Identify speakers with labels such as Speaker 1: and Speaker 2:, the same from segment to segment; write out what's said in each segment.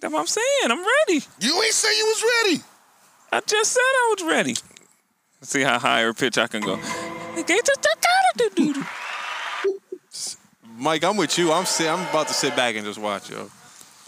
Speaker 1: That's what I'm saying. I'm ready.
Speaker 2: You ain't say you was ready.
Speaker 1: I just said I was ready. Let's see how higher pitch I can go.
Speaker 3: Mike, I'm with you. I'm sit, I'm about to sit back and just watch, yo.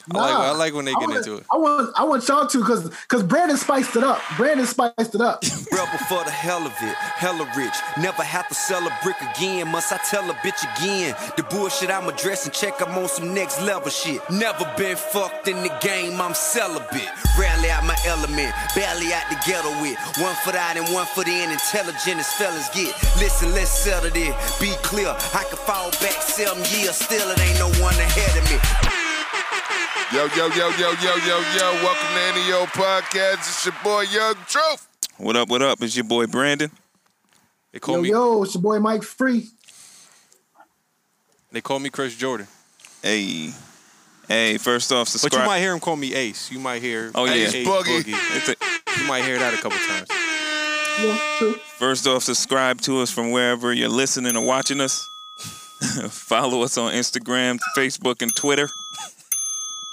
Speaker 3: I like I like when they
Speaker 4: I
Speaker 3: get
Speaker 4: want-
Speaker 3: into it.
Speaker 4: I want I want y'all to because because Brandon spiced it up. Brandon spiced it up.
Speaker 5: Rebel for the hell of it, hella rich. Never have to sell a brick again. Must I tell a bitch again? The bullshit I'm addressing, check I'm on some next level shit. Never been fucked in the game, I'm celibate. Rarely out my element, barely out the ghetto with. One foot out and one foot in, intelligent as fellas get. Listen, let's settle this. Be clear, I could fall back seven years, still it ain't no one ahead of me.
Speaker 2: Yo, yo, yo, yo, yo, yo, yo. Welcome to NEO Podcast. It's your boy Young Truth.
Speaker 1: What up, what up? It's your boy Brandon.
Speaker 3: They call
Speaker 4: Yo
Speaker 3: me
Speaker 4: yo, it's your boy Mike Free.
Speaker 3: they call me Chris Jordan.
Speaker 1: Hey. Hey, first off,
Speaker 3: But
Speaker 1: subscribe.
Speaker 3: you might hear him call me Ace. You might hear
Speaker 1: Oh, yeah.
Speaker 3: Ace
Speaker 1: Ace
Speaker 2: Boogie.
Speaker 1: It's a-
Speaker 3: You might hear that a couple times.
Speaker 4: Yeah, true.
Speaker 1: First off, subscribe to us from wherever you're listening or watching us. Follow us on Instagram, Facebook, and Twitter.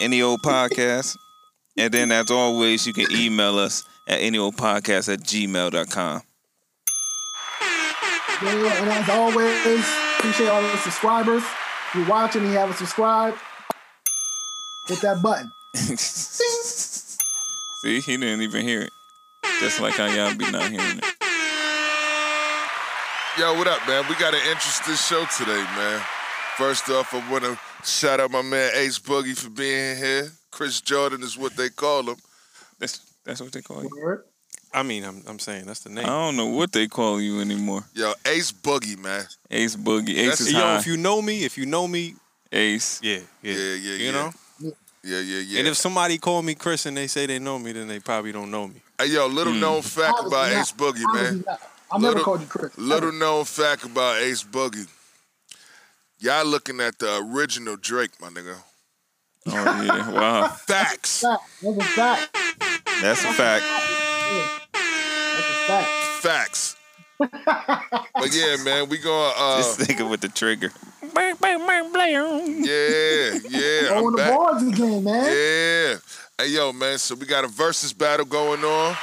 Speaker 1: Any old podcast. And then, as always, you can email us at anyoldpodcast at gmail.com.
Speaker 4: Yeah, yeah, and as always, appreciate all the subscribers. If you're watching and you haven't subscribed, hit that button.
Speaker 1: See, he didn't even hear it. Just like how y'all be not hearing it.
Speaker 2: Yo, what up, man? We got an interesting show today, man. First off, I want to shout out my man Ace Boogie for being here. Chris Jordan is what they call him.
Speaker 1: That's that's what they call you.
Speaker 4: Word.
Speaker 3: I mean, I'm I'm saying that's the name.
Speaker 1: I
Speaker 2: Oh,
Speaker 1: don't know what they call you anymore.
Speaker 2: Yo, Ace Boogie, man.
Speaker 1: Ace Boogie. Ace
Speaker 2: That's-
Speaker 1: is
Speaker 3: Yo,
Speaker 1: high.
Speaker 3: if you know me, if you know me,
Speaker 1: Ace.
Speaker 3: yeah, yeah,
Speaker 2: Yeah, yeah, yeah.
Speaker 3: you know.
Speaker 2: Yeah, yeah, yeah.
Speaker 3: And if somebody call me Chris and they say they know me, then they probably don't know me.
Speaker 2: Hey, yo,
Speaker 3: Hmm.
Speaker 2: little known fact
Speaker 4: Obviously
Speaker 2: about
Speaker 4: not.
Speaker 2: Ace Boogie,
Speaker 4: Obviously
Speaker 2: man.
Speaker 4: not. I'll never
Speaker 2: Little-
Speaker 4: call you Chris.
Speaker 2: Little known fact about Ace Boogie. Y'all looking at the original Drake, my nigga.
Speaker 1: Oh yeah. Wow.
Speaker 2: Facts.
Speaker 4: Fact. That's a fact.
Speaker 1: That's a fact.
Speaker 4: That's a fact.
Speaker 2: Facts. but yeah, man, we going uh
Speaker 1: Just thinking with the trigger.
Speaker 2: yeah, yeah.
Speaker 4: Go
Speaker 2: I'm
Speaker 4: on the
Speaker 2: back.
Speaker 4: boards again, man.
Speaker 2: Yeah. Hey yo, man, so we got a versus battle going on.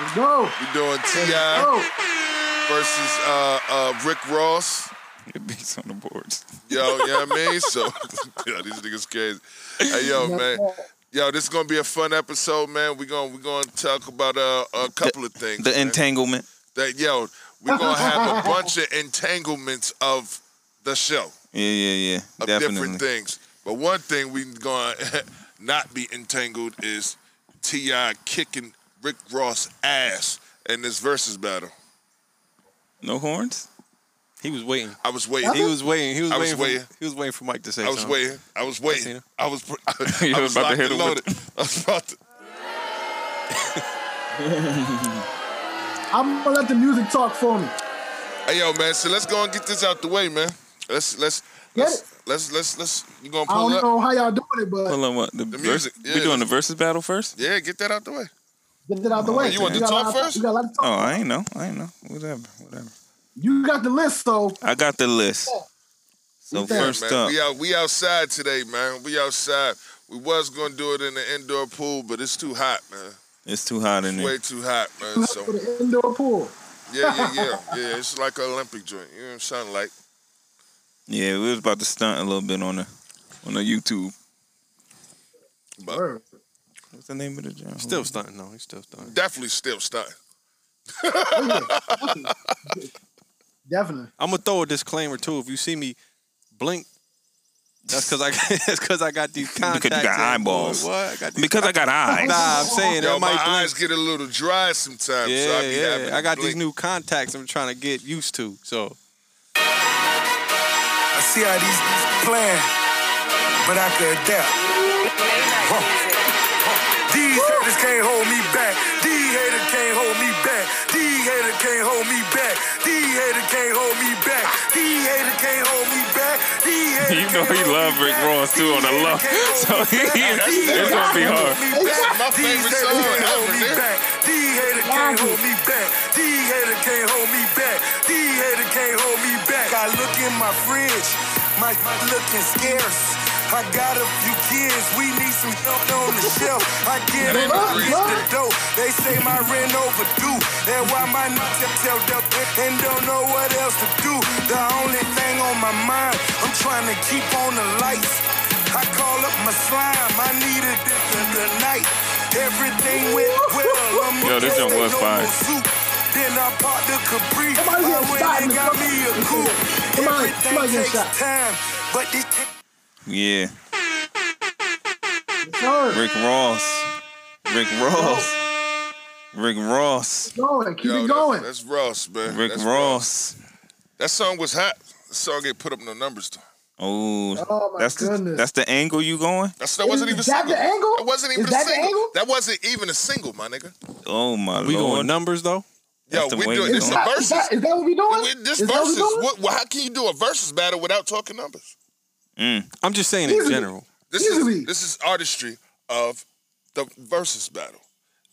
Speaker 4: Let's go.
Speaker 2: We're doing T.I.
Speaker 4: Let's go.
Speaker 2: versus uh uh Rick Ross.
Speaker 1: It beats on the boards.
Speaker 2: Yo, you know what I mean? So yo, these niggas crazy. Hey yo, man. Yo, this is gonna be a fun episode, man. We're gonna we're gonna talk about uh, a couple of things.
Speaker 1: The
Speaker 2: man.
Speaker 1: entanglement.
Speaker 2: that yo, we're gonna have a bunch of entanglements of the show
Speaker 1: Yeah, yeah, yeah.
Speaker 2: of different
Speaker 1: Definitely.
Speaker 2: things. But one thing we gonna not be entangled is Ti kicking Rick Ross ass in this versus battle.
Speaker 1: No horns?
Speaker 3: He was waiting.
Speaker 2: I was waiting.
Speaker 3: He was waiting. He was,
Speaker 2: I was
Speaker 3: waiting,
Speaker 2: waiting.
Speaker 3: For, He was waiting for Mike to say
Speaker 2: I was
Speaker 3: something.
Speaker 2: waiting. I was
Speaker 3: seen
Speaker 2: waiting.
Speaker 3: him.
Speaker 2: I was. Pr- I,
Speaker 1: You
Speaker 2: I
Speaker 1: was
Speaker 2: was
Speaker 1: about to
Speaker 2: locked
Speaker 1: hit
Speaker 2: and
Speaker 1: him with
Speaker 2: loaded. I was about to.
Speaker 4: I'm gonna let the music talk for me.
Speaker 2: Hey yo, man. So let's go and get this out the way, man. Let's let's
Speaker 4: Get
Speaker 2: let's
Speaker 4: it.
Speaker 2: let's let's, let's you gonna
Speaker 4: I
Speaker 2: pull
Speaker 4: don't
Speaker 2: up?
Speaker 4: know how y'all doing it, but
Speaker 1: Hold on, uh, what? The,
Speaker 2: music,
Speaker 1: verse-
Speaker 2: yeah.
Speaker 1: We doing the versus battle first?
Speaker 2: Yeah, get that out the way.
Speaker 4: get it out the way.
Speaker 2: Oh, you want
Speaker 4: We
Speaker 2: to
Speaker 4: got a
Speaker 2: talk
Speaker 4: lot of-
Speaker 2: first?
Speaker 4: We got a lot of talk.
Speaker 1: Oh, I ain't know. I ain't know. Whatever. Whatever.
Speaker 4: You got the list, so
Speaker 1: I got the list. So
Speaker 4: Yeah,
Speaker 1: first
Speaker 2: man.
Speaker 1: up.
Speaker 2: We out we outside today, man. We outside. We was gonna do it in the indoor pool, but it's too hot, man.
Speaker 1: It's too hot in
Speaker 2: Way
Speaker 1: there.
Speaker 2: too hot, man.
Speaker 4: you
Speaker 2: So
Speaker 4: have to go to the indoor pool.
Speaker 2: yeah, yeah, yeah, yeah. It's like an Olympic joint. You know what I'm saying? Like
Speaker 1: Yeah, we was about to stunt a little bit on the on the YouTube.
Speaker 2: But-
Speaker 4: Word.
Speaker 1: What's the name of the job?
Speaker 3: Still stunting. No, he's still stunting.
Speaker 2: definitely still stunting.
Speaker 4: Definitely.
Speaker 3: I'm gonna throw a disclaimer too. If you see me blink, that's because I that's because I got these
Speaker 1: Because you
Speaker 3: contacts.
Speaker 1: got
Speaker 3: in.
Speaker 1: eyeballs.
Speaker 3: What? I got these.
Speaker 1: Because I got eyes.
Speaker 3: Nah, I'm saying
Speaker 2: Yo,
Speaker 3: that
Speaker 2: my
Speaker 3: might blink.
Speaker 2: eyes get a little dry sometimes,
Speaker 3: Yeah,
Speaker 2: so I be having
Speaker 3: yeah.
Speaker 2: to
Speaker 3: I got
Speaker 2: blink.
Speaker 3: these new contacts. I'm trying to get used to. So
Speaker 6: I see how these plan, but I could adapt. Huh. Huh. These haters can't hold me back. These haters can't hold me back. These haters can't hold me back. These haters can't hold me back. These haters can't hold me back. These haters
Speaker 1: You know
Speaker 6: can't
Speaker 1: he
Speaker 6: hold
Speaker 1: love
Speaker 6: me
Speaker 1: Rick
Speaker 6: back.
Speaker 1: Ross too on the
Speaker 6: These
Speaker 1: low.
Speaker 6: haters
Speaker 1: So
Speaker 6: can't hold me
Speaker 1: he,
Speaker 6: back. These
Speaker 1: it's gonna be
Speaker 6: haters
Speaker 1: hard.
Speaker 6: can't hold me back.
Speaker 2: my
Speaker 6: These
Speaker 2: favorite song
Speaker 6: haters can't hold
Speaker 2: ever,
Speaker 6: me
Speaker 2: man.
Speaker 6: back. These haters can't hold me back. These haters can't hold me back. These haters can't hold me back. I look in my fridge, my my looking scarce. I got a few kids, we need some help on the shelf. I
Speaker 2: That
Speaker 6: give
Speaker 2: ain't
Speaker 6: them
Speaker 2: no
Speaker 6: the
Speaker 2: reason.
Speaker 6: dope. They say my rent overdue, and why my nuts have held up and don't know what else to do. The only thing on my mind, I'm trying to keep on the lights. I call up my slime, I need a different tonight. Everything went well, I'm
Speaker 1: Yo, this
Speaker 6: okay,
Speaker 1: joint was
Speaker 6: no
Speaker 1: fire.
Speaker 6: more soup. Then I bought the Capri. I
Speaker 4: Somebody getting
Speaker 6: went
Speaker 4: shot in
Speaker 6: and
Speaker 4: the
Speaker 6: got me
Speaker 4: fucking-
Speaker 6: a coupe.
Speaker 4: Somebody- somebody
Speaker 6: Everything
Speaker 4: getting
Speaker 6: takes
Speaker 4: shot.
Speaker 6: time, but this
Speaker 1: Yeah.
Speaker 4: Sir,
Speaker 1: Rick Ross. Rick Ross. Rick Ross.
Speaker 4: going. Keep
Speaker 2: Yo,
Speaker 4: it
Speaker 2: that's-
Speaker 4: going.
Speaker 2: That's, Ross, man.
Speaker 1: Rick
Speaker 2: That's
Speaker 1: Ross.
Speaker 2: That song was hot. That song get put up no numbers. though.
Speaker 1: Oh,
Speaker 4: Oh, my
Speaker 1: that's the
Speaker 4: goodness.
Speaker 1: that's the angle you going?
Speaker 2: That's, that wasn't
Speaker 4: Is
Speaker 2: even a
Speaker 4: that
Speaker 2: single.
Speaker 4: the angle?
Speaker 2: That wasn't
Speaker 4: Is
Speaker 2: even a
Speaker 4: that the
Speaker 2: single.
Speaker 4: angle?
Speaker 2: That wasn't even a single, my nigga.
Speaker 1: Oh my
Speaker 3: We
Speaker 1: lord.
Speaker 3: going numbers though.
Speaker 2: Yo,
Speaker 1: That's the
Speaker 2: we
Speaker 1: way
Speaker 2: doing
Speaker 1: we
Speaker 2: this
Speaker 4: is,
Speaker 1: going.
Speaker 2: a
Speaker 4: that, is,
Speaker 2: versus.
Speaker 4: that, is that what we doing?
Speaker 2: We- This
Speaker 4: is that
Speaker 2: versus.
Speaker 4: What we doing?
Speaker 2: What, how can you do a versus battle without talking numbers?
Speaker 3: I'm just saying in
Speaker 4: Easily.
Speaker 3: general.
Speaker 2: This
Speaker 4: Easily.
Speaker 2: is this is artistry of the versus battle.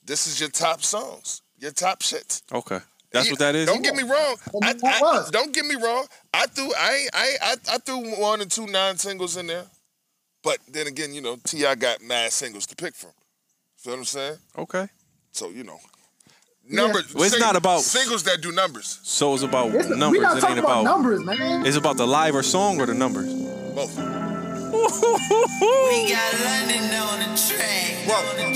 Speaker 2: This is your top songs, your top shits.
Speaker 3: Okay, that's
Speaker 2: You-
Speaker 3: what that is.
Speaker 2: Don't get me wrong. I,
Speaker 4: That's what that
Speaker 2: I-
Speaker 4: was.
Speaker 2: don't get me wrong. I threw I ain't- I ain't- I, I threw one and two non singles in there, but then again, you know, Ti got mad singles to pick from. Feel what I'm saying?
Speaker 3: Okay,
Speaker 2: So you know, numbers.
Speaker 3: Well, it's not about-
Speaker 2: singles that do numbers.
Speaker 3: so it's about
Speaker 4: It's- we
Speaker 3: numbers.
Speaker 4: not
Speaker 3: It
Speaker 4: talking
Speaker 3: ain't
Speaker 4: about
Speaker 3: about.
Speaker 4: numbers, man.
Speaker 3: It's about the live or song or the numbers.
Speaker 2: Both.
Speaker 7: We got London on the track.
Speaker 2: Whoa.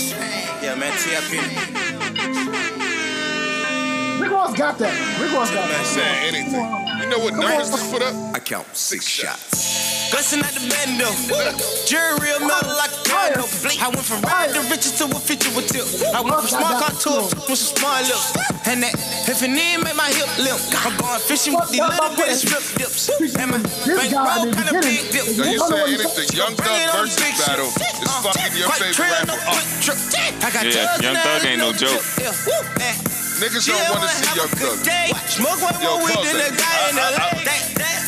Speaker 5: Yeah, man, TIP.
Speaker 4: Rick Ross got that. Rick Ross got that.
Speaker 2: Saying anything. You know what numbers to put up?
Speaker 5: I count six shots. Gussin' at the bando. Jury real metal like a condo. Blink. I went from riding to riches to a feature with tip. I went from small car to a f- with some small lips. And that if it need make my hip limp. I'm going fishing with these little bitty strip dips. And my
Speaker 4: This guy in
Speaker 5: bankroll
Speaker 4: the
Speaker 5: kinda
Speaker 4: beginning.
Speaker 5: big dip.
Speaker 2: Yo,
Speaker 4: I
Speaker 2: you
Speaker 4: don't know
Speaker 2: saying
Speaker 4: what
Speaker 2: anything? Young
Speaker 5: Bring it
Speaker 2: Thug
Speaker 5: on, big
Speaker 2: versus
Speaker 5: shit.
Speaker 2: battle is
Speaker 5: Uh,
Speaker 2: fucking your
Speaker 5: quite
Speaker 2: favorite
Speaker 5: trail,
Speaker 2: rapper.
Speaker 5: no
Speaker 2: Uh,
Speaker 5: quick trip. I got
Speaker 1: Yeah,
Speaker 5: thugs
Speaker 1: Young
Speaker 5: and I
Speaker 1: Thug ain't no joke.
Speaker 5: Yeah, woo, eh.
Speaker 2: Niggas
Speaker 5: Yeah,
Speaker 2: don't want to
Speaker 5: wanna
Speaker 2: see
Speaker 5: have
Speaker 2: Young
Speaker 5: a
Speaker 2: Thug.
Speaker 5: good day. Smoke one
Speaker 2: Yo,
Speaker 5: more weed
Speaker 2: pause
Speaker 5: than
Speaker 2: that.
Speaker 5: the guy in the
Speaker 2: I- I- I-
Speaker 5: That- that-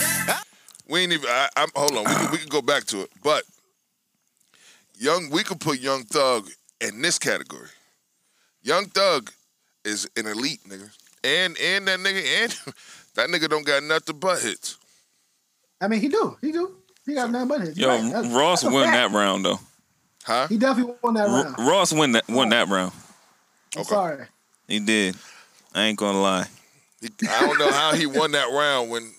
Speaker 2: We ain't even. I, I'm hold on. We can, we can go back to it, but young. We could put Young Thug in this category. Young Thug is an elite nigga, and and that nigga and that nigga don't got nothing but hits.
Speaker 4: I mean, he do. He do. He got nothing but his.
Speaker 1: Yo,
Speaker 4: Right. That's-
Speaker 1: Ross
Speaker 4: that's a
Speaker 1: won
Speaker 4: fact.
Speaker 1: that round though.
Speaker 2: Huh?
Speaker 4: He definitely won that
Speaker 1: R-
Speaker 4: round. I'm
Speaker 1: Ross won that won that round.
Speaker 4: sorry.
Speaker 1: He did. I ain't gonna lie.
Speaker 2: He, I don't know how he won that round when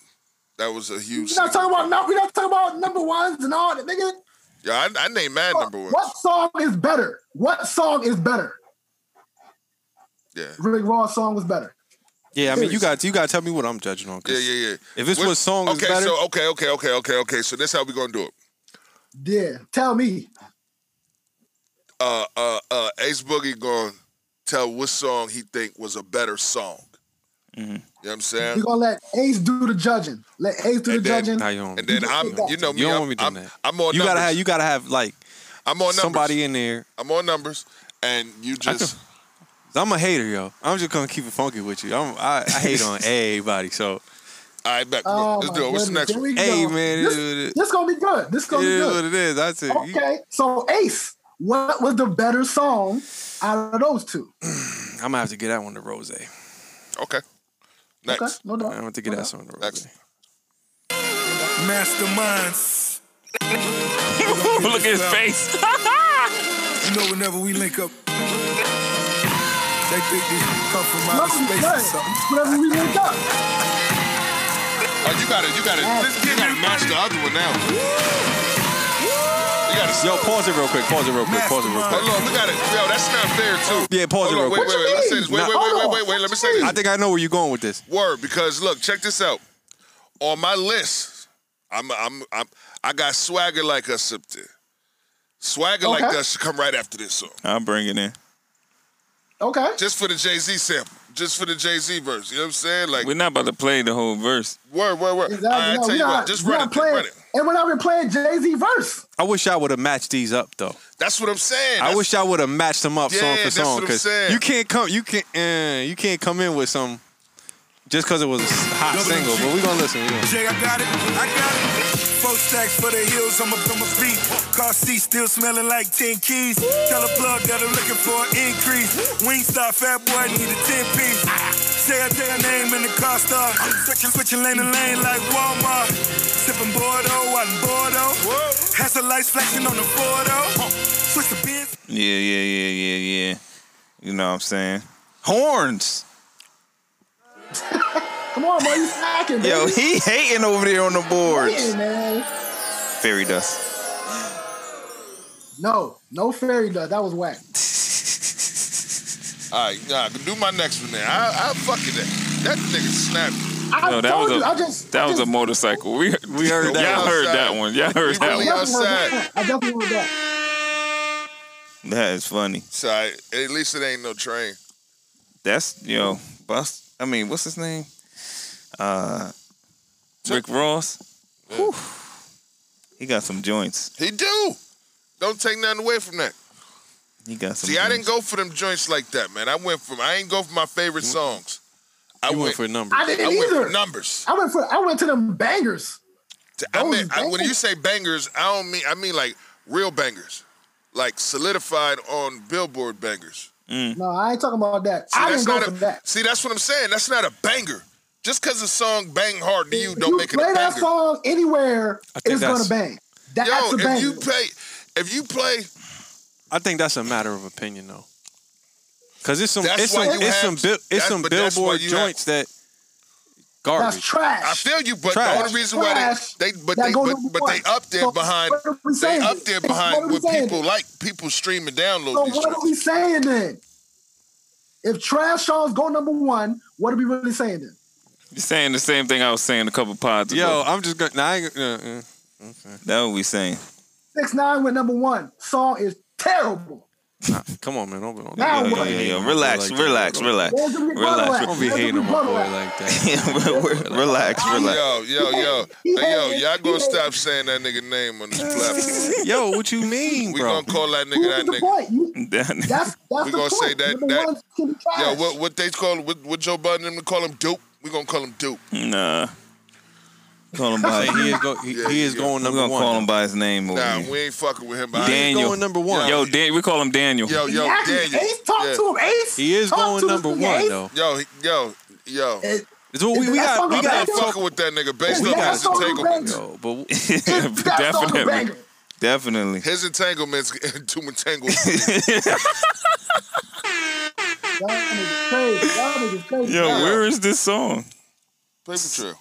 Speaker 2: that was a huge.
Speaker 4: We're not
Speaker 2: single.
Speaker 4: talking about no, we're not talking about number ones and all that, nigga.
Speaker 2: Yeah, I, I named mad number one.
Speaker 4: What song is better? What song is better?
Speaker 2: Yeah.
Speaker 4: Rick Ross song was better.
Speaker 3: Yeah, I mean you got you got to tell me what I'm judging on. 'cause
Speaker 2: Yeah, yeah, yeah.
Speaker 3: If it's
Speaker 2: What-
Speaker 3: what song is
Speaker 2: okay,
Speaker 3: better,
Speaker 2: so okay, okay, okay, okay, okay. So this how we gonna do it.
Speaker 4: Yeah. Tell me.
Speaker 2: uh, uh, uh, Ace Boogie going to tell what song he think was a better song.
Speaker 3: Mm-hmm.
Speaker 2: You know what I'm
Speaker 4: We're
Speaker 2: saying?
Speaker 4: gonna let Ace do the judging. Let Ace do the
Speaker 2: And then-
Speaker 4: judging.
Speaker 3: Nah, you don't.
Speaker 2: And then I'm, you know me,
Speaker 3: You don't
Speaker 2: I'm,
Speaker 3: want me doing
Speaker 2: I'm,
Speaker 3: that.
Speaker 2: I'm on
Speaker 3: you
Speaker 2: numbers.
Speaker 3: gotta have you gotta have like
Speaker 2: I'm on numbers.
Speaker 3: somebody in there.
Speaker 2: I'm on numbers, and you just
Speaker 3: I'm a hater, yo. I'm just gonna keep it funky with you. I'm, I, I hate on everybody. So
Speaker 2: all right, back.
Speaker 4: Oh,
Speaker 2: Let's
Speaker 4: my
Speaker 2: do it. What's the
Speaker 4: goodness.
Speaker 2: next
Speaker 4: Here
Speaker 2: one?
Speaker 4: we
Speaker 3: Hey,
Speaker 4: go.
Speaker 3: man, it is-
Speaker 4: This, this gonna be good. This
Speaker 3: it
Speaker 4: gonna be
Speaker 3: is
Speaker 4: good.
Speaker 3: what it is. That's it. You-
Speaker 4: Okay, so Ace, what was the better song out of those two?
Speaker 3: I'm gonna have to get that one to Rose. I'm
Speaker 2: Okay, next.
Speaker 4: Okay, no doubt.
Speaker 3: gonna have to get that song to Rose.
Speaker 2: Next.
Speaker 6: Masterminds.
Speaker 1: Look at his face.
Speaker 6: You know, whenever we link up, they think we come from outer
Speaker 4: Nothing's
Speaker 6: space or
Speaker 4: good.
Speaker 6: something.
Speaker 4: Whatever we linked up.
Speaker 2: Oh, you gotta, you gotta, you gotta match the other one now. You gotta.
Speaker 3: Yo, pause it real quick. Pause it real quick. Pause it real quick.
Speaker 2: Hold on, we gotta. Yo, that's not fair too.
Speaker 3: Yeah, pause it
Speaker 2: Hold on,
Speaker 3: real
Speaker 2: wait,
Speaker 3: quick.
Speaker 2: wait, wait. Let's say this. Wait,
Speaker 3: Nah.
Speaker 2: wait, wait, wait, wait, wait. Let me say this.
Speaker 3: I think I know where you're going with this.
Speaker 2: Word, because look, check this out. On my list, I'm I'm, I'm I got swagger like us up there. Swagger like
Speaker 4: Okay.
Speaker 2: us should come right after this song,
Speaker 1: I'll bring it in.
Speaker 4: Okay.
Speaker 2: just for the Jay Z sample, just for the Jay Z verse. You know what I'm saying? Like
Speaker 1: We're not about to play the whole verse.
Speaker 2: word, word, word.
Speaker 4: Exactly.
Speaker 2: All right, I
Speaker 4: No,
Speaker 2: tell
Speaker 4: we
Speaker 2: you
Speaker 4: not-
Speaker 2: what, just
Speaker 4: we
Speaker 2: run
Speaker 4: not
Speaker 2: it, then,
Speaker 4: playing,
Speaker 2: run it.
Speaker 4: And we're not even playing Jay Z verse.
Speaker 3: I wish I would have matched these up though.
Speaker 2: That's what I'm saying.
Speaker 3: I
Speaker 2: That's-
Speaker 3: wish I would have matched them up
Speaker 2: Yeah,
Speaker 3: song for
Speaker 2: that's
Speaker 3: song
Speaker 2: what I'm saying.
Speaker 3: you can't come you can't uh, you can't come in with some just because it was a hot single. But we gonna listen. We gonna.
Speaker 6: Jay, I got it, I got it. Four stacks for the hills, I'm up on my feet. Car seat still smelling like 10 keys. Tell a plug that I'm looking for an increase. Wingstop, fat boy, need a 10 piece. Say I did a name in the car star. Switching, switching lane to lane like Walmart. Sipping Bordeaux, out in Bordeaux. Has the lights flashing on the Bordeaux. Switch the Benz.
Speaker 1: Yeah, yeah, yeah, yeah, yeah. You know what I'm saying? Horns.
Speaker 4: Come on, bro, you slacking, baby.
Speaker 1: Yo, he hating over there on the
Speaker 4: Hey,
Speaker 1: boards.
Speaker 4: man.
Speaker 1: Fairy dust.
Speaker 4: No, no fairy dust. That was whack.
Speaker 2: All right, nah, do my next one there. I, I fuck you that. That nigga snapped.
Speaker 4: I
Speaker 1: No, that
Speaker 4: told
Speaker 1: was
Speaker 4: you, I
Speaker 1: a
Speaker 4: just
Speaker 1: that
Speaker 4: I
Speaker 1: was a
Speaker 4: just,
Speaker 1: motorcycle. We we heard
Speaker 2: that
Speaker 1: Y'all
Speaker 2: one.
Speaker 1: heard that one. Y'all heard
Speaker 2: We
Speaker 1: that
Speaker 2: really
Speaker 1: one.
Speaker 4: I definitely heard
Speaker 2: outside.
Speaker 4: that. I definitely heard that.
Speaker 1: That is funny.
Speaker 2: So I, at least it ain't no train.
Speaker 1: That's yo, bust. I mean, what's his name? Uh, Rick Ross. Whew. He got some joints.
Speaker 2: He do. Don't take nothing away from that.
Speaker 1: He got some.
Speaker 2: See, I didn't
Speaker 1: joints.
Speaker 2: go for them joints like that, man. I went from I ain't go for my favorite songs. I
Speaker 3: You
Speaker 2: went,
Speaker 3: went for numbers.
Speaker 4: I
Speaker 2: I
Speaker 4: didn't
Speaker 2: went for
Speaker 4: either.
Speaker 2: numbers.
Speaker 4: I went for I went to them bangers.
Speaker 2: I
Speaker 4: Those
Speaker 2: mean, I, when
Speaker 4: bangers.
Speaker 2: you say bangers, I don't mean I mean like real bangers, like solidified on Billboard bangers.
Speaker 4: No, I ain't talking about that.
Speaker 2: Mm. See,
Speaker 4: I
Speaker 2: that's
Speaker 4: didn't go
Speaker 2: not
Speaker 4: for
Speaker 2: a-
Speaker 4: that.
Speaker 2: See, that's what I'm saying. That's not a banger. Just because the song bang hard to you,
Speaker 4: If
Speaker 2: don't make it a
Speaker 4: play that
Speaker 2: banger.
Speaker 4: song anywhere,
Speaker 3: think
Speaker 4: it's gonna
Speaker 3: that's-
Speaker 4: bang. That, that's
Speaker 2: Yo,
Speaker 4: a
Speaker 2: if
Speaker 4: banger.
Speaker 2: you play, if you play,
Speaker 3: I think that's a matter of opinion though, because it's some
Speaker 2: That's
Speaker 3: it's
Speaker 2: why
Speaker 3: some
Speaker 2: you
Speaker 3: it's
Speaker 2: have-
Speaker 3: some bill it's
Speaker 2: that's-
Speaker 3: some
Speaker 2: but that's why
Speaker 3: billboard
Speaker 2: you have-
Speaker 3: joints that
Speaker 4: that's
Speaker 3: garbage.
Speaker 4: trash.
Speaker 2: I feel you, but
Speaker 3: Trash.
Speaker 2: the only reason why
Speaker 4: Trash.
Speaker 2: they, they but
Speaker 4: That
Speaker 2: they
Speaker 4: go
Speaker 2: but,
Speaker 4: number
Speaker 2: but they
Speaker 4: one.
Speaker 2: up there
Speaker 4: So
Speaker 2: behind
Speaker 4: what are we
Speaker 2: they
Speaker 4: saying?
Speaker 2: up there
Speaker 4: So what are
Speaker 2: behind
Speaker 4: we
Speaker 2: what
Speaker 4: saying?
Speaker 2: people like. People stream and download
Speaker 4: So
Speaker 2: these
Speaker 4: what are
Speaker 2: joints.
Speaker 4: we saying then? If trash songs go number one, what are we really saying then?
Speaker 1: You're saying the same thing I was saying a couple pods
Speaker 3: Yo,
Speaker 1: ago.
Speaker 3: I'm just gonna. Nah, I ain't, uh, uh.
Speaker 1: That what we saying.
Speaker 4: Six nine went number one. Song is terrible.
Speaker 3: Come on, man. Don't, don't,
Speaker 4: Now
Speaker 1: Yo,
Speaker 3: don't
Speaker 1: yo,
Speaker 4: what?
Speaker 3: be
Speaker 1: yo,
Speaker 3: hating
Speaker 1: yo,
Speaker 3: on Oh my boy
Speaker 1: relax,
Speaker 3: like
Speaker 1: relax,
Speaker 3: that.
Speaker 1: relax,
Speaker 4: Where's the rebuttal
Speaker 1: relax.
Speaker 4: at?
Speaker 3: Don't be
Speaker 4: Where's the
Speaker 3: hating on my
Speaker 4: rebuttal
Speaker 3: boy
Speaker 4: at?
Speaker 3: like that.
Speaker 1: relax, relax.
Speaker 2: Yo, yo, yo,
Speaker 4: He
Speaker 2: Hey, yo,
Speaker 4: hated.
Speaker 2: y'all
Speaker 4: He
Speaker 2: gonna
Speaker 4: hated.
Speaker 2: stop saying that nigga name on this platform.
Speaker 3: Yo, what you mean,
Speaker 2: We
Speaker 3: bro?
Speaker 2: gonna call that
Speaker 4: Who's
Speaker 2: nigga that
Speaker 4: the
Speaker 2: nigga.
Speaker 4: point? You, that's that's
Speaker 2: We
Speaker 4: the
Speaker 2: gonna
Speaker 4: point.
Speaker 2: say that-
Speaker 4: number
Speaker 2: that-
Speaker 4: one can be trash.
Speaker 2: Yo, what what they call what, what Joe Budden and them call him Dupe? We gonna call him Dupe.
Speaker 1: Nah. Call him
Speaker 3: Say
Speaker 1: by
Speaker 3: he is, go, he,
Speaker 2: Yeah,
Speaker 3: he is
Speaker 2: yeah.
Speaker 3: going
Speaker 1: I'm
Speaker 3: number
Speaker 1: gonna
Speaker 3: one.
Speaker 1: call him by his name over
Speaker 2: Nah,
Speaker 1: here.
Speaker 2: we ain't fucking with him. but I
Speaker 3: he
Speaker 2: ain't-
Speaker 3: is
Speaker 1: Oh, Daniel.
Speaker 3: going number one.
Speaker 1: Yo, Dan, we call him Daniel.
Speaker 2: Oh, Yo, yo,
Speaker 4: Exactly.
Speaker 2: Daniel.
Speaker 4: Ace, talk
Speaker 2: Yeah.
Speaker 4: to him. Ace,
Speaker 3: he is
Speaker 4: talk
Speaker 3: going
Speaker 4: to
Speaker 3: number
Speaker 4: this
Speaker 3: one
Speaker 4: nigga,
Speaker 1: eh?
Speaker 4: Ace.
Speaker 3: though.
Speaker 2: Yo, he- yo, yo.
Speaker 4: It-
Speaker 3: It's what we,
Speaker 4: Is
Speaker 3: we
Speaker 4: that
Speaker 3: got.
Speaker 4: song
Speaker 3: We
Speaker 2: I'm
Speaker 3: got
Speaker 2: not
Speaker 4: about
Speaker 3: talk.
Speaker 2: fucking with that nigga based
Speaker 4: we
Speaker 2: on
Speaker 4: got
Speaker 2: his
Speaker 4: talking
Speaker 2: entanglements.
Speaker 4: about-
Speaker 3: Yo, but
Speaker 4: That's on the
Speaker 1: Definitely.
Speaker 4: banger.
Speaker 1: Definitely.
Speaker 2: His entanglements too entangled.
Speaker 4: Y'all niggas crazy. Y'all niggas crazy.
Speaker 1: Yo,
Speaker 2: Yeah.
Speaker 1: where is this song?
Speaker 2: Paper trail.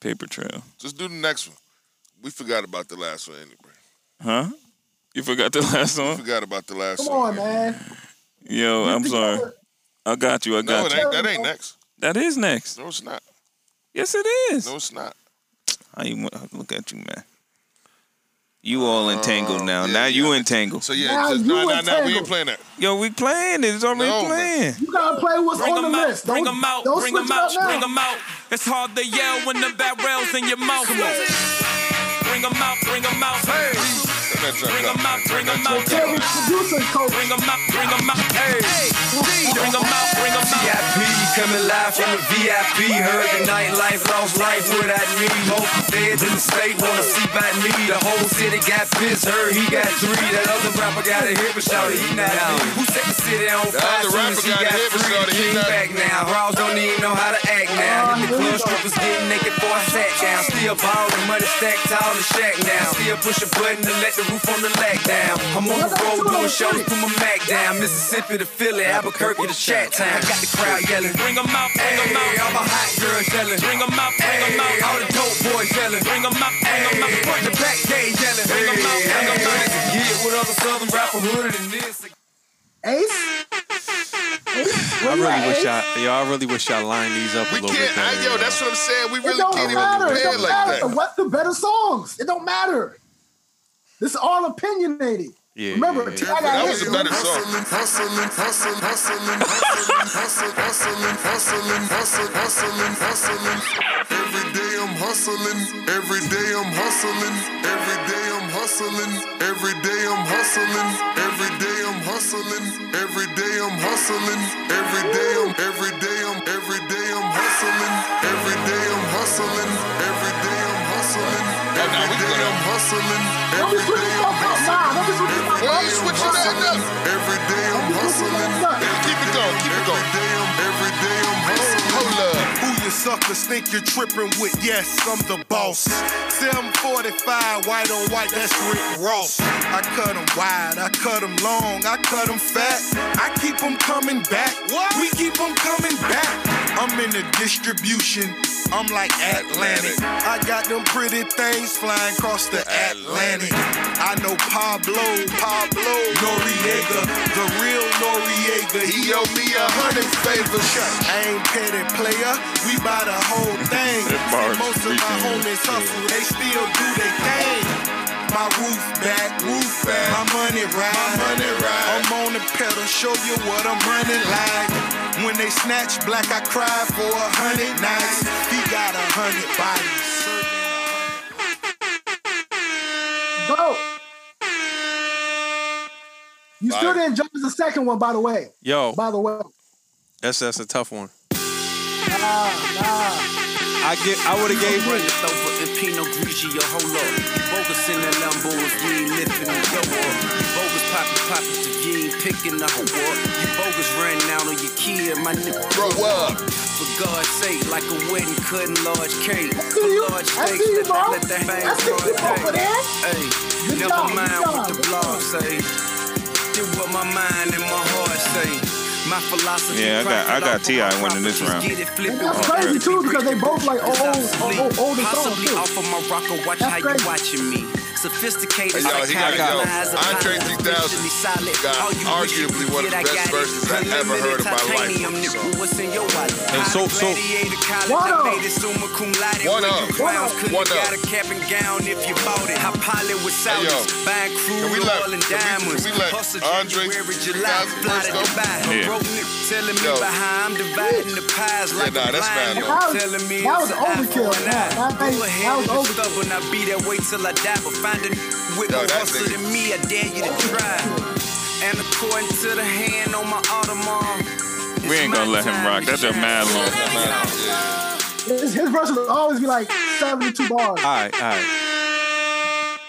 Speaker 1: Paper Trail.
Speaker 2: Just do the next one. We forgot about the last one anyway.
Speaker 1: Huh? You forgot the last
Speaker 2: We
Speaker 1: song?
Speaker 2: forgot about the last
Speaker 4: Come
Speaker 2: one.
Speaker 4: on, man.
Speaker 1: Yo, I'm sorry. I got you. I
Speaker 2: No,
Speaker 1: got
Speaker 2: it
Speaker 1: you.
Speaker 2: ain't, that ain't next.
Speaker 1: That is next.
Speaker 2: No, it's not.
Speaker 1: Yes, it is.
Speaker 2: No, it's not.
Speaker 1: How you wa- look at you, man? You all entangled now.
Speaker 2: Oh, yeah,
Speaker 1: now you
Speaker 2: yeah.
Speaker 1: entangled.
Speaker 2: So yeah,
Speaker 4: Now
Speaker 2: just,
Speaker 4: you
Speaker 2: nah, nah, nah, we ain't
Speaker 4: entangled.
Speaker 2: playing that.
Speaker 1: Yo, we playing it. It's already
Speaker 2: No,
Speaker 1: playing.
Speaker 2: man.
Speaker 4: You gotta play what's
Speaker 5: Bring
Speaker 4: on the
Speaker 5: 'em out,
Speaker 4: list.
Speaker 5: bring
Speaker 4: Don't-
Speaker 5: 'em out,
Speaker 4: don't
Speaker 5: bring
Speaker 4: switch
Speaker 5: 'em
Speaker 4: it up
Speaker 5: out,
Speaker 4: now.
Speaker 5: bring 'em out. It's hard to yell when the barrel's in your mouth. Bring 'em out, bring 'em out. Hey.
Speaker 2: Turn that
Speaker 5: Bring 'em out, bring 'em out.
Speaker 2: Turn that
Speaker 4: Every producer coach.
Speaker 5: Bring 'em out, bring 'em out. Hey. Bring 'em out, bring 'em out.
Speaker 8: VIP, coming live from the VIP. Heard the nightlife, lost life without me. Most feds in the state wanna see by me. The whole city got pissed, heard he got three. That other rapper got a hit, but shouted he not out. Who set the city on fire?
Speaker 2: other
Speaker 8: soon as
Speaker 2: rapper
Speaker 8: he
Speaker 2: got a
Speaker 8: got
Speaker 2: hit, but
Speaker 8: free?
Speaker 2: shouted he
Speaker 8: King
Speaker 2: not-
Speaker 8: back now. Rawls don't even know how to act now. Hit the
Speaker 4: here we
Speaker 8: club,
Speaker 4: go.
Speaker 8: strippers getting naked before I sat down. Still ballin', money stacked tall the shack now. Still push a button to let the roof on the lag down. I'm on the road doing shows, put my Mac down. Mississippi to Philly, Albuquerque to Chat Town. I got the crowd yelling.
Speaker 5: Bring 'em out, bring 'em
Speaker 8: Hey,
Speaker 5: out.
Speaker 8: all my hot girls yelling.
Speaker 5: Bring 'em out, bring 'em
Speaker 8: Hey, all
Speaker 5: out.
Speaker 8: the dope boys yelling.
Speaker 5: Bring 'em out, bring 'em out.
Speaker 8: Hey, front to back, they yelling.
Speaker 5: Bring 'em out, bring 'em out.
Speaker 8: Get with other southern rapper hooded than this.
Speaker 4: Ace. Ace. Where
Speaker 3: I
Speaker 4: you at,
Speaker 3: really wish
Speaker 4: Ace?
Speaker 3: I, yo, I really wish I lined these up a
Speaker 2: We
Speaker 3: little bit
Speaker 2: can't.
Speaker 3: better.
Speaker 2: I, yo, that's what I'm saying. We
Speaker 4: It
Speaker 2: really
Speaker 4: don't
Speaker 2: can't even
Speaker 4: matter. It
Speaker 2: compare
Speaker 4: don't
Speaker 2: like
Speaker 4: matter.
Speaker 2: that.
Speaker 4: What the better songs? It don't matter. This is all opinionated.
Speaker 3: Yeah,
Speaker 4: Remember,
Speaker 3: yeah,
Speaker 4: T.I.
Speaker 3: yeah.
Speaker 4: got
Speaker 2: That
Speaker 4: hit.
Speaker 2: was a better song.
Speaker 9: Every day I'm hustling, every day I'm hustling, every day I'm hustling, every day I'm hustling, every day I'm hustling, every day I'm hustling, every day I'm every day I'm every day I'm hustling, every day I'm hustling, every day I'm hustling,
Speaker 2: now we
Speaker 9: every day
Speaker 2: gonna-
Speaker 9: I'm
Speaker 4: Don't be
Speaker 9: hustling, every
Speaker 4: switching
Speaker 9: day
Speaker 4: stuff up. Nah, don't be switching stuff up.
Speaker 2: Why you switching that
Speaker 9: I'm hustling.
Speaker 2: up?
Speaker 9: Every day
Speaker 4: Don't
Speaker 9: I'm
Speaker 4: be switching stuff
Speaker 9: hustling.
Speaker 4: up.
Speaker 2: Keep it going. Keep it
Speaker 9: Every
Speaker 2: going.
Speaker 9: day I'm, every day I'm
Speaker 6: You suckers think you're tripping with, yes, I'm the boss. 745, white on white, that's Rick Ross. I cut 'em wide, I cut 'em long, I cut 'em fat. I keep 'em coming back, we keep 'em coming back. I'm in the distribution, I'm like Atlantic. I got them pretty things flying across the Atlantic. I know Pablo, Pablo Noriega, the real Noriega. He owe me a hundred favors. I ain't petty player, we buy the whole thing.
Speaker 1: That bar is
Speaker 6: Most of my
Speaker 1: freaking
Speaker 6: homies hustle, they still do their thing. My roof back, roof back. My money ride, my money ride. I'm on the pedal, show you what I'm running like. When they snatch black, I cry for a hundred nights. He got a hundred bodies.
Speaker 4: Go. You still didn't judge the second one, by the way.
Speaker 3: Yo,
Speaker 4: By the way.
Speaker 3: that's that's a tough one.
Speaker 4: Ah,
Speaker 3: I get. I would have gave.
Speaker 5: Run it over in Pinot Grigio, hold up. You bogus in that Lambo if you ain't lifting the go up. You bogus poppin' poppin' if you ain't picking the hoe up. You bogus ran out on your kid, my nigga.
Speaker 2: Grow up.
Speaker 5: For God's sake, like a wedding cutting large cake. For
Speaker 4: you.
Speaker 5: large
Speaker 4: I
Speaker 5: steaks,
Speaker 4: see you,
Speaker 5: let that,
Speaker 4: bro.
Speaker 5: let that hang
Speaker 4: I see you
Speaker 5: all
Speaker 4: over
Speaker 5: day.
Speaker 4: there.
Speaker 5: Hey,
Speaker 4: Good
Speaker 5: never
Speaker 4: job, good
Speaker 5: mind what
Speaker 4: job,
Speaker 5: the
Speaker 4: good
Speaker 5: blog
Speaker 4: job.
Speaker 5: say. Do what my mind and my heart say. My philosophy.
Speaker 1: Yeah, I got- I got
Speaker 5: profit
Speaker 1: T.I.
Speaker 5: off of
Speaker 1: winning this
Speaker 5: my
Speaker 1: round.
Speaker 5: profits, get it, flip
Speaker 4: And
Speaker 5: it,
Speaker 4: that's
Speaker 5: roll it.
Speaker 4: crazy, too, because they both like old,
Speaker 5: Stop
Speaker 4: old,
Speaker 5: sleep.
Speaker 4: old, older songs,
Speaker 5: Possibly
Speaker 4: too.
Speaker 5: off of Morocco, watch
Speaker 4: That's
Speaker 5: how you
Speaker 4: crazy.
Speaker 5: watching me.
Speaker 2: Hey,
Speaker 5: Sophisticated,
Speaker 2: yo, he got-
Speaker 5: psychotic
Speaker 2: yo,
Speaker 5: minds of
Speaker 2: Andre
Speaker 5: pilots,
Speaker 2: 3000
Speaker 5: officially solid.
Speaker 2: got
Speaker 5: All you
Speaker 2: arguably
Speaker 5: wish
Speaker 2: one of the
Speaker 5: you
Speaker 2: best
Speaker 5: could get, I got
Speaker 2: verses
Speaker 5: it.
Speaker 2: I've ever heard in my life.
Speaker 5: Unlimited titanium, what's in your wallet?
Speaker 3: Hey, so- so-
Speaker 5: Gladiator college,
Speaker 4: What
Speaker 5: I
Speaker 4: up?
Speaker 5: made it summa cum laude
Speaker 2: What
Speaker 5: with
Speaker 2: up?
Speaker 5: you
Speaker 2: What
Speaker 5: clowns.
Speaker 4: up?
Speaker 5: Could've
Speaker 2: What
Speaker 5: got
Speaker 2: up?
Speaker 5: a cap and gown if you bought it. I pilot with
Speaker 2: Hey, yo.
Speaker 5: Saudis, buying crude
Speaker 2: Can we let-
Speaker 5: oil and
Speaker 2: can we- can
Speaker 5: diamonds.
Speaker 2: we let
Speaker 5: Hustle
Speaker 2: Andre
Speaker 5: January,
Speaker 2: 3000
Speaker 5: July, fly to
Speaker 2: first go?
Speaker 5: Dubai.
Speaker 1: Yeah.
Speaker 5: Broke niggas telling me
Speaker 2: Yo.
Speaker 5: behind, I'm dividing the pies like
Speaker 2: nah,
Speaker 5: a
Speaker 2: that's
Speaker 5: blind
Speaker 2: mad,
Speaker 5: nigga.
Speaker 2: though.
Speaker 4: That was-
Speaker 5: Telling me
Speaker 4: that
Speaker 5: it's
Speaker 4: was
Speaker 5: an
Speaker 4: overkill,
Speaker 5: iPhone
Speaker 4: man. That
Speaker 5: nine.
Speaker 4: ain't- that
Speaker 5: Go ahead
Speaker 4: was
Speaker 5: and
Speaker 4: over-
Speaker 5: stubborn, I be that way till I die. But finding with
Speaker 2: Yo,
Speaker 5: more
Speaker 2: that
Speaker 5: hustle
Speaker 2: nigga-
Speaker 5: than me, I dare you to try. And according to the hand on my Audemars,
Speaker 1: We ain't gonna let him rock. That's a mad long.
Speaker 4: his, his verse will always be like 72 bars.
Speaker 3: All right, all right.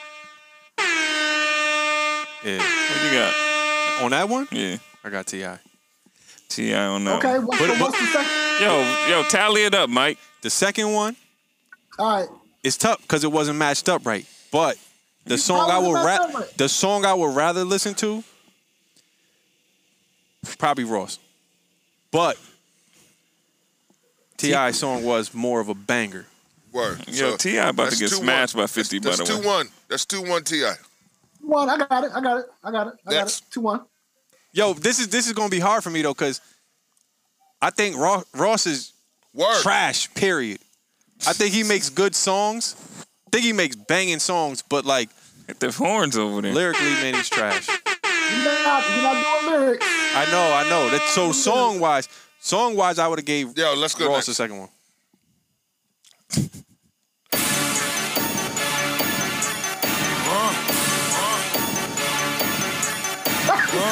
Speaker 3: Yeah.
Speaker 1: What you got?
Speaker 3: On that one,
Speaker 1: Yeah.
Speaker 3: I got Ti.
Speaker 1: Ti on that.
Speaker 4: Okay,
Speaker 1: one.
Speaker 4: what's,
Speaker 3: But-
Speaker 4: the,
Speaker 3: but-
Speaker 4: what's the second?
Speaker 1: Yo, yo, tally it up, Mike.
Speaker 3: The second one
Speaker 4: All right.
Speaker 3: is tough because it wasn't matched up right. But the song
Speaker 4: probably
Speaker 3: I would
Speaker 4: matched
Speaker 3: ra-
Speaker 4: up right.
Speaker 3: the song I would rather listen to probably Ross. But Ti's song was more of a banger.
Speaker 2: Word.
Speaker 1: Yo, Ti about to
Speaker 2: that's
Speaker 1: get
Speaker 2: 2-1.
Speaker 1: smashed by 50,
Speaker 2: That's
Speaker 1: by the way.
Speaker 2: two one. That's two one Ti.
Speaker 4: One, I got it. I got it. I got it. I got
Speaker 2: Next.
Speaker 4: it. Two one.
Speaker 3: Yo, this is this is gonna be hard for me though because I think Ross, Ross is
Speaker 2: Word.
Speaker 3: trash. Period. I think he makes good songs. I think he makes banging songs, but like
Speaker 1: Hit the horns over there.
Speaker 3: lyrically, man, he's trash.
Speaker 4: You're not, you're not doing lyrics.
Speaker 3: I know, I know. That's so song wise. Song wise, I would have gave
Speaker 2: Yo, let's go
Speaker 3: Ross
Speaker 2: next.
Speaker 3: the second one.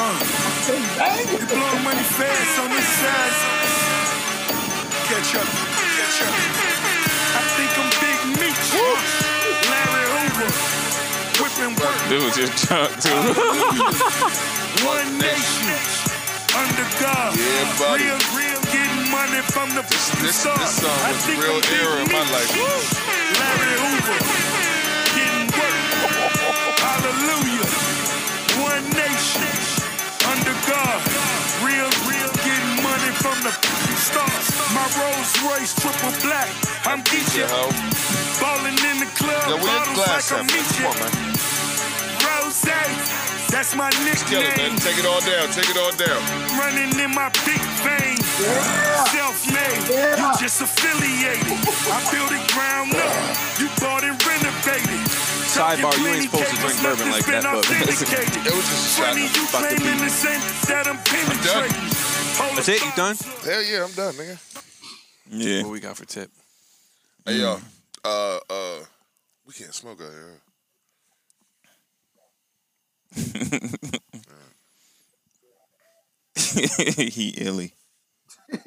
Speaker 6: You blowing money fast on this side. Catch up, catch up. I think I'm Big Meech. Larry Hoover. Whipping work.
Speaker 1: Dude was just drunk too.
Speaker 6: One nation. Under God.
Speaker 2: Yeah, buddy.
Speaker 6: Real, real. Getting money from the
Speaker 2: This-
Speaker 6: fucking
Speaker 2: this-
Speaker 6: start.
Speaker 2: this song
Speaker 6: I
Speaker 2: was a
Speaker 6: think
Speaker 2: real
Speaker 6: I'm Big
Speaker 2: era in my
Speaker 6: Meech.
Speaker 2: life.
Speaker 6: Larry Hoover. Getting work. Hallelujah. One nation, under God. Real, real, getting money from the f***ing stars. My Rolls Royce, triple black. I'm
Speaker 2: Yo,
Speaker 6: Geechee. Ballin' in the club,
Speaker 2: yo, we in the
Speaker 6: bottles
Speaker 2: glass
Speaker 6: like I'm
Speaker 2: up. man. Come on,
Speaker 6: Meechee.
Speaker 2: man.
Speaker 6: Rose, that's my
Speaker 2: Kill it, man.
Speaker 6: nickname.
Speaker 2: Take it all down. Take it all down.
Speaker 6: Running in my big veins. Self-made, you
Speaker 4: Yeah.
Speaker 6: just affiliated. I built it ground up, you bought and renovated.
Speaker 3: Sidebar, you ain't supposed to drink bourbon like that, but-
Speaker 2: It was just a shot.
Speaker 6: Funny you
Speaker 3: Fuck the
Speaker 6: claiming the same that I'm penetrating.
Speaker 3: That's it. You done?
Speaker 2: Hell yeah, I'm done, nigga.
Speaker 1: Yeah.
Speaker 3: What we got for tip?
Speaker 2: Hey, yo. Uh, uh, we can't smoke out here.
Speaker 1: he illy.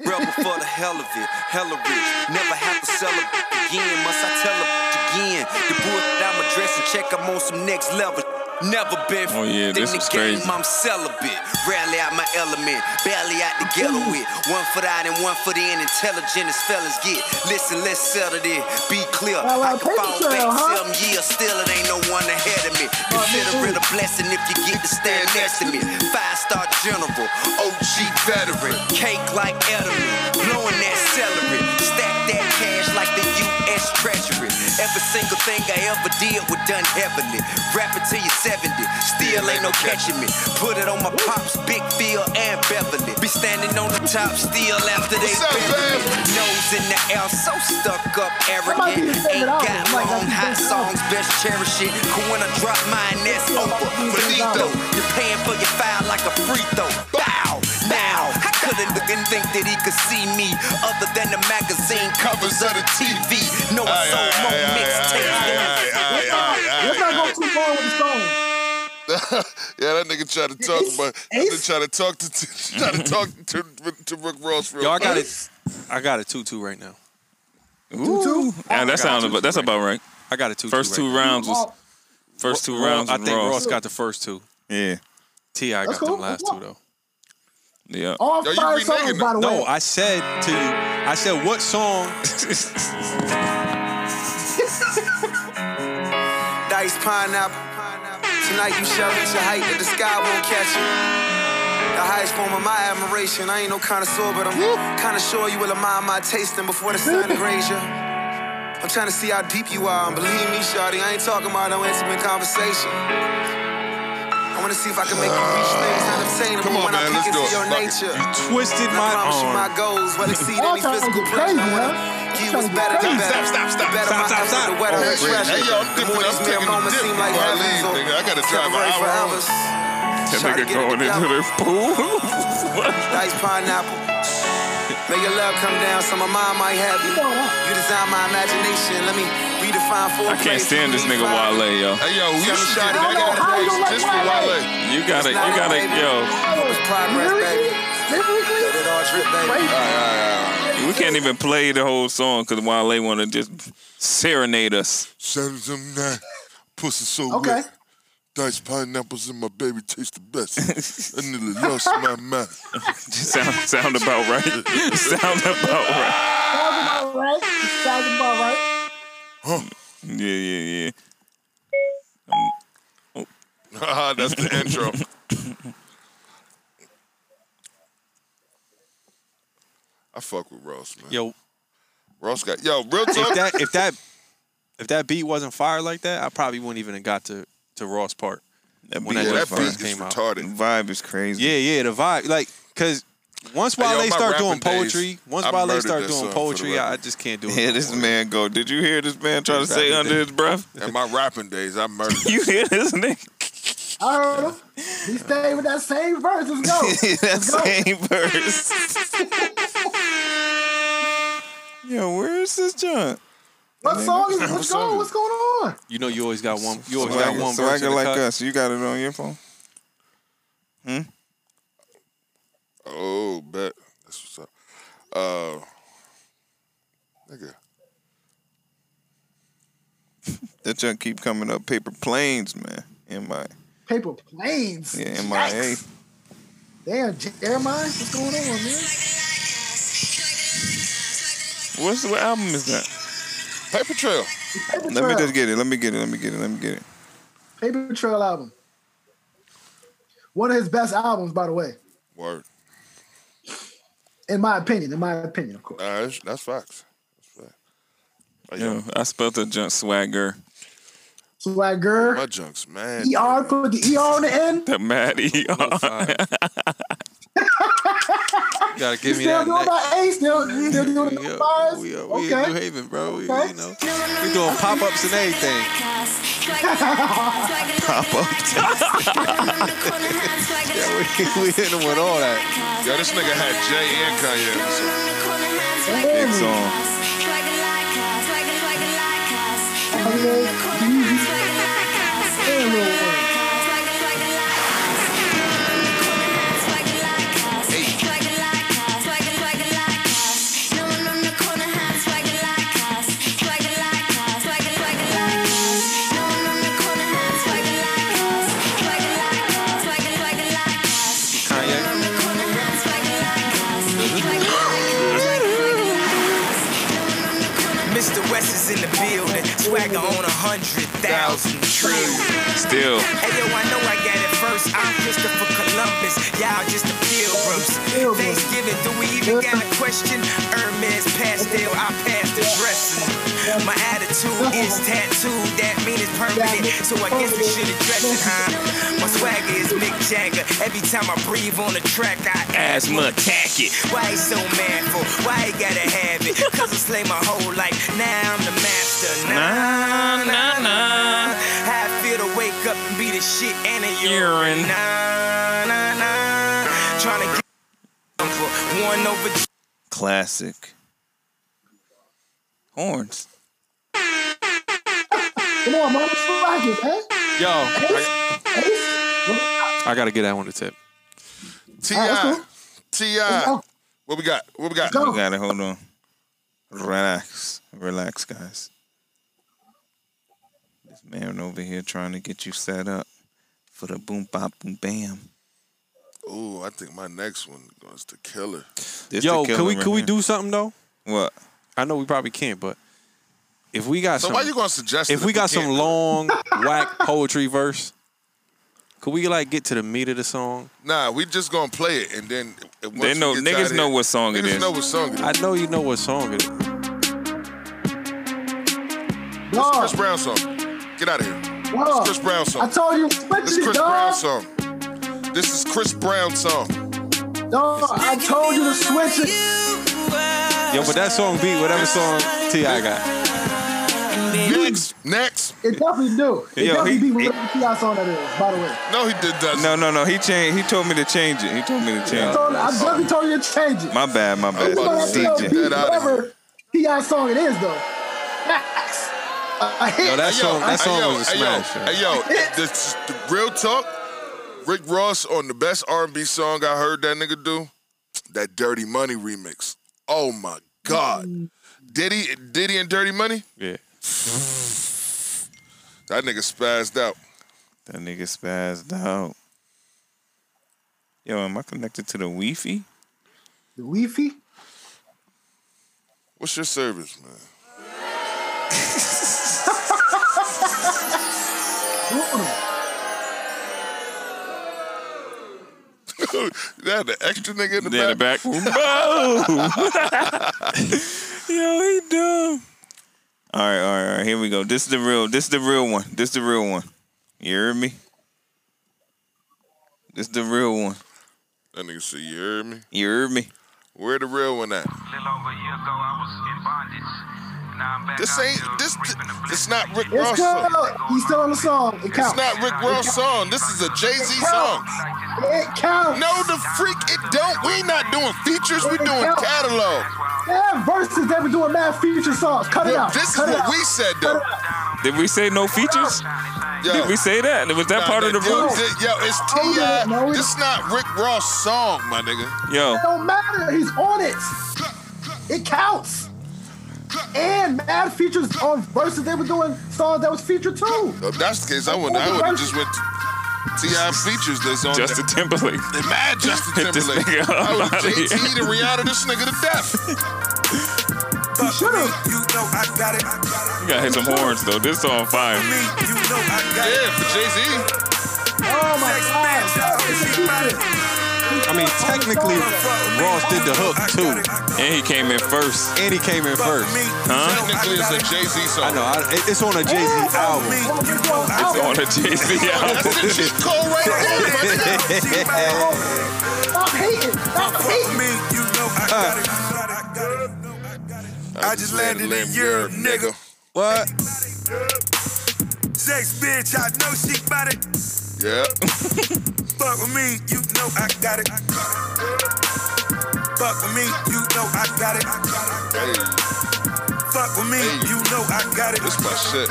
Speaker 5: Rebel for the hell of it, hell of rich. Never have to sell it again, must I tell her again? The bull that I'm addressing, check I'm on some next level. Never been
Speaker 1: Oh, yeah,
Speaker 5: in
Speaker 1: this
Speaker 5: the
Speaker 1: was
Speaker 5: game,
Speaker 1: crazy.
Speaker 5: I'm celibate. Rarely out my element, barely out the ghetto with. One foot out and one foot in, intelligent as fellas get. Listen, let's settle this, be clear.
Speaker 4: Well,
Speaker 5: I
Speaker 4: uh,
Speaker 5: could
Speaker 4: paper
Speaker 5: fall
Speaker 4: trail,
Speaker 5: back
Speaker 4: huh?
Speaker 5: some years, still it ain't no one ahead of me. Consider it a blessing if you get to stand next to me. Five star general, OG veteran, cake like Edelman, blowing that celery. Stack that cash like the U.S. Treasury. Every single thing I ever did was done heavily. Rapping till you're 70, still ain't no catching me. Put it on my pops, Big Phil and Beverly. Be standing on the top still after they bury me. Nose in the air, so stuck up,
Speaker 4: might be
Speaker 5: arrogant.
Speaker 4: his favorite
Speaker 5: Ain't
Speaker 4: album.
Speaker 5: got
Speaker 4: Like,
Speaker 5: long,
Speaker 4: that's
Speaker 5: hot
Speaker 4: his favorite
Speaker 5: songs, best cherish it. 'Cause when I drop mine, that's over. Finito, you're paying for your foul like a free throw. Bow, now. I couldn't look and think that he could see me other than the magazine covers of the TV. No, I sold more mixtapes than
Speaker 4: Let's not go too far with the song.
Speaker 2: yeah, that nigga tried to talk, but that nigga tried to talk to, to tried to talk to to Rick Ross. Real
Speaker 3: Y'all got
Speaker 2: quick.
Speaker 3: it. I got a two-two right now.
Speaker 1: Ooh. Yeah, that sounds about. That's about right.
Speaker 3: I got a two.
Speaker 1: First two rounds was. First two rounds.
Speaker 3: I
Speaker 1: was
Speaker 3: think Ross.
Speaker 1: Ross
Speaker 3: got the first two.
Speaker 1: Yeah.
Speaker 3: Ti got
Speaker 4: That's cool.
Speaker 3: them last two though.
Speaker 1: Yeah.
Speaker 4: All
Speaker 2: Yo, you
Speaker 4: five
Speaker 2: reneging
Speaker 4: songs, by the way.
Speaker 3: No, I said to you. I said what song?
Speaker 8: Dice pineapple. Tonight you shall reach a height that the sky won't catch you. The highest form of my admiration. I ain't no connoisseur, but I'm kinda sure you will admire my tasting before the sun degrades you. I'm trying to see how deep you are, and believe me, Shawty, I ain't talking about no intimate conversation. I wanna see if I can make you reach things unobtainable
Speaker 2: Come on,
Speaker 8: when I
Speaker 2: man,
Speaker 8: peek
Speaker 2: let's
Speaker 8: into
Speaker 2: do it.
Speaker 8: your
Speaker 2: Fuck it.
Speaker 8: nature.
Speaker 3: Twisted
Speaker 8: I
Speaker 3: my
Speaker 8: promise you
Speaker 3: arm.
Speaker 8: my goals will exceed
Speaker 4: All
Speaker 8: any
Speaker 4: time
Speaker 8: physical
Speaker 4: is
Speaker 8: pressure. I
Speaker 4: crazy,
Speaker 8: wanna
Speaker 4: huh?
Speaker 8: give you
Speaker 4: All
Speaker 8: what's
Speaker 4: time
Speaker 8: better
Speaker 4: is
Speaker 8: than
Speaker 4: crazy.
Speaker 8: better.
Speaker 2: Stop, stop,
Speaker 8: The better
Speaker 3: stop,
Speaker 8: my
Speaker 3: stop,
Speaker 8: effort,
Speaker 3: stop.
Speaker 8: the wetter
Speaker 2: Oh,
Speaker 8: my
Speaker 2: shit.
Speaker 8: pressure.
Speaker 2: Hey, yo, I'm
Speaker 8: The more these
Speaker 2: different. I'm
Speaker 8: mere
Speaker 2: taking a
Speaker 8: moments
Speaker 2: dip
Speaker 8: seem like
Speaker 2: before I
Speaker 8: forever,
Speaker 2: leave,
Speaker 8: so
Speaker 2: nigga. I gotta drive an
Speaker 8: separate
Speaker 2: hour
Speaker 8: forever.
Speaker 1: That
Speaker 8: Try to get it
Speaker 1: nigga going into
Speaker 8: together.
Speaker 1: the pool. What?
Speaker 8: Dice pineapple. May your love come down, so my mind might have you. You design my imagination. Let me redefine for
Speaker 1: I can't stand this nigga Wale, yo.
Speaker 2: Hey yo, we
Speaker 8: Tell
Speaker 2: should
Speaker 8: me,
Speaker 2: get
Speaker 8: Shawty, I
Speaker 2: it. I
Speaker 8: don't
Speaker 2: got
Speaker 8: know how you
Speaker 2: a
Speaker 4: like
Speaker 2: page just for Wale.
Speaker 4: Wale.
Speaker 1: You gotta, you gotta, yo.
Speaker 8: Progress, baby. Let it all drip, baby.
Speaker 4: Wait.
Speaker 1: We can't even play the whole song because Wale want to just serenade us.
Speaker 9: Send them that pussy so
Speaker 4: Okay.
Speaker 9: wet. Dice pineapples and my baby taste the best. I nearly lost my mind.
Speaker 1: sound, sound about right. sound about right.
Speaker 4: Sounds about right. Sounds about right.
Speaker 1: Yeah, yeah, yeah.
Speaker 2: Ah, That's the intro. I fuck with Ross, man.
Speaker 3: Yo,
Speaker 2: Ross got yo real
Speaker 3: if
Speaker 2: talk.
Speaker 3: that if that if that beat wasn't fire like that, I probably wouldn't even have got to to Ross part.
Speaker 1: That
Speaker 3: When
Speaker 1: beat
Speaker 3: I
Speaker 2: yeah, that
Speaker 1: was
Speaker 3: just
Speaker 1: fire.
Speaker 2: beat is
Speaker 3: came out.
Speaker 2: retarded.
Speaker 1: vibe is crazy.
Speaker 3: Yeah, yeah, the vibe, like, cause once
Speaker 2: yo,
Speaker 3: Wale
Speaker 2: my
Speaker 3: start
Speaker 2: rapping
Speaker 3: doing poetry,
Speaker 2: days,
Speaker 3: once
Speaker 2: I
Speaker 3: Wale
Speaker 2: murdered
Speaker 3: start
Speaker 2: that
Speaker 3: doing
Speaker 2: song for the
Speaker 3: poetry, I, I
Speaker 2: record.
Speaker 3: just can't do it.
Speaker 1: Hear
Speaker 3: no
Speaker 1: this
Speaker 3: more.
Speaker 1: man go. Did you hear this man try to say
Speaker 3: Exactly.
Speaker 1: under his breath?
Speaker 2: In my rapping days, I murdered.
Speaker 1: You hear this nigga?
Speaker 4: I heard him. He stayed with that same verse. Let's go.
Speaker 1: that same verse. Yo, where is this John?
Speaker 4: What song is it? What's going, what's going on?
Speaker 3: You know, you always got one. You always got
Speaker 1: Swagger,
Speaker 3: one verse
Speaker 1: swagger
Speaker 3: in the
Speaker 1: like
Speaker 3: cut.
Speaker 1: us. You got it on your phone?
Speaker 2: Oh, bet. That's what's up. Uh, nigga.
Speaker 1: That junk keep coming up. Paper planes, man. In my
Speaker 4: Paper planes.
Speaker 1: yeah, in my A.
Speaker 4: Damn, Jeremiah, what's going on, man?
Speaker 1: What's what album is that?
Speaker 2: Paper Trail.
Speaker 4: Paper
Speaker 1: Let me
Speaker 4: Trail.
Speaker 1: just get it. Let me get it. Let me get it. Let me get it.
Speaker 4: Paper Trail album. One of his best albums, by the way.
Speaker 2: Word.
Speaker 4: In my opinion, in my opinion, of course.
Speaker 2: Nah, that's, that's facts. That's facts. Like, yo,
Speaker 1: Yo, I spelled that junk swagger.
Speaker 4: Swagger.
Speaker 2: my junks, man.
Speaker 4: ER, put the ER on the end.
Speaker 1: That mad ER.
Speaker 3: You gotta give me
Speaker 4: Still
Speaker 3: that.
Speaker 4: doing
Speaker 3: next.
Speaker 4: my A, still, still doing
Speaker 3: We
Speaker 4: the
Speaker 3: are,
Speaker 4: fives.
Speaker 3: we are, we in New
Speaker 4: Okay.
Speaker 3: Haven, bro. We,
Speaker 4: Okay.
Speaker 3: you know, we doing pop ups and everything.
Speaker 1: Pop up.
Speaker 3: Yeah, we, we hit 'em with all that.
Speaker 2: Yo, this nigga had Jay and Kanye. in this shit.
Speaker 1: Big song.
Speaker 4: Damn, little one.
Speaker 10: Like us.
Speaker 5: niggas in the building. Swagger on a hundred thousand trillion.
Speaker 1: Still.
Speaker 5: Hey yo, I know I got it first. I'm Christopher Columbus. Y'all just the pilgrims. Thanksgiving, do we even got a question? Hermes pastel, I pass the dressing. My attitude is tattooed, that mean it's permanent. So I guess we should address it, huh? My swagger is Mick Jagger. Every time I breathe on the track, I
Speaker 1: Asthma attack it.
Speaker 5: why he so manful? Why he gotta have it? Cause I slay my whole life. Now I'm the master. Nah, nah, nah. How I feel to wake up and be the shit and a urine. Nah, nah, nah. Tryna get for one over
Speaker 1: Classic. Horns.
Speaker 4: Come on, man. Swag it, man.
Speaker 3: Yo, I, I gotta get that one to tip.
Speaker 2: Ti,
Speaker 4: Oh,
Speaker 2: Ti, what we got? What we got?
Speaker 1: We gotta hold on. Relax. Relax, guys. This man over here trying to get you set up for the boom bop boom bam.
Speaker 2: Ooh, I think my next one goes to Killer.
Speaker 1: This
Speaker 3: Yo,
Speaker 1: the killer
Speaker 3: can we
Speaker 1: right
Speaker 3: can we
Speaker 1: here.
Speaker 3: do something though?
Speaker 1: What?
Speaker 3: I know we probably can't, but if we got
Speaker 2: So
Speaker 3: some,
Speaker 2: why you gonna suggest? it
Speaker 3: if we got some
Speaker 2: can't?
Speaker 3: long whack poetry verse, could we like get to the meat of the song?
Speaker 2: nah, we just gonna play it and then. uh, once
Speaker 1: They
Speaker 2: we
Speaker 1: know
Speaker 2: get
Speaker 1: niggas
Speaker 2: tired of
Speaker 1: know
Speaker 2: it-
Speaker 1: what song it
Speaker 2: Niggas
Speaker 1: is.
Speaker 2: know what song it is.
Speaker 3: I know you know what song it is.
Speaker 2: It's
Speaker 4: Dog,
Speaker 2: Chris Brown song. Get out of here.
Speaker 4: dog.
Speaker 2: Chris Brown
Speaker 4: I
Speaker 2: song.
Speaker 4: told you,
Speaker 2: This
Speaker 4: switch
Speaker 2: is
Speaker 4: it,
Speaker 2: Chris Brown
Speaker 4: dog.
Speaker 2: song. This is Chris Brown song.
Speaker 4: Dog, I told you to switch it.
Speaker 3: Yo, but that song beat whatever song Ti got.
Speaker 2: Next, next.
Speaker 4: It definitely do. It
Speaker 1: Yo,
Speaker 4: definitely
Speaker 1: he-
Speaker 4: be
Speaker 1: he-
Speaker 4: whatever the T.I. song that is, by the way.
Speaker 2: No, he did that.
Speaker 1: No, no, no. He changed. He told me to change it. He told me to change
Speaker 4: I,
Speaker 1: it.
Speaker 4: told, I definitely told you to change it.
Speaker 1: My bad. My bad.
Speaker 4: It's gonna
Speaker 2: about to
Speaker 4: still
Speaker 2: say,
Speaker 4: be
Speaker 2: get outta here.
Speaker 4: whatever T.I. song it is, though. Facts. A, a hit.
Speaker 3: Yo, that song that
Speaker 2: hey,
Speaker 3: song
Speaker 2: yo,
Speaker 3: was a
Speaker 2: hey,
Speaker 3: smash.
Speaker 2: Yo,
Speaker 3: yo.
Speaker 2: hey, yo, the, the real talk. Rick Ross on the best R&B song I heard that nigga do, that Dirty Money remix. Oh my god, Diddy, Diddy and Dirty Money.
Speaker 3: Yeah.
Speaker 2: That nigga spazzed out.
Speaker 1: That nigga spazzed out. Yo, am I connected to the Wi-Fi?
Speaker 4: The Weefy.
Speaker 2: What's your service, man? That had the extra nigga in the
Speaker 1: Yeah, the
Speaker 2: back.
Speaker 1: back. Boom! Yo, he dumb. All right, all right, all right. Here we go. This is the real. This is the real one. This is the real one. You hear me? This is the real one.
Speaker 2: That nigga said, "You heard me?
Speaker 1: You hear me?
Speaker 2: Where the real one at?"
Speaker 10: little over a year ago, I was in bondage. Now I'm back
Speaker 2: This
Speaker 10: out
Speaker 2: ain't
Speaker 10: here
Speaker 2: this.
Speaker 10: reaping the
Speaker 2: It's
Speaker 10: blessings.
Speaker 2: not Rick
Speaker 4: It's
Speaker 2: Ross. Song.
Speaker 4: good. He's still on the song. It
Speaker 2: It's
Speaker 4: counts.
Speaker 2: not Rick Ross song. This is a Jay Z song.
Speaker 4: It counts.
Speaker 2: No, the freak it don't. We not doing features. We doing catalog.
Speaker 4: Damn verses they been doing mad feature songs. Cut it
Speaker 2: Well,
Speaker 4: out.
Speaker 2: this is
Speaker 4: Cut it
Speaker 2: what
Speaker 4: out.
Speaker 2: we said though.
Speaker 1: Did we say no features?
Speaker 2: Yo,
Speaker 1: Did we say that? Was that
Speaker 2: nah,
Speaker 1: part of the
Speaker 2: nah, yo,
Speaker 1: rules?
Speaker 2: thi- Yo, it's
Speaker 4: No, we
Speaker 2: Ti.
Speaker 4: didn't. No, we
Speaker 2: This is not Rick Ross song, my nigga.
Speaker 1: Yo,
Speaker 4: It don't matter. He's on it. It counts. And mad features on verses they were doing songs that was featured too.
Speaker 2: If that's the case, I wouldn't. I would have just went. Ti features this on.
Speaker 1: Justin
Speaker 2: Justin.
Speaker 1: Timberlake.
Speaker 2: Mad Justin
Speaker 1: Hit this
Speaker 2: Timberlake.
Speaker 1: nigga
Speaker 2: I
Speaker 1: up
Speaker 2: would have
Speaker 1: outta here.
Speaker 2: JT and Rihanna this nigga to death.
Speaker 4: He should have.
Speaker 6: You know I got it. I got it.
Speaker 1: You gotta hit some horns though. This song fire.
Speaker 6: Me, you know I got
Speaker 2: Yeah,
Speaker 6: it.
Speaker 2: for Jay Z.
Speaker 4: Oh my god. It's a feature.
Speaker 3: I mean, technically, Ross did the hook too,
Speaker 1: And he came in first.
Speaker 3: and he came in first.
Speaker 1: Huh?
Speaker 2: Technically, it's a Jay Z
Speaker 3: I
Speaker 2: song.
Speaker 3: know. I, it- it's on a Jay Z album.
Speaker 4: Oh, it's on album.
Speaker 1: On a Jay Z
Speaker 2: That's
Speaker 1: album.
Speaker 2: the cheat code right there, my nigga.
Speaker 4: Stop hating. Stop hating.
Speaker 6: Me, you know I got it. I got it, I got it. I just landed in Europe, nigga.
Speaker 3: What?
Speaker 6: Sex bitch, I know she bout it.
Speaker 2: Yeah.
Speaker 6: Fuck with me, you know I got it. Fuck with me, you know I got it.
Speaker 2: Hey,
Speaker 6: Fuck with me,
Speaker 2: Hey.
Speaker 6: you know I got it.
Speaker 2: this my shit.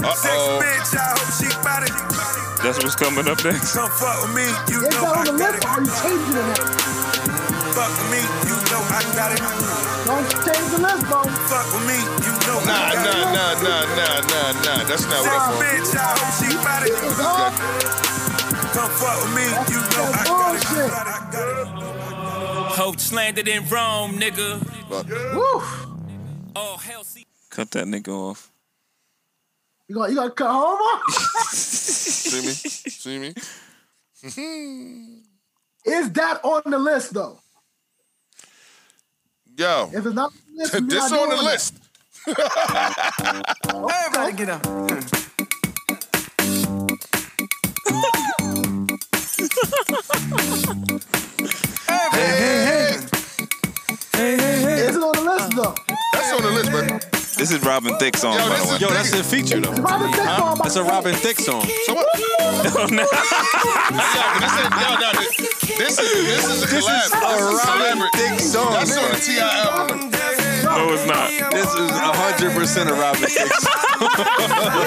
Speaker 6: Sex
Speaker 2: Uh-oh.
Speaker 6: bitch, I hope she bout it.
Speaker 1: That's what's coming up next.
Speaker 6: Come fuck with me, you
Speaker 4: It's
Speaker 6: know
Speaker 4: not
Speaker 6: I
Speaker 4: on the
Speaker 6: got
Speaker 4: list.
Speaker 6: it.
Speaker 4: Are you changing it? now?
Speaker 6: Fuck with me, you know I got it.
Speaker 4: Don't change the list, bro.
Speaker 6: Fuck with me, you know
Speaker 2: Nah,
Speaker 6: I got it.
Speaker 2: nah, nah, nah, nah, nah, nah. That's not
Speaker 6: Sex
Speaker 2: what I'm
Speaker 6: bitch, I hope she bout it.
Speaker 4: It's all
Speaker 6: Come fuck with me, you know I got it. I got it, I got it.
Speaker 10: Hope slandered in Rome, nigga.
Speaker 4: woof.
Speaker 10: Oh, hell see.
Speaker 1: Cut that nigga off.
Speaker 4: You gonna you gonna cut homo?
Speaker 2: See me? See me?
Speaker 4: Is that on the list though?
Speaker 2: Yo.
Speaker 4: If it's not on the list, we're
Speaker 2: This
Speaker 4: not
Speaker 2: on the
Speaker 4: doing that.
Speaker 2: list.
Speaker 4: Everybody get up. Is it on the list though?
Speaker 2: That's on the list, man.
Speaker 1: This is Robin Thicke song, by the way.
Speaker 3: Yo, that's a feature though.
Speaker 4: Robin Thicke song,
Speaker 3: That's a Robin Thicke song.
Speaker 2: No, no, this, this is this is a collab. This is a
Speaker 3: Thicke song.
Speaker 2: That's on the Ti album.
Speaker 1: No, it's not.
Speaker 3: This is hundred percent a Robin Thicke. song.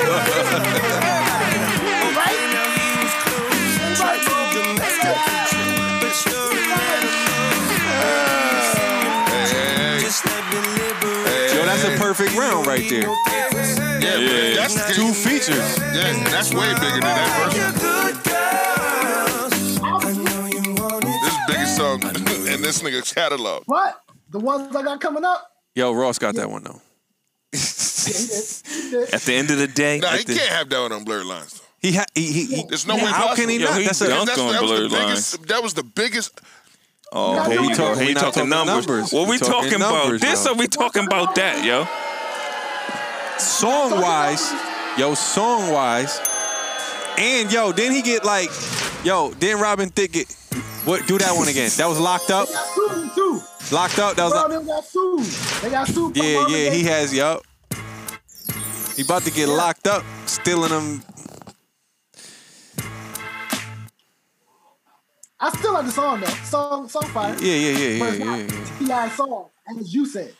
Speaker 3: Yo, that's a perfect round right there.
Speaker 2: Yeah, yeah. That's
Speaker 3: Two features.
Speaker 2: yeah, that's way bigger than that first one. This is the biggest song in this nigga's catalog.
Speaker 4: What? The ones I got coming up?
Speaker 3: Yo, Ross got that one though.
Speaker 1: At the end of the day,
Speaker 2: Nah,
Speaker 1: at
Speaker 2: he
Speaker 1: the-
Speaker 2: can't have that one on Blurred Lines. Though.
Speaker 3: He ha- he, he, he
Speaker 2: There's no way
Speaker 3: How
Speaker 2: possible.
Speaker 3: can he
Speaker 1: Yo,
Speaker 3: not?
Speaker 1: he
Speaker 3: That's a,
Speaker 1: done.
Speaker 2: That's,
Speaker 1: Dunk on
Speaker 2: that, was the
Speaker 1: Blurred
Speaker 2: biggest, that was the biggest.
Speaker 1: oh,
Speaker 4: Not
Speaker 1: here
Speaker 4: doing
Speaker 1: you go.
Speaker 4: it.
Speaker 1: Here
Speaker 3: We
Speaker 1: you
Speaker 3: not talking
Speaker 1: talking numbers.
Speaker 3: numbers.
Speaker 1: What
Speaker 3: We
Speaker 1: we talking,
Speaker 3: talking
Speaker 1: about?
Speaker 3: numbers,
Speaker 1: This
Speaker 3: yo.
Speaker 1: or we talking about that, yo?
Speaker 3: song wise, yo, song wise, and yo, then he get like, yo, then Robin Thicke get what? Do that one again. That was locked up.
Speaker 4: They got sued too.
Speaker 3: Locked up. That was
Speaker 4: Bro,
Speaker 3: locked.
Speaker 4: they got sued. They got sued. by
Speaker 3: Yeah,
Speaker 4: Marvin
Speaker 3: yeah.
Speaker 4: Gaye.
Speaker 3: He has yo. He about to get locked up, stealing them.
Speaker 4: I still like the song though. Song, song fire.
Speaker 3: Yeah, yeah, yeah,
Speaker 4: But
Speaker 3: yeah,
Speaker 4: it's
Speaker 3: yeah.
Speaker 4: not
Speaker 3: yeah.
Speaker 4: T.I. song, as you said.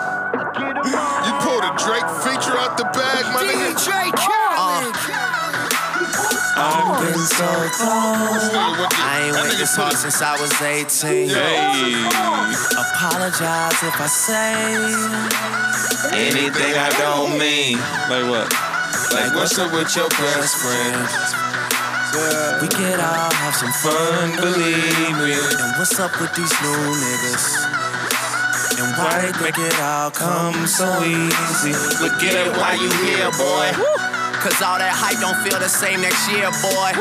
Speaker 2: You pulled a Drake feature out the bag, my nigga. Uh, This nigga went to-
Speaker 7: I ain't went
Speaker 2: that nigga
Speaker 7: this
Speaker 2: put
Speaker 7: far
Speaker 2: a-
Speaker 7: since I was 18. Apologize if I say
Speaker 1: Anything I don't mean.
Speaker 3: Like what?
Speaker 1: Like what's up with your best friend?
Speaker 7: we could all have some fun, believe me. And what's up with these new niggas? And why they make it all come so easy? Look at it while you here, boy. Cause all that hype don't feel the same next year, boy.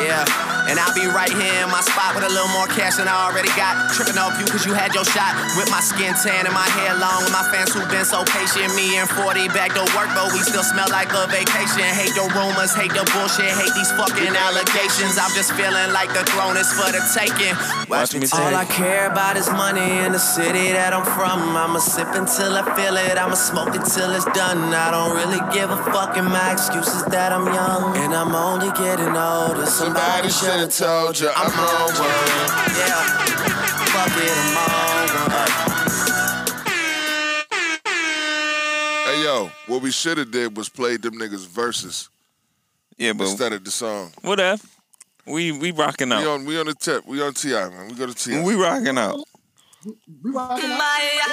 Speaker 7: Yeah. And I'll be right here in my spot with a little more cash than I already got. Tripping off you cause you had your shot. With my skin tan and my hair long. With my fans who've been so patient. Me and 40 back to work, but we still smell like a vacation. Hate your rumors, hate the bullshit, hate these fucking allegations. I'm just feeling like the throne is for the taking.
Speaker 1: Watch me
Speaker 7: All
Speaker 1: take.
Speaker 7: I care about is money in the city that I'm from. I'ma sip until I feel it. I'ma smoke it till it's done. I don't really give a fuck. And my excuse is that I'm young and I'm only getting older. Somebody
Speaker 2: Somebody should
Speaker 7: should've
Speaker 2: have told you I'm on one.
Speaker 7: told. Yeah, fuck it, I'm on one.
Speaker 2: Hey yo, what we should have did was played them niggas verses
Speaker 1: Yeah, but
Speaker 2: instead of the song.
Speaker 1: whatever. We we rocking
Speaker 2: We
Speaker 1: out.
Speaker 2: on we on the tip. We on Ti man. We go to Ti.
Speaker 1: We rocking out.
Speaker 4: We rocking out.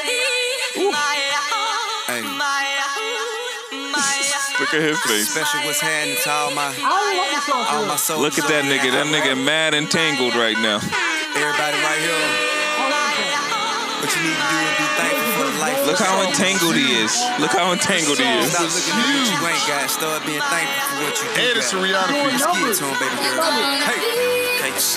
Speaker 1: Look at his face.
Speaker 5: Special was handed to all my,
Speaker 4: I don't like the
Speaker 5: all
Speaker 4: song.
Speaker 5: my
Speaker 4: Too.
Speaker 5: soul.
Speaker 1: Look at that nigga. That nigga mad entangled right now.
Speaker 5: Everybody right here. What you need to do is be thankful for the life.
Speaker 1: Look how entangled he is. Look how entangled he is.
Speaker 5: Stop looking at what you ain't got. Start being thankful for what you do.
Speaker 2: and it's a
Speaker 5: got.
Speaker 2: Rihanna
Speaker 4: Doing
Speaker 2: piece.
Speaker 4: numbers.
Speaker 5: Get to 'em, baby girl. Hey.
Speaker 4: That's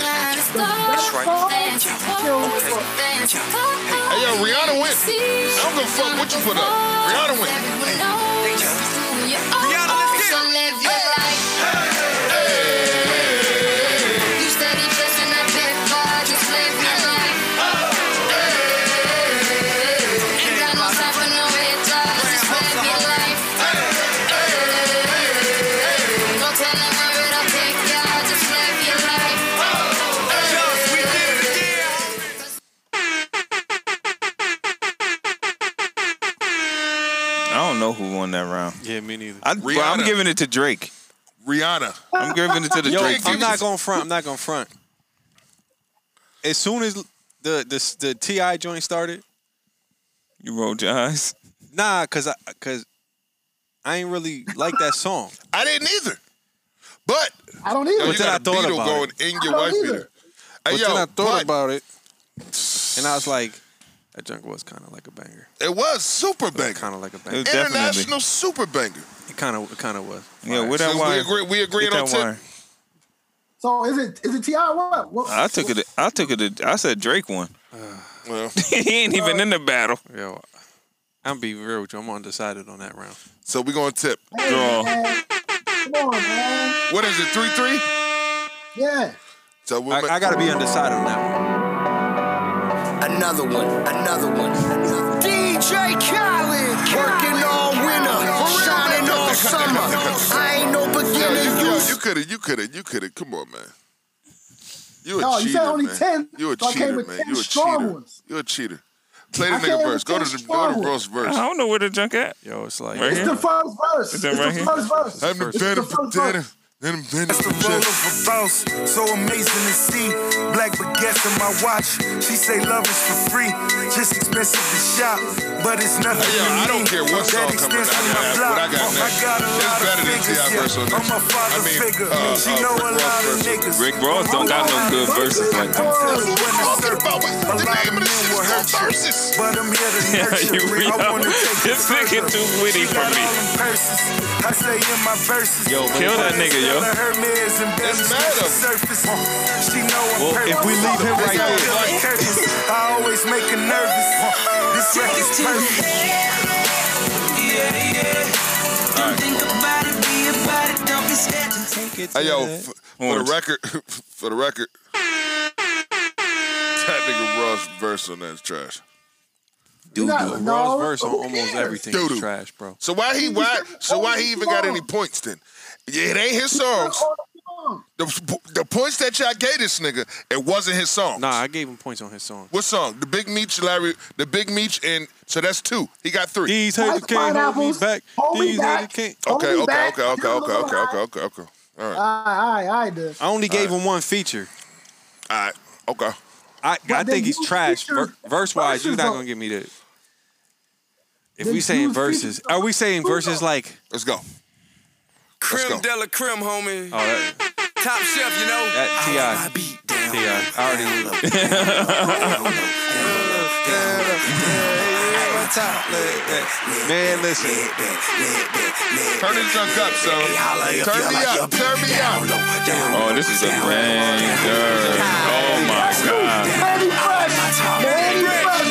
Speaker 5: right.
Speaker 2: Hey yo, Rihanna went. I don't give a fuck what you put up. Rihanna went.
Speaker 5: Rihanna, let's get it.
Speaker 1: I don't know who won that round.
Speaker 3: Yeah, me neither.
Speaker 1: I, bro, I'm
Speaker 2: Rihanna.
Speaker 1: giving it to Drake.
Speaker 2: Rihanna.
Speaker 1: I'm giving it to the
Speaker 3: Yo,
Speaker 1: Drake.
Speaker 3: I'm not gonna front. I'm not gonna front. As soon as the the the Ti joint started,
Speaker 1: You rolled your eyes.
Speaker 3: nah, cause I cause I ain't really like that song.
Speaker 2: I didn't either. But
Speaker 4: I don't
Speaker 2: Yo,
Speaker 4: either.
Speaker 2: you got a beetle going in your wife beater. Hey,
Speaker 3: But
Speaker 2: yo,
Speaker 3: then I thought
Speaker 2: but-
Speaker 3: about it, and I was like, that junk was kind of like a banger.
Speaker 2: It was super banger.
Speaker 3: Kind of like a banger.
Speaker 2: International super banger.
Speaker 3: It kind of, it kind of was.
Speaker 1: Yeah, where that
Speaker 2: Since
Speaker 1: wire?
Speaker 2: We agree. We agreeing
Speaker 1: Get
Speaker 2: on
Speaker 1: that
Speaker 2: tip.
Speaker 1: wire.
Speaker 4: So is it is it Ti or what? What-
Speaker 1: I took it. I took it. I said Drake won.
Speaker 2: Well,
Speaker 1: he ain't even in the battle.
Speaker 3: Yo, I'm be real with you. I'm undecided on that round.
Speaker 2: So we gonna tip.
Speaker 1: Draw.
Speaker 4: Come on, man.
Speaker 2: What is it? Three three.
Speaker 4: Yeah.
Speaker 2: So we'll
Speaker 3: I,
Speaker 2: make-
Speaker 3: I gotta be undecided on that one.
Speaker 5: Another one, another one.
Speaker 11: DJ Khaled, working all winter, shining all summer. I ain't no
Speaker 2: Yo,
Speaker 11: beginner,
Speaker 2: you,
Speaker 11: you
Speaker 2: could have, you could have, you could have. Come on, man. You a
Speaker 4: No,
Speaker 2: cheater,
Speaker 4: you said only
Speaker 2: man.
Speaker 4: 10,
Speaker 2: You a
Speaker 4: so I came
Speaker 2: cheater,
Speaker 4: with
Speaker 2: man.
Speaker 4: 10
Speaker 2: You a
Speaker 4: strong
Speaker 2: cheater.
Speaker 4: ones.
Speaker 2: You a cheater. Play the
Speaker 4: I came
Speaker 2: nigga verse.
Speaker 4: with
Speaker 2: Go to
Speaker 4: 10
Speaker 2: the
Speaker 4: strong
Speaker 2: go to
Speaker 4: ones.
Speaker 2: Ross
Speaker 1: I
Speaker 2: verse.
Speaker 1: don't know where the junk at.
Speaker 3: Yo, it's like
Speaker 1: Right
Speaker 4: It's
Speaker 1: here.
Speaker 4: the first verse.
Speaker 1: Is
Speaker 4: It's
Speaker 1: that right
Speaker 4: the
Speaker 1: here?
Speaker 4: first verse.
Speaker 2: I'm the
Speaker 4: It's
Speaker 2: better
Speaker 4: the first
Speaker 2: potato.
Speaker 4: verse.
Speaker 2: I'm the better
Speaker 6: It's the roll
Speaker 2: potato.
Speaker 6: of a bounce, so amazing to see. Black baguettes on my watch. She say love is for free, just expensive to shop, but it's nothing
Speaker 2: Hey, yo,
Speaker 6: to me.
Speaker 2: I don't care what
Speaker 6: That
Speaker 2: song coming out.
Speaker 6: expense
Speaker 2: I
Speaker 6: on my
Speaker 2: got-
Speaker 6: block.
Speaker 2: what I got
Speaker 6: I
Speaker 2: next.
Speaker 6: got a
Speaker 2: It's
Speaker 6: lot of
Speaker 2: better than
Speaker 6: figures.
Speaker 2: T.I. verse on
Speaker 6: Yeah, I'm
Speaker 2: next.
Speaker 6: a father
Speaker 2: I mean,
Speaker 6: figure.
Speaker 2: uh,
Speaker 6: she
Speaker 2: uh,
Speaker 6: know
Speaker 2: Rick
Speaker 6: a
Speaker 2: Ross
Speaker 6: lot
Speaker 2: verse
Speaker 6: of
Speaker 2: on-
Speaker 6: niggas.
Speaker 1: Rick Ross don't got no good verses like that.
Speaker 6: That's what I'm talking about.
Speaker 2: What's the name of this shit? It's called Versus.
Speaker 6: But I'm here to nurture.
Speaker 1: you read
Speaker 6: I
Speaker 1: up.
Speaker 6: wanna take it
Speaker 1: This nigga
Speaker 6: further.
Speaker 1: too witty
Speaker 6: She
Speaker 1: for
Speaker 6: got
Speaker 1: me.
Speaker 6: all them purses. I say in my verses.
Speaker 3: Yo, but-
Speaker 1: Kill that nigga, yo.
Speaker 6: Her man's
Speaker 2: It's
Speaker 6: embarrassed
Speaker 2: mad
Speaker 6: at the
Speaker 2: of-
Speaker 6: surface. uh, She know I'm
Speaker 3: Well,
Speaker 6: perfect.
Speaker 3: if we leave him
Speaker 6: This
Speaker 3: right
Speaker 6: ain't
Speaker 3: there-
Speaker 6: Billy Curtis. I always make her nervous. Uh, This record's perfect.
Speaker 2: Hey, yo, f- for the record, for the record, that nigga Ross verse on that's trash.
Speaker 4: You're not-
Speaker 3: Ross
Speaker 4: no,
Speaker 3: verse on
Speaker 4: who
Speaker 3: almost
Speaker 4: cares?
Speaker 3: everything
Speaker 2: Doo-doo.
Speaker 3: is trash, bro.
Speaker 2: So why he why so why he even got any points then? Yeah, it ain't his songs. The, the points that y'all gave this nigga, it wasn't his song.
Speaker 3: Nah, I gave him points on his song.
Speaker 2: What song? The Big Meech, Larry, the Big Meech, and so that's two. He got three.
Speaker 3: These
Speaker 4: Nice
Speaker 3: haters can't hold me
Speaker 4: pineapples.
Speaker 3: back.
Speaker 4: Hold me
Speaker 3: These
Speaker 4: back.
Speaker 3: haters can't.
Speaker 4: Hold
Speaker 2: okay,
Speaker 4: me
Speaker 2: okay,
Speaker 4: back.
Speaker 2: okay, okay,
Speaker 4: You're
Speaker 2: okay,
Speaker 4: the
Speaker 2: okay, okay,
Speaker 4: one.
Speaker 2: okay, okay. All right, all
Speaker 4: I, I, I did.
Speaker 3: I only gave him one feature.
Speaker 2: right, okay.
Speaker 3: I, I
Speaker 4: then
Speaker 3: think he's
Speaker 4: use
Speaker 3: trash.
Speaker 4: features-
Speaker 3: verse wise, you're
Speaker 4: verses
Speaker 3: not
Speaker 4: on-
Speaker 3: gonna give me that. If
Speaker 4: Then
Speaker 3: we saying
Speaker 4: use features
Speaker 3: verses,
Speaker 4: on-
Speaker 3: are we saying verses like?
Speaker 2: Let's go. Let's go.
Speaker 5: Creme de la creme, homie.
Speaker 3: Oh, that,
Speaker 5: Top chef, you know.
Speaker 3: that Ti. Ti. I already knew. Man, listen.
Speaker 2: Turn this junk up, son. Turn me up. Turn me up.
Speaker 1: Oh, this is a banger. Oh my god.
Speaker 4: Manny Fresh.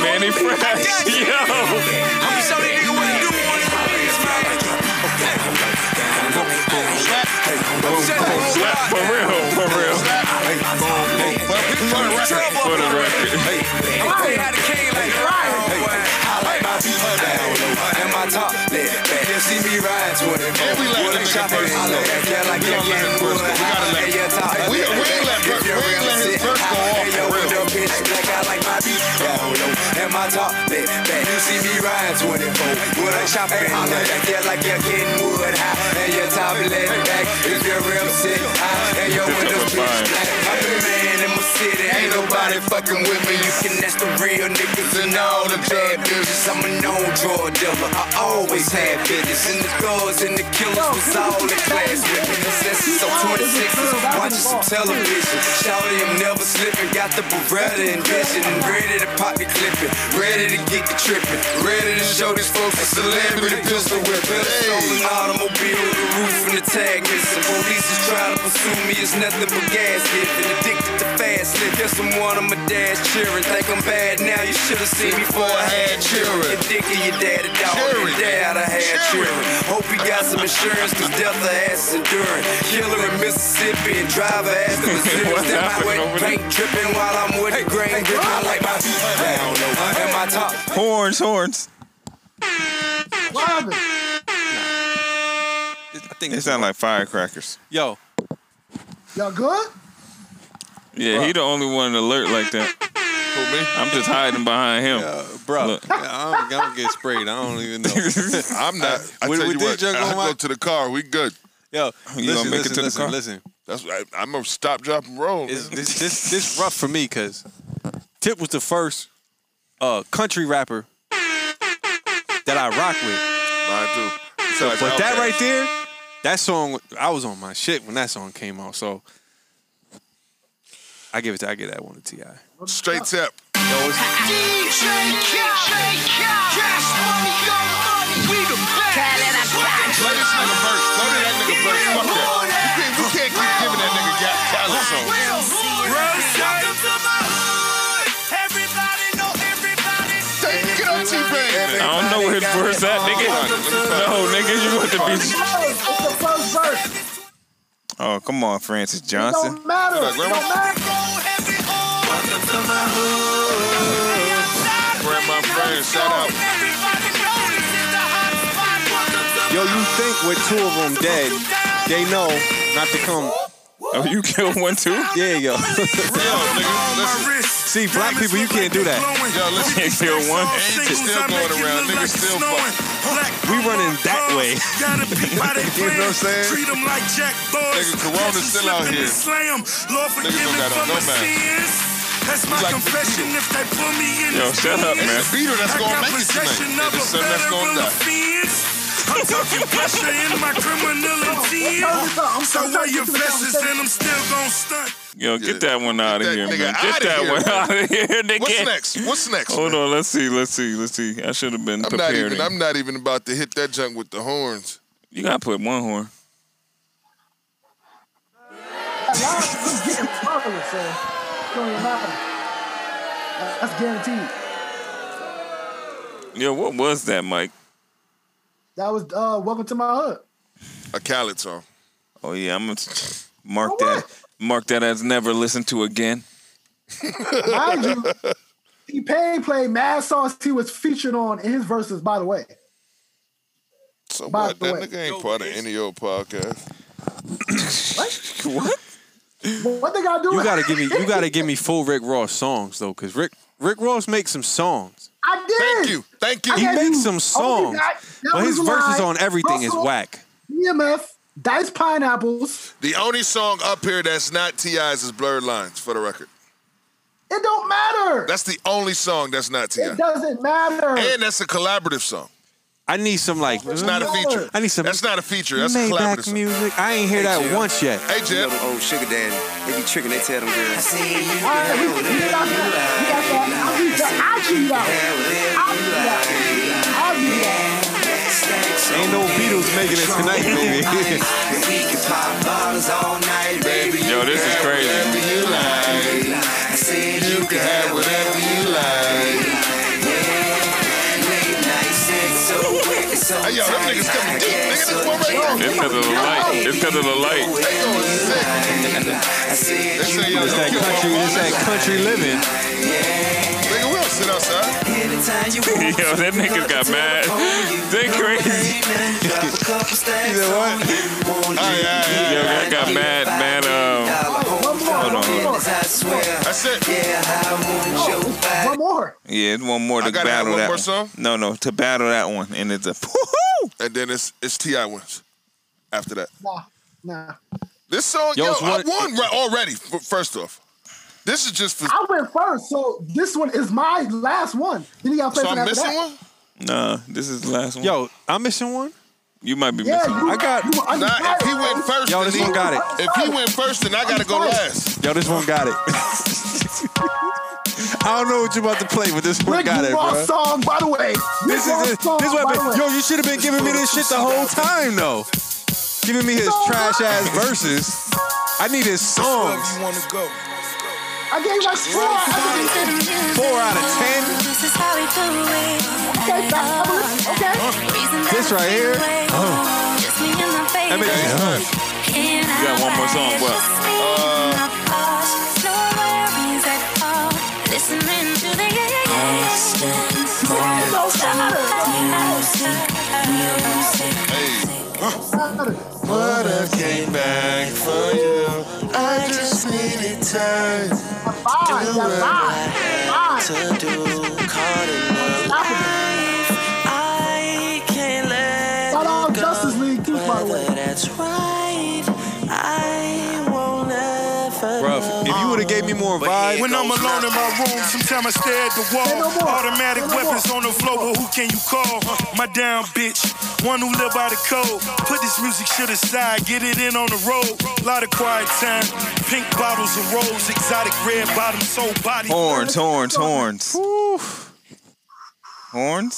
Speaker 4: Manny Fresh.
Speaker 1: Manny Fresh. Yo.
Speaker 5: I'ma show that nigga what to do on his knees, man. Shut the whole block.
Speaker 1: For real. For real. For the record.
Speaker 5: I'ma tell you how the king like to ride, homeboy.
Speaker 2: And we let the nigga verse go. We don't let him verse go. We gotta let him. We, we ain't let verse. We ain't let his verse go off for real.
Speaker 5: Ain't nobody fucking with me. You can ask the real niggas and all the bad bitches. I'm a known drug dealer. I always had business. And the thugs and the killers was all in class with me. Since I'm 26, watching some television. Shouty, I'm never slipping. Got the Beretta and vision. And ready to pop the clipping. Ready to get the tripping. Ready to show these folks a celebrity pistol whipping. Stolen automobile, the roof and the tag missing. Police is trying to pursue me. It's nothing but gas giving. Addicted to fast lift. Guess I'm one of my dad's cheering. Think I'm bad now. You should have seen me before I had children. Your dick and your dad a dog. Your
Speaker 2: Cheering.
Speaker 5: dad I had
Speaker 2: Cheering.
Speaker 5: children. Hope you got some insurance, cause death a ass enduring. Killer in Mississippi and driver ass to the
Speaker 1: What
Speaker 5: Step my
Speaker 1: happened
Speaker 5: way,
Speaker 1: over there?
Speaker 5: paint dripping while I'm with the grain. Grip I like my feet down low. And my top
Speaker 1: Horns. Horns.
Speaker 4: What happened?
Speaker 3: I think
Speaker 1: They sound like firecrackers.
Speaker 3: Yo,
Speaker 4: Y'all good?
Speaker 1: Yeah, he the only one alert like that.
Speaker 2: Who, me?
Speaker 1: I'm just hiding behind him.
Speaker 3: bro.
Speaker 1: Look.
Speaker 3: I'm gonna get sprayed. I don't even know.
Speaker 2: I'm not. I
Speaker 3: With-
Speaker 2: tell
Speaker 3: with
Speaker 2: you
Speaker 3: this
Speaker 2: what.
Speaker 3: junk on
Speaker 2: I
Speaker 3: my-
Speaker 2: go to the car. We good.
Speaker 3: Yo,
Speaker 1: You gonna
Speaker 3: listen,
Speaker 1: make it
Speaker 3: listen,
Speaker 1: to the
Speaker 3: listen,
Speaker 1: car?
Speaker 3: listen.
Speaker 2: That's I, I'm gonna stop, drop, and roll.
Speaker 3: It's,
Speaker 2: man.
Speaker 3: this this this rough for me because Tip was the first uh, country rapper that I rock with.
Speaker 2: Mine too.
Speaker 3: But that right there, That song, I was on my shit when that song came out. So I give it to I give that one to Ti.
Speaker 2: Straight tip.
Speaker 11: DJ Khaled. Cash money, young money. We the best.
Speaker 2: Play this nigga verse. Play that nigga verse. Fuck that. You can't, you can't keep giving that nigga got talent song. Take it up, T-Pain.
Speaker 1: I don't know where his verse at, nigga. No, nigga, you want to be.
Speaker 4: It's the first verse.
Speaker 1: Oh, come on, Francis
Speaker 4: It
Speaker 1: Johnson.
Speaker 4: don't matter. It don't matter.
Speaker 2: Grandma Frank, shout out.
Speaker 3: Yo, you think with two of them dead, they know not to come.
Speaker 1: Oh, you killed one too?
Speaker 3: Yeah, yo. See, black people, you can't do that.
Speaker 2: Yo, listen.
Speaker 1: Can't kill one.
Speaker 2: It's still going around. Niggas still fucking.
Speaker 3: We running that way.
Speaker 2: You know what I'm saying?
Speaker 6: Treat 'em like Jack Boys.
Speaker 2: Nigga, Corona's still out here.
Speaker 6: Slam. Lord forgive
Speaker 2: don't
Speaker 6: me
Speaker 2: got
Speaker 6: for
Speaker 2: on no
Speaker 6: my
Speaker 2: mask.
Speaker 6: sins. That's my
Speaker 2: like the
Speaker 6: confession. If they put me in
Speaker 1: Yo,
Speaker 6: the
Speaker 1: shut up,
Speaker 6: feds,
Speaker 1: man.
Speaker 2: It's the Beatle that's
Speaker 6: I
Speaker 2: gonna
Speaker 6: got
Speaker 2: make it
Speaker 6: possession
Speaker 2: tonight. It's
Speaker 6: of a
Speaker 2: the son that's
Speaker 6: veteran
Speaker 2: gonna die.
Speaker 6: offense. I'm talking pressure in my criminal intent. So wear your vests and I'm still gonna stunt.
Speaker 1: Yo, get that one out of
Speaker 2: Get that
Speaker 1: here, man.
Speaker 2: nigga
Speaker 1: Get
Speaker 2: outta
Speaker 1: that
Speaker 2: here,
Speaker 1: one
Speaker 2: man.
Speaker 1: out of here, nigga.
Speaker 2: What's next? What's next?
Speaker 1: Hold
Speaker 2: man?
Speaker 1: on, let's see, let's see, let's see. I should have been
Speaker 2: I'm not
Speaker 1: prepared.
Speaker 2: even. I'm not even about to hit that junk with the horns.
Speaker 1: you gotta put one horn.
Speaker 4: Y'all just getting popular, so it don't even matter. That's guaranteed.
Speaker 1: Yo, what was that, Mike?
Speaker 4: That was uh, Welcome to My Hood.
Speaker 2: A Khaled song.
Speaker 1: Oh yeah, I'm gonna
Speaker 2: Oh,
Speaker 1: mark that. Mark that as never listened to again.
Speaker 4: Mind you, T Pain played mad songs he was featured on in his verses, by the way.
Speaker 2: So
Speaker 4: By
Speaker 2: what?
Speaker 4: the
Speaker 2: That
Speaker 4: way.
Speaker 2: nigga ain't part of any old podcast.
Speaker 1: What?
Speaker 4: What they gotta do
Speaker 3: You
Speaker 4: is-
Speaker 3: gotta give me, you gotta give me full Rick Ross songs though, cause Rick Rick Ross makes some songs.
Speaker 4: I did.
Speaker 2: Thank you. Thank you.
Speaker 4: I
Speaker 3: He
Speaker 4: gave
Speaker 3: makes
Speaker 4: Oh, you-
Speaker 3: some songs,
Speaker 4: I- that
Speaker 3: but
Speaker 4: was E
Speaker 3: his
Speaker 4: a
Speaker 3: verses
Speaker 4: lie.
Speaker 3: on everything is
Speaker 4: Russell,
Speaker 3: whack.
Speaker 4: EMF, Dice Pineapples.
Speaker 2: The only song up here that's not Ti's is Blurred Lines, for the record.
Speaker 4: It don't matter.
Speaker 2: That's the only song that's not Ti.
Speaker 4: it doesn't matter.
Speaker 2: And that's a collaborative song.
Speaker 3: I need some like,
Speaker 2: It's not a feature.
Speaker 3: I need some
Speaker 2: That's not a feature. That's a collaborative
Speaker 3: Maybach
Speaker 2: song.
Speaker 3: music. I ain't hear that once yet.
Speaker 2: Hey, Jeff.
Speaker 5: old sugar daddy. They be tricking, they tell them girls.
Speaker 4: All right, we, we got that. We got that. I'll be that. I'll be that. I'll be that. I'll be that.
Speaker 3: Ain't no Beatles making it tonight, baby.
Speaker 5: We can pop bottles all night, baby.
Speaker 1: Yo, this is crazy.
Speaker 2: Whatever you like,
Speaker 5: I said you
Speaker 2: you
Speaker 5: can
Speaker 2: have whatever you like.
Speaker 5: late night sex so wet and so
Speaker 2: Hey, yo, them niggas coming deep. Nigga, this one right there.
Speaker 1: It's because of the light. It's because of the light.
Speaker 2: They going sick. They say, yo,
Speaker 3: It's that
Speaker 2: don't kill
Speaker 3: country,
Speaker 2: my
Speaker 3: it's
Speaker 2: mama.
Speaker 3: that country living.
Speaker 2: Nigga, we don't sit outside.
Speaker 5: Anytime you
Speaker 1: Yo, that nigga got mad. They crazy.
Speaker 2: All right, all right, all
Speaker 1: Yo,
Speaker 2: right.
Speaker 1: I got mad, mad. Um,
Speaker 4: One more.
Speaker 1: Hold on,
Speaker 4: One
Speaker 1: hold
Speaker 4: more.
Speaker 2: That's it.
Speaker 4: One more.
Speaker 1: yeah, it's one more to
Speaker 2: I gotta have
Speaker 1: battle
Speaker 2: one
Speaker 1: that
Speaker 2: more
Speaker 1: one.
Speaker 2: song?
Speaker 1: No, no, to battle that one, and it's a.
Speaker 2: And then it's it's Ti wins. After that,
Speaker 4: Nah, nah.
Speaker 2: this song, yo,
Speaker 3: Yo, it's
Speaker 2: I
Speaker 3: one-
Speaker 2: won right already. f- First off, this is just for.
Speaker 4: I went first, so this one is my last one. Then you got to play
Speaker 2: So
Speaker 4: for
Speaker 2: I'm
Speaker 4: after
Speaker 2: missing
Speaker 4: that.
Speaker 2: one.
Speaker 1: Nah, this is the last one.
Speaker 3: Yo, I'm missing one.
Speaker 1: you might be
Speaker 4: Yeah,
Speaker 1: missing.
Speaker 4: you,
Speaker 3: I got-
Speaker 4: you were
Speaker 2: Nah, if he
Speaker 4: undecided.
Speaker 2: went first,
Speaker 3: Yo,
Speaker 2: then
Speaker 3: this
Speaker 2: he-
Speaker 3: one got it.
Speaker 2: If he went first, then I gotta go last.
Speaker 3: Yo, this one got it. I don't know what you about to play, but this one
Speaker 4: Rick
Speaker 3: got it,
Speaker 4: Ross
Speaker 3: bro.
Speaker 4: song, by the way. Rick
Speaker 3: This
Speaker 4: Ross
Speaker 3: is
Speaker 4: song,
Speaker 3: this what
Speaker 4: by the way.
Speaker 3: happened. Yo, you should have been giving me this shit the whole time though. Giving me his trash ass verses. I need his songs.
Speaker 4: I gave like four. I gave you
Speaker 3: Four out of ten.
Speaker 4: Okay, back up a little. okay.
Speaker 3: This right here.
Speaker 1: Oh.
Speaker 3: That makes me
Speaker 1: You got one more song. What? Uh.
Speaker 8: Oh,
Speaker 9: But I came back for you. I just needed time
Speaker 4: Five, that's five. Five.
Speaker 7: To do caught in
Speaker 4: Stop it.
Speaker 7: I can't let
Speaker 4: Shout out
Speaker 7: go.
Speaker 4: Justice League too, by the way.
Speaker 7: Whether that's right, I won't ever
Speaker 3: Bruv, if you would have gave me more vibe.
Speaker 6: When I'm alone in my room, sometimes I stare at the wall. Automatic weapons on the floor, well, who can you call? My down bitch, one who live by the code. Put this music shit aside, get it in on the road. Lot of quiet time, pink bottles of rose, exotic red bottoms, so body.
Speaker 1: Horns, horns, horns. Horns?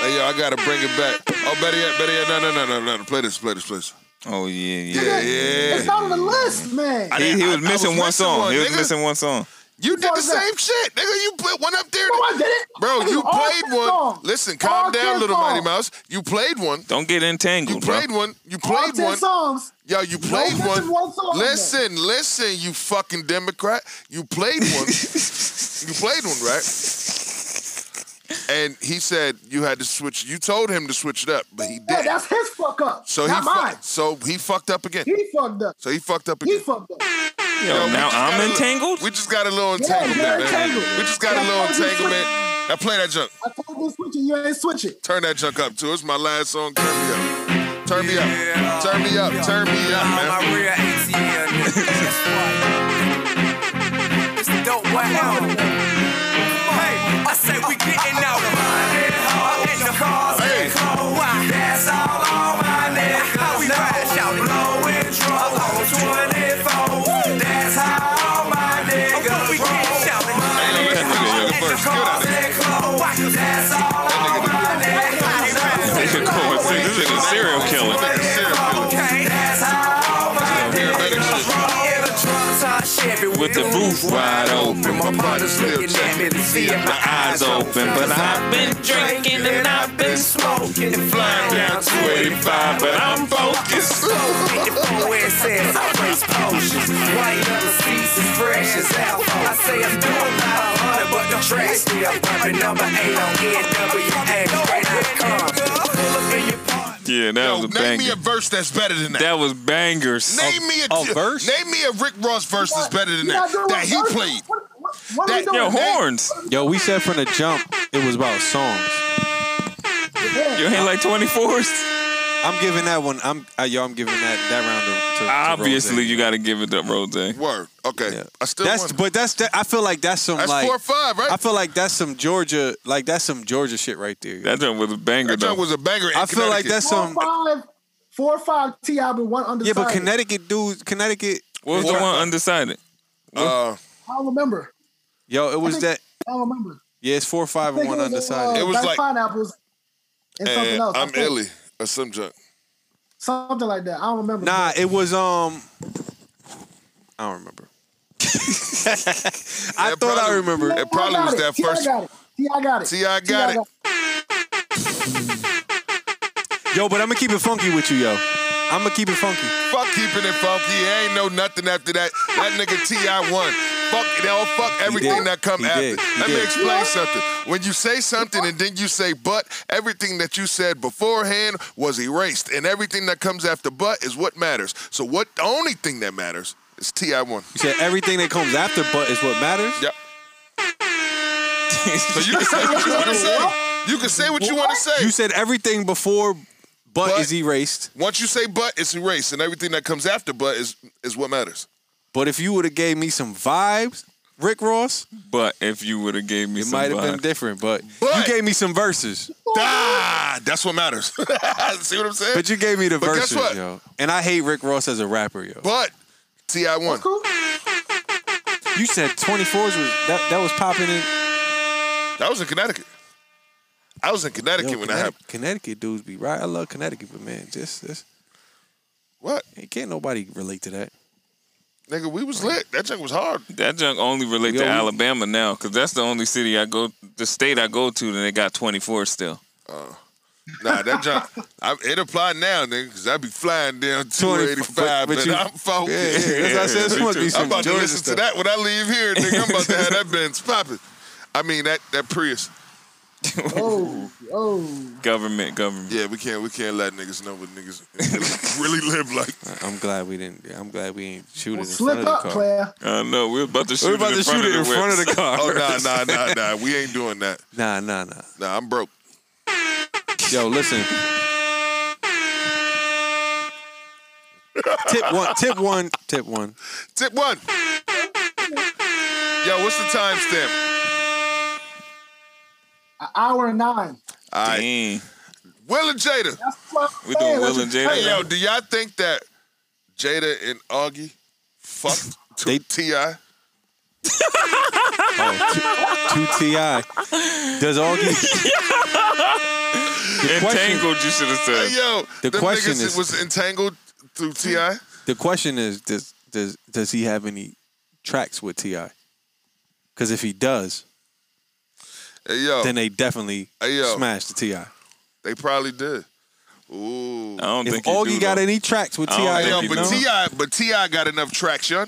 Speaker 2: Hey, yo, I gotta bring it back. Oh, better yet, better yet. No, no, no, no, no. Play this, play this, play this.
Speaker 1: Oh, yeah,
Speaker 2: yeah.
Speaker 9: It's
Speaker 2: Yeah,
Speaker 9: not on the list, man.
Speaker 1: He, he was missing one
Speaker 2: missing
Speaker 1: song.
Speaker 2: one,
Speaker 1: he was
Speaker 2: nigga.
Speaker 1: missing one song.
Speaker 2: You did the same shit, nigga. You put one up there. No,
Speaker 9: I did it.
Speaker 2: Bro,
Speaker 9: It
Speaker 2: you
Speaker 9: was all
Speaker 2: played
Speaker 9: his
Speaker 2: one.
Speaker 9: song.
Speaker 2: Listen,
Speaker 9: All
Speaker 2: calm
Speaker 9: his
Speaker 2: down, little
Speaker 9: song.
Speaker 2: Mighty Mouse. You played one.
Speaker 1: Don't get entangled,
Speaker 2: You
Speaker 1: bro.
Speaker 2: played one. You
Speaker 9: All
Speaker 2: played
Speaker 9: 10
Speaker 2: one.
Speaker 9: songs.
Speaker 2: Yo, you
Speaker 9: No
Speaker 2: played
Speaker 9: mention
Speaker 2: one.
Speaker 9: one song in there.
Speaker 2: listen, listen, you fucking Democrat. You played one. you played one, right? And he said you had to switch. You told him to switch it up, but he
Speaker 9: Yeah,
Speaker 2: didn't.
Speaker 9: that's his fuck up.
Speaker 2: so he
Speaker 9: not
Speaker 2: fu-
Speaker 9: mine.
Speaker 2: so he fucked up again.
Speaker 9: He fucked up.
Speaker 2: So he fucked up
Speaker 9: He
Speaker 2: again.
Speaker 9: fucked up.
Speaker 1: Yo,
Speaker 2: Yo, we
Speaker 1: now
Speaker 2: just got a
Speaker 1: I'm
Speaker 2: little-
Speaker 1: entangled?
Speaker 2: We just got a little
Speaker 9: Yeah,
Speaker 2: entanglement.
Speaker 9: you're
Speaker 2: man.
Speaker 9: entangled.
Speaker 2: We just got a
Speaker 9: Yeah,
Speaker 2: little
Speaker 9: I told you to
Speaker 2: entanglement. Now play that junk.
Speaker 9: I told you to switch it. You ain't switch it.
Speaker 2: Turn that junk up too. It's my last song. Turn me up. Turn me up. Turn me up. Turn me up, man.
Speaker 5: My real ATL nigga. That's right. It's the dope one out. Hey, I say we getting out. In the cars, in the cold. That's all on my neck. How we ride, y'all blowing trouble. 24. That's how all my niggas roll. Hey,
Speaker 2: let that nigga first. Get out of
Speaker 5: here. That's all on my neck. How we ride,
Speaker 1: This is a serial killer. With the roof wide open, my brother's looking at me to see if my eyes open. But I've been drinking and I've been smoking and flying down 285, but I'm focused.
Speaker 5: It says I raise potions. White leather seats is fresh as hell. I say I'm doing 500, but the trash still bumping. Number eight on NWA. Right I come. Pull up in your
Speaker 1: Yeah, that was a
Speaker 2: Name me
Speaker 1: banger.
Speaker 2: a verse that's better than that.
Speaker 1: That was bangers.
Speaker 2: Name me
Speaker 1: Oh,
Speaker 2: a,
Speaker 3: verse?
Speaker 2: Name me a Rick Ross verse that's better than
Speaker 9: You
Speaker 2: that
Speaker 9: not doing
Speaker 2: that he
Speaker 9: verses?
Speaker 2: played.
Speaker 9: What, what, what are we
Speaker 2: That-
Speaker 9: doing?
Speaker 1: Yo, horns.
Speaker 3: Yo, we said from the jump it was about songs.
Speaker 1: You ain't like 24s?
Speaker 3: I'm giving that one. I'm uh, yo. I'm giving that that round to, to- to
Speaker 1: Obviously,
Speaker 3: Rose.
Speaker 1: you got to give it up, Rose.
Speaker 2: Word. Okay.
Speaker 3: Yeah.
Speaker 2: I still
Speaker 3: That's
Speaker 2: won.
Speaker 3: but that's that. I feel like that's some
Speaker 2: That's
Speaker 3: like
Speaker 2: four or five, right?
Speaker 3: I feel like that's some Georgia like that's some Georgia shit right there. yo.
Speaker 1: That joint was a banger,
Speaker 2: that
Speaker 1: though.
Speaker 2: junk was a banger. in
Speaker 3: I feel like
Speaker 2: Connecticut.
Speaker 3: that's
Speaker 9: Four
Speaker 3: some
Speaker 9: or five, four or five T album, one
Speaker 3: yeah.
Speaker 9: undecided.
Speaker 3: But Connecticut dudes, Connecticut.
Speaker 1: what was the one undecided?
Speaker 2: Uh,
Speaker 9: I don't remember.
Speaker 3: Yo, it was that.
Speaker 9: think- I don't remember.
Speaker 3: Yeah, it's four, five, and
Speaker 9: I think
Speaker 3: one
Speaker 9: it was, uh,
Speaker 3: undecided.
Speaker 2: It was
Speaker 9: Black
Speaker 2: like-
Speaker 9: pineapples and something
Speaker 2: and
Speaker 9: else. I
Speaker 2: I'm
Speaker 9: think.
Speaker 2: illy or some junk.
Speaker 9: Something like that. I don't remember.
Speaker 3: Nah, it was um. I don't remember. I
Speaker 2: That
Speaker 3: thought I
Speaker 2: probably-
Speaker 3: remember.
Speaker 2: It probably was that first.
Speaker 9: T, I got it. T, I got it.
Speaker 2: See, I got it.
Speaker 3: Yo, but I'm gonna keep it funky with you, yo. I'm gonna keep it funky.
Speaker 2: Fuck keeping it funky. It ain't no nothing after that. That nigga Ti won. Fuck it all. Fuck everything
Speaker 3: did.
Speaker 2: that come
Speaker 3: He
Speaker 2: after.
Speaker 3: did. He
Speaker 2: Let me
Speaker 3: did.
Speaker 2: explain something. When you say something and then you say but, everything that you said beforehand was erased, and everything that comes after but is what matters. So what? The only thing that matters is Ti won.
Speaker 3: You said everything that comes after but is what matters.
Speaker 2: Yep. So you can say what you want to say. You can say what you want to say.
Speaker 3: You said everything before but,
Speaker 2: But-
Speaker 3: is erased.
Speaker 2: Once you say but, it's erased, and everything that comes after but is is what matters.
Speaker 3: But if you would have gave me some vibes, Rick Ross,
Speaker 1: But if you would have gave me
Speaker 3: it
Speaker 1: some
Speaker 3: might have
Speaker 1: vibe.
Speaker 3: been different. But,
Speaker 2: But-
Speaker 3: you gave me some verses.
Speaker 2: Ah, that's what matters. See what I'm saying?
Speaker 3: But you gave me the
Speaker 2: But guess
Speaker 3: verses,
Speaker 2: what?
Speaker 3: yo. And I hate Rick Ross as a rapper, yo.
Speaker 2: But Ti won.
Speaker 3: You said 24s was that, that was popping in
Speaker 2: That was in Connecticut. I was in Connecticut
Speaker 3: Yo,
Speaker 2: when
Speaker 3: Connecticut,
Speaker 2: that happened.
Speaker 3: Connecticut dudes be right. I love Connecticut, but man, just, just
Speaker 2: What,
Speaker 3: ain't- can't nobody relate to that.
Speaker 2: nigga? We was lit. That junk was hard.
Speaker 1: That junk only relate
Speaker 3: Yo,
Speaker 1: to
Speaker 3: we-
Speaker 1: Alabama now, because that's the only city I go, the state I go to, that they got 24 still.
Speaker 2: Nah, that junk. I, it applied now, nigga, because I be flying down 285, but,
Speaker 3: but you-
Speaker 2: I'm focused.
Speaker 3: Yeah, yeah, that's what I said. This must be some
Speaker 2: I'm about to
Speaker 3: Georgia
Speaker 2: listen to
Speaker 3: stuff.
Speaker 2: that when I leave here, nigga. I'm about to have that Benz popping. I mean that that Prius.
Speaker 9: Oh, oh.
Speaker 1: Government, government.
Speaker 2: Yeah, we can't we can't let niggas know what niggas really live like.
Speaker 3: I'm glad we didn't. I'm glad we ain't shooting.
Speaker 9: Well,
Speaker 3: in
Speaker 9: slip
Speaker 3: front of
Speaker 9: up,
Speaker 3: the car.
Speaker 9: player.
Speaker 1: I know. We're about to shoot
Speaker 3: We're about
Speaker 1: it
Speaker 3: to
Speaker 1: in front
Speaker 3: shoot it in
Speaker 1: of the whip.
Speaker 3: front of the car.
Speaker 2: Oh nah nah nah nah. We ain't doing that.
Speaker 3: Nah, nah, nah.
Speaker 2: Nah, I'm broke.
Speaker 3: Yo, listen. tip one. Tip one. Tip one.
Speaker 2: Tip one. Yo, what's the timestamp?
Speaker 4: An hour and nine.
Speaker 1: Damn.
Speaker 2: Will and Jada.
Speaker 1: We doing Hey, Will that's- and Jada
Speaker 2: Hey,
Speaker 1: now?
Speaker 2: yo, do y'all think that Jada and Augie fucked to Ti?
Speaker 3: Oh, Two Ti. Does Augie?
Speaker 1: Entangled, you should have said.
Speaker 2: Hey, yo,
Speaker 3: The
Speaker 2: them
Speaker 3: question
Speaker 2: niggas
Speaker 3: is-
Speaker 2: was entangled through Ti.
Speaker 3: The question is, does does does he have any tracks with Ti? Because if he does,
Speaker 2: Hey, yo,
Speaker 3: then they definitely
Speaker 2: Hey, yo.
Speaker 3: smash the Ti.
Speaker 2: they probably did. Ooh, I
Speaker 1: don't
Speaker 3: If Augie got any tracks with Ti,
Speaker 2: Yo,
Speaker 3: then you
Speaker 2: but
Speaker 3: know.
Speaker 2: Ti, but Ti got enough traction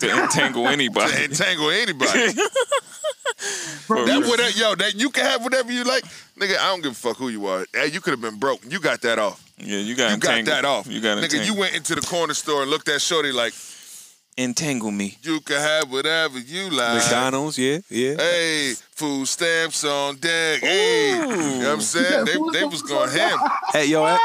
Speaker 1: To entangle anybody.
Speaker 2: to entangle anybody. that whatever, yo, that you can have whatever you like, nigga. I don't give a fuck who you are. Hey, you could have been broke. You got that off.
Speaker 1: Yeah, you got
Speaker 2: You got
Speaker 1: entangled.
Speaker 2: that off.
Speaker 1: You got
Speaker 2: nigga.
Speaker 1: entangled.
Speaker 2: You went into the corner store and looked at shorty like
Speaker 1: entangle me.
Speaker 2: you can have whatever you like.
Speaker 3: McDonald's, yeah, yeah.
Speaker 2: Hey, food stamps on deck. Hey, you know what I'm saying? They, they was going ham.
Speaker 3: Hey, yo, at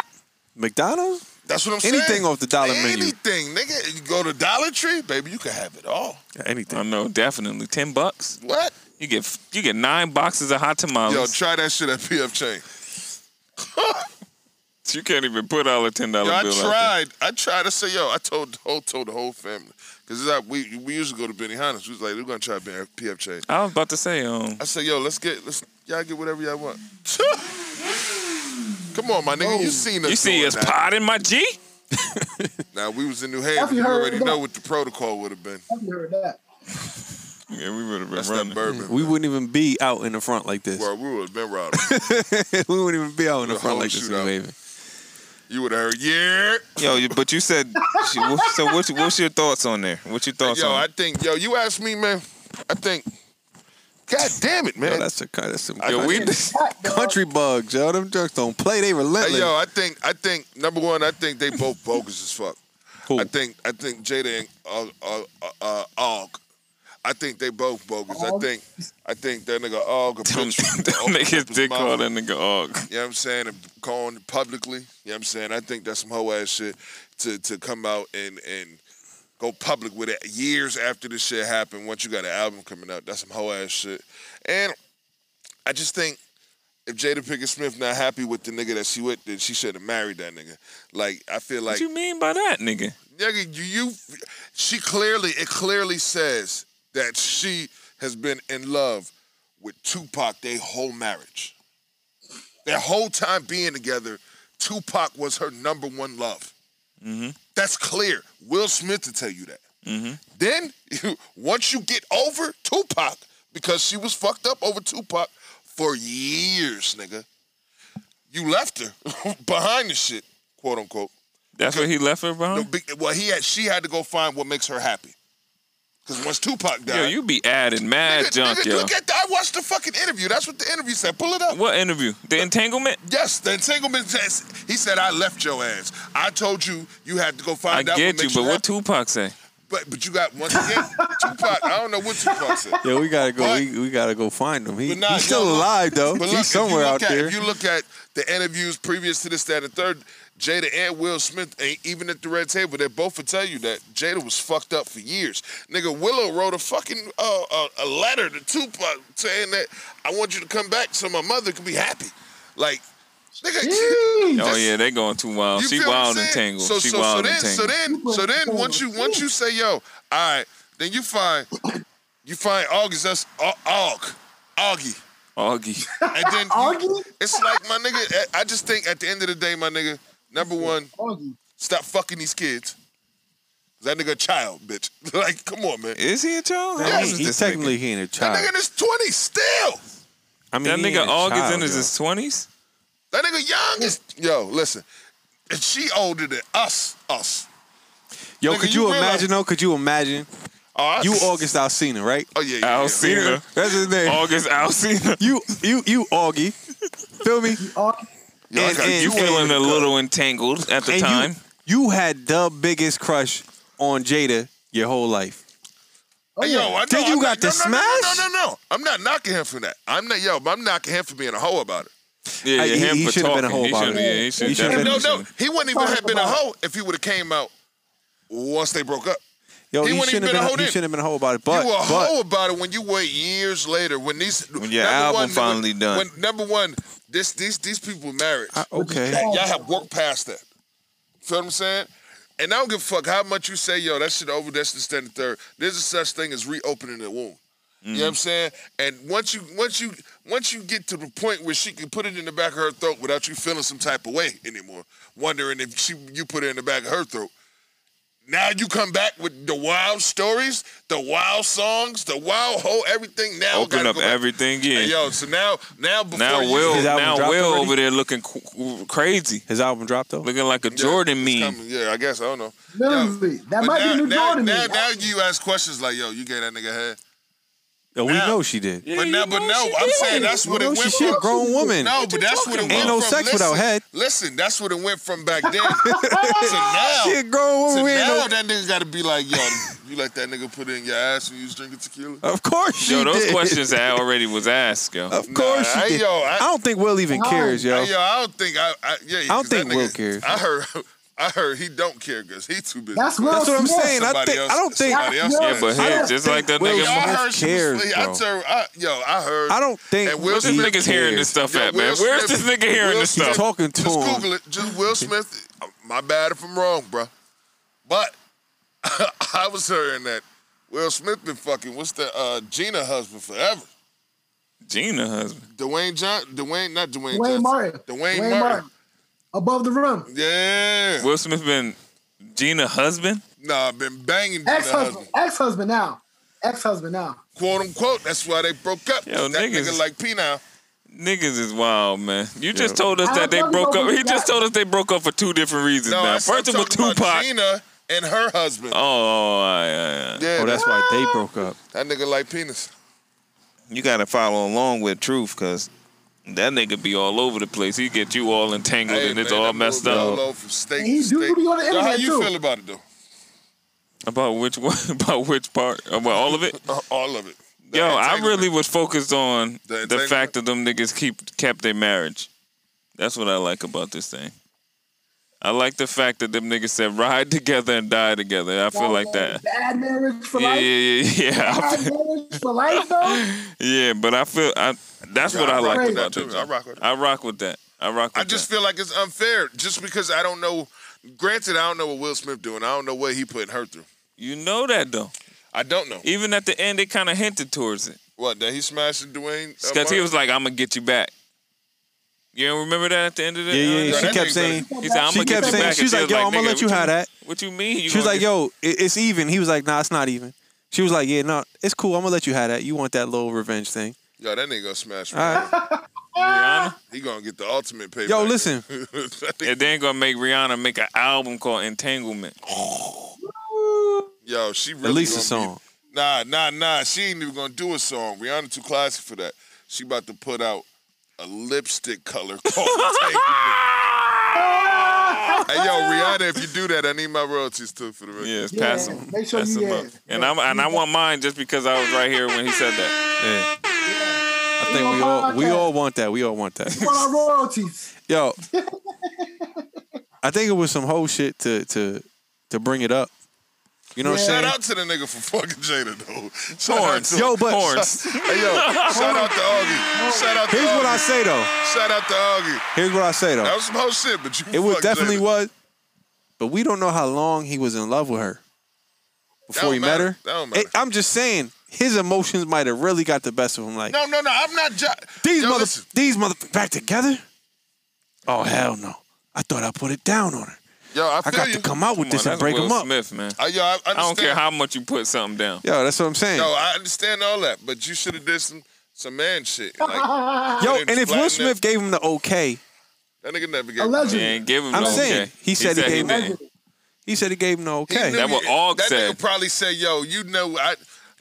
Speaker 3: McDonald's.
Speaker 2: That's what I'm saying.
Speaker 3: Anything off the dollar menu.
Speaker 2: Anything, nigga. You go to Dollar Tree, baby, you can have it all.
Speaker 3: Anything.
Speaker 1: I know, definitely. Ten bucks.
Speaker 2: What?
Speaker 1: You get you get nine boxes of hot tamales.
Speaker 2: Yo, try that shit at PF Chain.
Speaker 1: you can't even put all the ten dollar
Speaker 2: Yo, I
Speaker 1: bill. out there.
Speaker 2: tried. I tried. I said, yo, I told the whole told the whole family because like we we usually go to Benny Hanna's. We was like, we're gonna try Ben- PF Chang's.
Speaker 1: I was about to say, um,
Speaker 2: I said, yo, let's get let's y'all get whatever y'all want. Come on, my nigga,
Speaker 4: Oh.
Speaker 2: you seen us?
Speaker 1: you see
Speaker 2: doing
Speaker 1: us
Speaker 2: that.
Speaker 1: potting my G?
Speaker 2: Now we was in New
Speaker 4: Have
Speaker 2: Haven.
Speaker 4: you
Speaker 2: You
Speaker 4: heard
Speaker 2: already
Speaker 4: that?
Speaker 2: know what the protocol would have been.
Speaker 4: Have you heard that?
Speaker 1: Yeah, we would have been
Speaker 2: That's
Speaker 1: running.
Speaker 2: that bourbon.
Speaker 3: We wouldn't even be out in the front like this.
Speaker 2: Bro, we would have been robbed.
Speaker 3: we wouldn't even be out in the
Speaker 2: The
Speaker 3: front
Speaker 2: whole
Speaker 3: like this in
Speaker 2: shootout.
Speaker 3: New Haven.
Speaker 2: You would have heard, yeah.
Speaker 1: Yo, you- but you said so. What's, what's your thoughts on there? What's your thoughts
Speaker 2: Yo,
Speaker 1: on?
Speaker 2: I think, yo, you asked me, man. I think, God damn it, man.
Speaker 3: Yo, that's a that's some
Speaker 1: Yo, we-
Speaker 3: country bugs. Yo, them drugs don't play. They
Speaker 2: Hey,
Speaker 3: relentless.
Speaker 2: yo, I think I think number one, I think they both bogus as fuck.
Speaker 3: Who?
Speaker 2: I think I think Jada and uh, uh, uh, uh, Og. I think they both bogus. I think I think that nigga Og a
Speaker 1: Don't,
Speaker 2: bitch.
Speaker 1: don't make his dick call that nigga
Speaker 2: You know
Speaker 1: Og.
Speaker 2: what I'm saying? And calling publicly. You know what I'm saying? I think that's some hoe ass shit to to come out and and go public with it years after this shit happened. Once you got an album coming out, that's some hoe ass shit. And I just think if Jada Pinkett Smith not happy with the nigga that she with, then she should have married that nigga. Like I feel like
Speaker 1: what you mean by that, nigga?
Speaker 2: nigga, you, you she clearly it clearly says that she has been in love with Tupac their whole marriage. Their whole time being together, Tupac was her number one love.
Speaker 1: Mhm.
Speaker 2: That's clear. Will Smith to tell you that.
Speaker 1: Mhm.
Speaker 2: Then once you get over Tupac, because she was fucked up over Tupac for years, nigga. You left her behind the shit, quote unquote.
Speaker 1: That's what he left her
Speaker 2: No,
Speaker 1: behind.
Speaker 2: be- well, he had she had to go find what makes her happy. Because once Tupac died,
Speaker 1: yo, you be adding mad
Speaker 2: Nigga,
Speaker 1: junk,
Speaker 2: nigga,
Speaker 1: yo.
Speaker 2: Look at the, I watched the fucking interview. That's what the interview said. Pull it up.
Speaker 1: What interview? The entanglement?
Speaker 2: Yes, the entanglement says he said I left your ass. I told you you had to go
Speaker 1: I
Speaker 2: find out.
Speaker 1: get
Speaker 2: what
Speaker 1: you,
Speaker 2: makes
Speaker 1: but what
Speaker 2: happy.
Speaker 1: Tupac say?
Speaker 2: But but you got once again Tupac. I don't know what Tupac said.
Speaker 3: Yo, we gotta go.
Speaker 2: But-
Speaker 3: We, we gotta go find him. He,
Speaker 2: But nah,
Speaker 3: he's still
Speaker 2: yo, look-
Speaker 3: alive though.
Speaker 2: But look, if
Speaker 3: he's
Speaker 2: you
Speaker 3: somewhere
Speaker 2: look
Speaker 3: out
Speaker 2: at-
Speaker 3: there.
Speaker 2: If you look at the interviews previous to this, that, and third, Jada and Will Smith, ain't even at the red table, they both will tell you that Jada was fucked up for years. Nigga, Willow wrote a fucking uh, a, a letter to Tupac saying that I want you to come back so my mother can be happy. Like, nigga,
Speaker 1: Oh
Speaker 2: that's-
Speaker 1: yeah, they going too wild.
Speaker 2: you
Speaker 1: She
Speaker 2: feel what I'm
Speaker 1: wild and
Speaker 2: saying?
Speaker 1: tangled.
Speaker 2: So,
Speaker 1: she
Speaker 2: so,
Speaker 1: wild
Speaker 2: so then,
Speaker 1: and tangled.
Speaker 2: so then, so then, once you once you say yo, all right, then you find you find August that's Au- Aug, Augie.
Speaker 1: Augie.
Speaker 2: And then you- it's like my nigga. I I just think at the end of the day, my nigga, number one, stop fucking these kids. That nigga a child, bitch. Like, come on, man.
Speaker 1: Is he a child? How
Speaker 3: I mean,
Speaker 1: old is
Speaker 3: he's
Speaker 1: this
Speaker 3: technically he ain't a
Speaker 2: That nigga
Speaker 3: child.
Speaker 2: in his twenties still.
Speaker 3: I mean,
Speaker 1: That
Speaker 3: he
Speaker 1: nigga
Speaker 3: ain't a
Speaker 1: Aug is in
Speaker 3: child, yo.
Speaker 1: his twenties.
Speaker 2: That nigga young is. Yo, listen. And she older than us. Us.
Speaker 3: Yo,
Speaker 2: nigga,
Speaker 3: could
Speaker 2: you
Speaker 3: you,
Speaker 2: realize-
Speaker 3: imagine though? Could you imagine?
Speaker 2: Oh, I-
Speaker 3: You August Alcina, right?
Speaker 2: Oh yeah. yeah, yeah.
Speaker 1: Alcina.
Speaker 3: That's his name.
Speaker 1: August Alcina.
Speaker 3: You you you Augie. Feel me?
Speaker 2: Yo, I
Speaker 3: and-
Speaker 2: got
Speaker 3: and-
Speaker 2: you
Speaker 1: You feeling
Speaker 2: in
Speaker 1: a little entangled at the
Speaker 3: And
Speaker 1: time?
Speaker 3: You, you had the biggest crush on Jada your whole life.
Speaker 4: Oh,
Speaker 2: Hey,
Speaker 4: yeah.
Speaker 2: yo, I know,
Speaker 3: Then you
Speaker 2: I'm not,
Speaker 3: got the
Speaker 2: no, no, no,
Speaker 3: smash?
Speaker 2: No, no, no, no, I'm not knocking him for that. I'm not, yo, I'm knocking him for being a hoe about it.
Speaker 1: Yeah,
Speaker 3: I-
Speaker 1: yeah,
Speaker 3: he-
Speaker 1: him
Speaker 3: he
Speaker 1: for
Speaker 3: should've been a
Speaker 1: talking.
Speaker 3: whole
Speaker 1: He should've-
Speaker 3: bottle.
Speaker 1: yeah, he should've
Speaker 3: He should've
Speaker 1: definitely-
Speaker 3: been-
Speaker 2: No, no, he wouldn't even have been a hoe if he would have came out once they broke up.
Speaker 3: Yo,
Speaker 2: he
Speaker 3: he,
Speaker 2: wouldn't
Speaker 3: shouldn't
Speaker 2: even been
Speaker 3: have
Speaker 2: a hoe
Speaker 3: been. He
Speaker 2: then.
Speaker 3: shouldn't have been a whole about it. But,
Speaker 2: you were a
Speaker 3: but
Speaker 2: hoe about it when you wait years later when these when
Speaker 3: your album finally done.
Speaker 2: When number one, this these these people were married.
Speaker 3: okay.
Speaker 2: Y'all have worked past that. Feel what I'm saying? And I don't give a fuck how much you say, yo, that shit over, that's the standard third. There's a such thing as reopening the wound. You
Speaker 1: Mm.
Speaker 2: know what I'm saying? And once you once you once you get to the point where she can put it in the back of her throat without you feeling some type of way anymore, wondering if she you put it in the back of her throat. Now you come back with the wild stories, the wild songs, the wild whole everything. Now
Speaker 1: Open
Speaker 2: gotta
Speaker 1: up
Speaker 2: go back.
Speaker 1: everything, yeah.
Speaker 2: Hey, yo, so now now before
Speaker 1: Now
Speaker 2: you,
Speaker 1: Will,
Speaker 3: His album
Speaker 1: now
Speaker 3: dropped
Speaker 1: Will
Speaker 3: already?
Speaker 1: over there looking qu- qu- crazy,
Speaker 3: his album dropped though,
Speaker 1: looking like a
Speaker 2: Yeah,
Speaker 1: Jordan
Speaker 2: it's
Speaker 1: meme.
Speaker 2: coming. Yeah, I guess I don't know.
Speaker 4: Literally, that
Speaker 2: But
Speaker 4: might
Speaker 2: now,
Speaker 4: be a new
Speaker 2: now,
Speaker 4: Jordan.
Speaker 2: Now,
Speaker 4: meme.
Speaker 2: now you ask questions like, "Yo, you gave that nigga head."
Speaker 3: Yo, we know she did.
Speaker 2: but now, but no, I'm saying that's
Speaker 3: You
Speaker 2: what it
Speaker 3: know
Speaker 2: went
Speaker 3: she- she a
Speaker 2: from.
Speaker 3: grown woman.
Speaker 2: No, but that's what it went
Speaker 3: Ain't no
Speaker 2: from.
Speaker 3: sex without
Speaker 2: Listen,
Speaker 3: head.
Speaker 2: Listen, that's what it went from back then. to now,
Speaker 3: She a grown woman.
Speaker 2: to
Speaker 3: we ain't
Speaker 2: now
Speaker 3: no-
Speaker 2: that nigga got to be like, "Yo, you let that nigga put it in your ass when you was drinking tequila?"
Speaker 3: Of course she
Speaker 1: Yo, those
Speaker 3: did.
Speaker 1: questions I already was asked, yo.
Speaker 3: Of course
Speaker 2: Nah, I-
Speaker 3: she did.
Speaker 2: yo, I-
Speaker 3: I don't think Will even cares, yo.
Speaker 2: Hey, yo, I don't think I. I yeah, I
Speaker 3: don't think Will cares.
Speaker 2: I heard. I heard he don't care because he too busy.
Speaker 4: That's Will
Speaker 3: That's what I'm
Speaker 4: Smith.
Speaker 3: saying. I
Speaker 2: Somebody
Speaker 3: think
Speaker 2: else-
Speaker 3: I don't think.
Speaker 2: somebody else
Speaker 1: yeah, but
Speaker 2: I
Speaker 1: hey,
Speaker 2: don't
Speaker 1: just like that
Speaker 3: Will
Speaker 2: Yo, I
Speaker 1: nigga.
Speaker 3: Smith-
Speaker 2: heard she
Speaker 3: cares,
Speaker 2: was sleep. I
Speaker 3: bro.
Speaker 2: tell I, yo, I heard.
Speaker 3: I don't think.
Speaker 2: And
Speaker 1: Where's this
Speaker 2: Will
Speaker 3: he
Speaker 2: Smith
Speaker 1: nigga's hearing this
Speaker 3: cares.
Speaker 1: stuff
Speaker 2: Yo,
Speaker 1: at,
Speaker 2: Will
Speaker 1: man? Where's
Speaker 2: Smith-
Speaker 1: this nigga hearing
Speaker 2: Will
Speaker 1: this
Speaker 2: Smith-
Speaker 1: stuff?
Speaker 3: Talking to
Speaker 2: Just
Speaker 3: him.
Speaker 2: Google it. Just Will Smith. My bad if I'm wrong, bro. But I was hearing that Will Smith been fucking what's that uh, Gina husband forever.
Speaker 1: Gina husband.
Speaker 2: Dwayne John, Dwayne, not Dwayne.
Speaker 4: Dwayne
Speaker 2: Johnson.
Speaker 4: Martin.
Speaker 2: Dwayne, Martin.
Speaker 4: Above the rim.
Speaker 2: Yeah.
Speaker 1: Will Smith been Gina husband?
Speaker 2: Nah, been banging Gina
Speaker 4: Ex
Speaker 2: husband.
Speaker 4: husband. Ex husband now. Ex husband now.
Speaker 2: Quote unquote. That's why they broke up. that
Speaker 1: Yo, niggas-
Speaker 2: nigga like P now.
Speaker 1: Niggas is wild, man. You just
Speaker 3: Yeah.
Speaker 1: told us
Speaker 4: I
Speaker 1: that they
Speaker 4: don't
Speaker 1: broke
Speaker 4: know
Speaker 1: up. He
Speaker 4: who
Speaker 1: just
Speaker 4: that-
Speaker 1: told us they broke up for two different reasons
Speaker 2: No,
Speaker 1: now.
Speaker 2: I'm
Speaker 1: First it was
Speaker 2: talking about
Speaker 1: Tupac.
Speaker 2: Gina and her husband.
Speaker 1: Oh, yeah, yeah, yeah.
Speaker 2: yeah,
Speaker 3: Oh, that's why they broke up.
Speaker 2: that nigga like penis.
Speaker 1: You gotta follow along with truth, cause that nigga be all over the place. He get you all entangled
Speaker 2: Hey,
Speaker 1: and it's
Speaker 2: man,
Speaker 1: all
Speaker 2: that
Speaker 1: messed
Speaker 2: movie
Speaker 1: up.
Speaker 2: all over from state
Speaker 4: And he
Speaker 2: to
Speaker 4: do
Speaker 2: state.
Speaker 4: be on the
Speaker 2: Yo, how
Speaker 4: internet,
Speaker 2: you
Speaker 4: too.
Speaker 2: feel about it though?
Speaker 1: About which one? About which part? About all of it?
Speaker 2: Uh, all of it. The
Speaker 1: Uh-huh. Yo, I
Speaker 2: entanglement.
Speaker 1: really was focused on
Speaker 2: The
Speaker 1: the,
Speaker 2: entanglement.
Speaker 1: fact that them niggas keep kept their marriage. That's what I like about this thing. I like the fact that them niggas said ride together and die together. I feel like that.
Speaker 4: Bad marriage for
Speaker 1: Yeah,
Speaker 4: life.
Speaker 1: yeah, yeah, yeah. I
Speaker 4: Bad
Speaker 1: feel-
Speaker 4: marriage for life, though.
Speaker 1: yeah, but I feel I. That's what I
Speaker 2: rock
Speaker 1: like
Speaker 2: with
Speaker 1: about
Speaker 2: that,
Speaker 1: it.
Speaker 2: too. I rock with it.
Speaker 1: I rock with that. I rock with
Speaker 2: I just
Speaker 1: that.
Speaker 2: feel like it's unfair just because I don't know. Granted, I don't know what Will Smith doing. I don't know what he putting her through.
Speaker 1: You know that though.
Speaker 2: I don't know.
Speaker 1: Even at the end, they kind of hinted towards it.
Speaker 2: What that he smashing Dwayne? uh,
Speaker 1: Because he
Speaker 2: Martin?
Speaker 1: was like, "I'm gonna get you back." You don't remember that at the end of the
Speaker 3: Yeah, yeah.
Speaker 1: uh,
Speaker 3: yeah.
Speaker 2: that
Speaker 3: She
Speaker 2: nigga
Speaker 3: kept saying.
Speaker 1: He said, "I'm
Speaker 3: She
Speaker 1: gonna get
Speaker 3: kept
Speaker 1: you
Speaker 3: saying.
Speaker 1: back." and
Speaker 3: She's
Speaker 1: she
Speaker 3: like,
Speaker 1: was
Speaker 3: "Yo, I'm gonna
Speaker 1: nigga,
Speaker 3: let you
Speaker 1: what
Speaker 3: have that."
Speaker 1: What you mean? You
Speaker 3: She was
Speaker 1: gonna
Speaker 3: like,
Speaker 1: get-
Speaker 3: "Yo, it- it's even." He was like, "Nah, it's not even." She was like, "Yeah, no, it's cool. I'm gonna let you have that. You want that little revenge thing?
Speaker 2: Yo, that nigga gonna smash.
Speaker 3: All right.
Speaker 1: Rihanna.
Speaker 2: He gonna get the ultimate payback.
Speaker 3: Yo, listen.
Speaker 2: That nigga-
Speaker 1: And then gonna make Rihanna make an album called Entanglement.
Speaker 2: Yo, she really
Speaker 3: At least a
Speaker 2: gonna
Speaker 3: song.
Speaker 2: Be, nah, nah, nah. She ain't even gonna do a song. Rihanna too classic for that. She about to put out a lipstick color called Entanglement. Hey yo, Rihanna, if you do that, I need my royalties too for the record.
Speaker 1: Yeah, it's
Speaker 4: Yeah,
Speaker 1: pass him.
Speaker 4: make sure
Speaker 1: pass
Speaker 4: you-
Speaker 1: him
Speaker 4: yeah.
Speaker 1: up. And I'm and I want mine just because I was right here when he said that.
Speaker 3: Yeah. I think we all we all want that. We all want that.
Speaker 4: For our royalties.
Speaker 3: Yo, I think it was some whole shit to to to bring it up. You know what I'm
Speaker 2: Shout
Speaker 3: saying?
Speaker 2: out to the nigga for fucking Jada though. Shout out
Speaker 1: Horns.
Speaker 2: to
Speaker 3: Yo, but-
Speaker 1: horns.
Speaker 2: Hey, yo, shout out to Augie. Shout out to
Speaker 3: Here's
Speaker 2: Augie.
Speaker 3: what I say though.
Speaker 2: Shout out to Augie.
Speaker 3: Here's what I say
Speaker 2: That
Speaker 3: though.
Speaker 2: was some whole shit, but you
Speaker 3: It was
Speaker 2: fucked
Speaker 3: definitely
Speaker 2: Jada.
Speaker 3: was, but we don't know how long he was in love with her before
Speaker 2: don't
Speaker 3: he met
Speaker 2: matter.
Speaker 3: her.
Speaker 2: That don't
Speaker 3: It-
Speaker 2: matter.
Speaker 3: I'm just saying his emotions might have really got the best of him. Like
Speaker 2: No, no, no. I'm not. Jo-
Speaker 3: these
Speaker 2: Yo,
Speaker 3: mother
Speaker 2: listen.
Speaker 3: these mother back together. Oh hell no! I thought I put it down on her.
Speaker 2: Yo, I
Speaker 3: I
Speaker 2: feel
Speaker 3: got
Speaker 2: you.
Speaker 3: to come out with
Speaker 1: Come on,
Speaker 3: this and
Speaker 1: that's
Speaker 3: break
Speaker 1: Will
Speaker 3: him up.
Speaker 1: Smith, man.
Speaker 2: Uh, yo, I,
Speaker 1: I don't
Speaker 2: understand.
Speaker 1: care how much you put something down.
Speaker 3: Yo, that's what I'm saying.
Speaker 2: Yo, I understand all that, but you should have did some some man shit. Like
Speaker 3: Yo,
Speaker 2: it's
Speaker 3: and if Will
Speaker 2: flattened
Speaker 3: Smith gave him the okay,
Speaker 2: that nigga never gave.
Speaker 1: She
Speaker 4: Allegedly.
Speaker 1: ain't give him
Speaker 3: I'm
Speaker 1: no
Speaker 3: saying,
Speaker 1: okay.
Speaker 3: he said he gave him-
Speaker 1: didn't.
Speaker 3: he said he gave him the
Speaker 2: He knew
Speaker 3: okay.
Speaker 1: That what
Speaker 2: you-
Speaker 1: Og
Speaker 2: that
Speaker 1: said.
Speaker 2: nigga probably said, "Yo, you know, I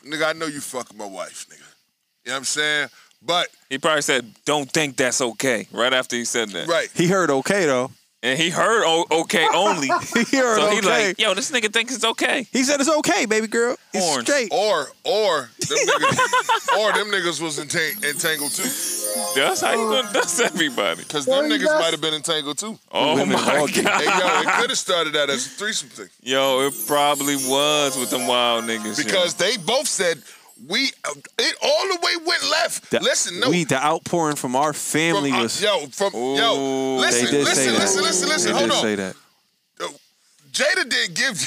Speaker 2: nigga, I know you fucking my wife, nigga. You know what I'm saying? But
Speaker 1: He probably said, "Don't think that's okay." Right after he said that,
Speaker 2: right,
Speaker 3: He heard okay though.
Speaker 1: and he heard "O- "okay" only.
Speaker 3: He heard
Speaker 1: so
Speaker 3: okay.
Speaker 1: he like, "Yo, this nigga thinks it's okay."
Speaker 3: he said it's okay, baby girl. It's
Speaker 2: Oh,
Speaker 1: Orange.
Speaker 3: straight.
Speaker 2: or or them niggas, or them niggas was entang- entangled too.
Speaker 1: That's how you gonna dust everybody.
Speaker 2: Because them niggas might have been entangled too.
Speaker 1: Oh Women my all get- God.
Speaker 2: Hey, yo, it could have started out as a threesome thing.
Speaker 1: Yo, it probably was with them wild niggas. yo.
Speaker 2: Because they both said we it all the way went left.
Speaker 3: The-
Speaker 2: listen, no,
Speaker 3: we the outpouring from our family
Speaker 2: From, uh,
Speaker 3: was.
Speaker 2: yo, from- yo,
Speaker 3: Ooh,
Speaker 2: listen,
Speaker 3: they did
Speaker 2: listen,
Speaker 3: say that.
Speaker 2: listen, listen, listen,
Speaker 3: They
Speaker 2: hold
Speaker 3: did
Speaker 2: on.
Speaker 3: say that.
Speaker 2: Jada didn't give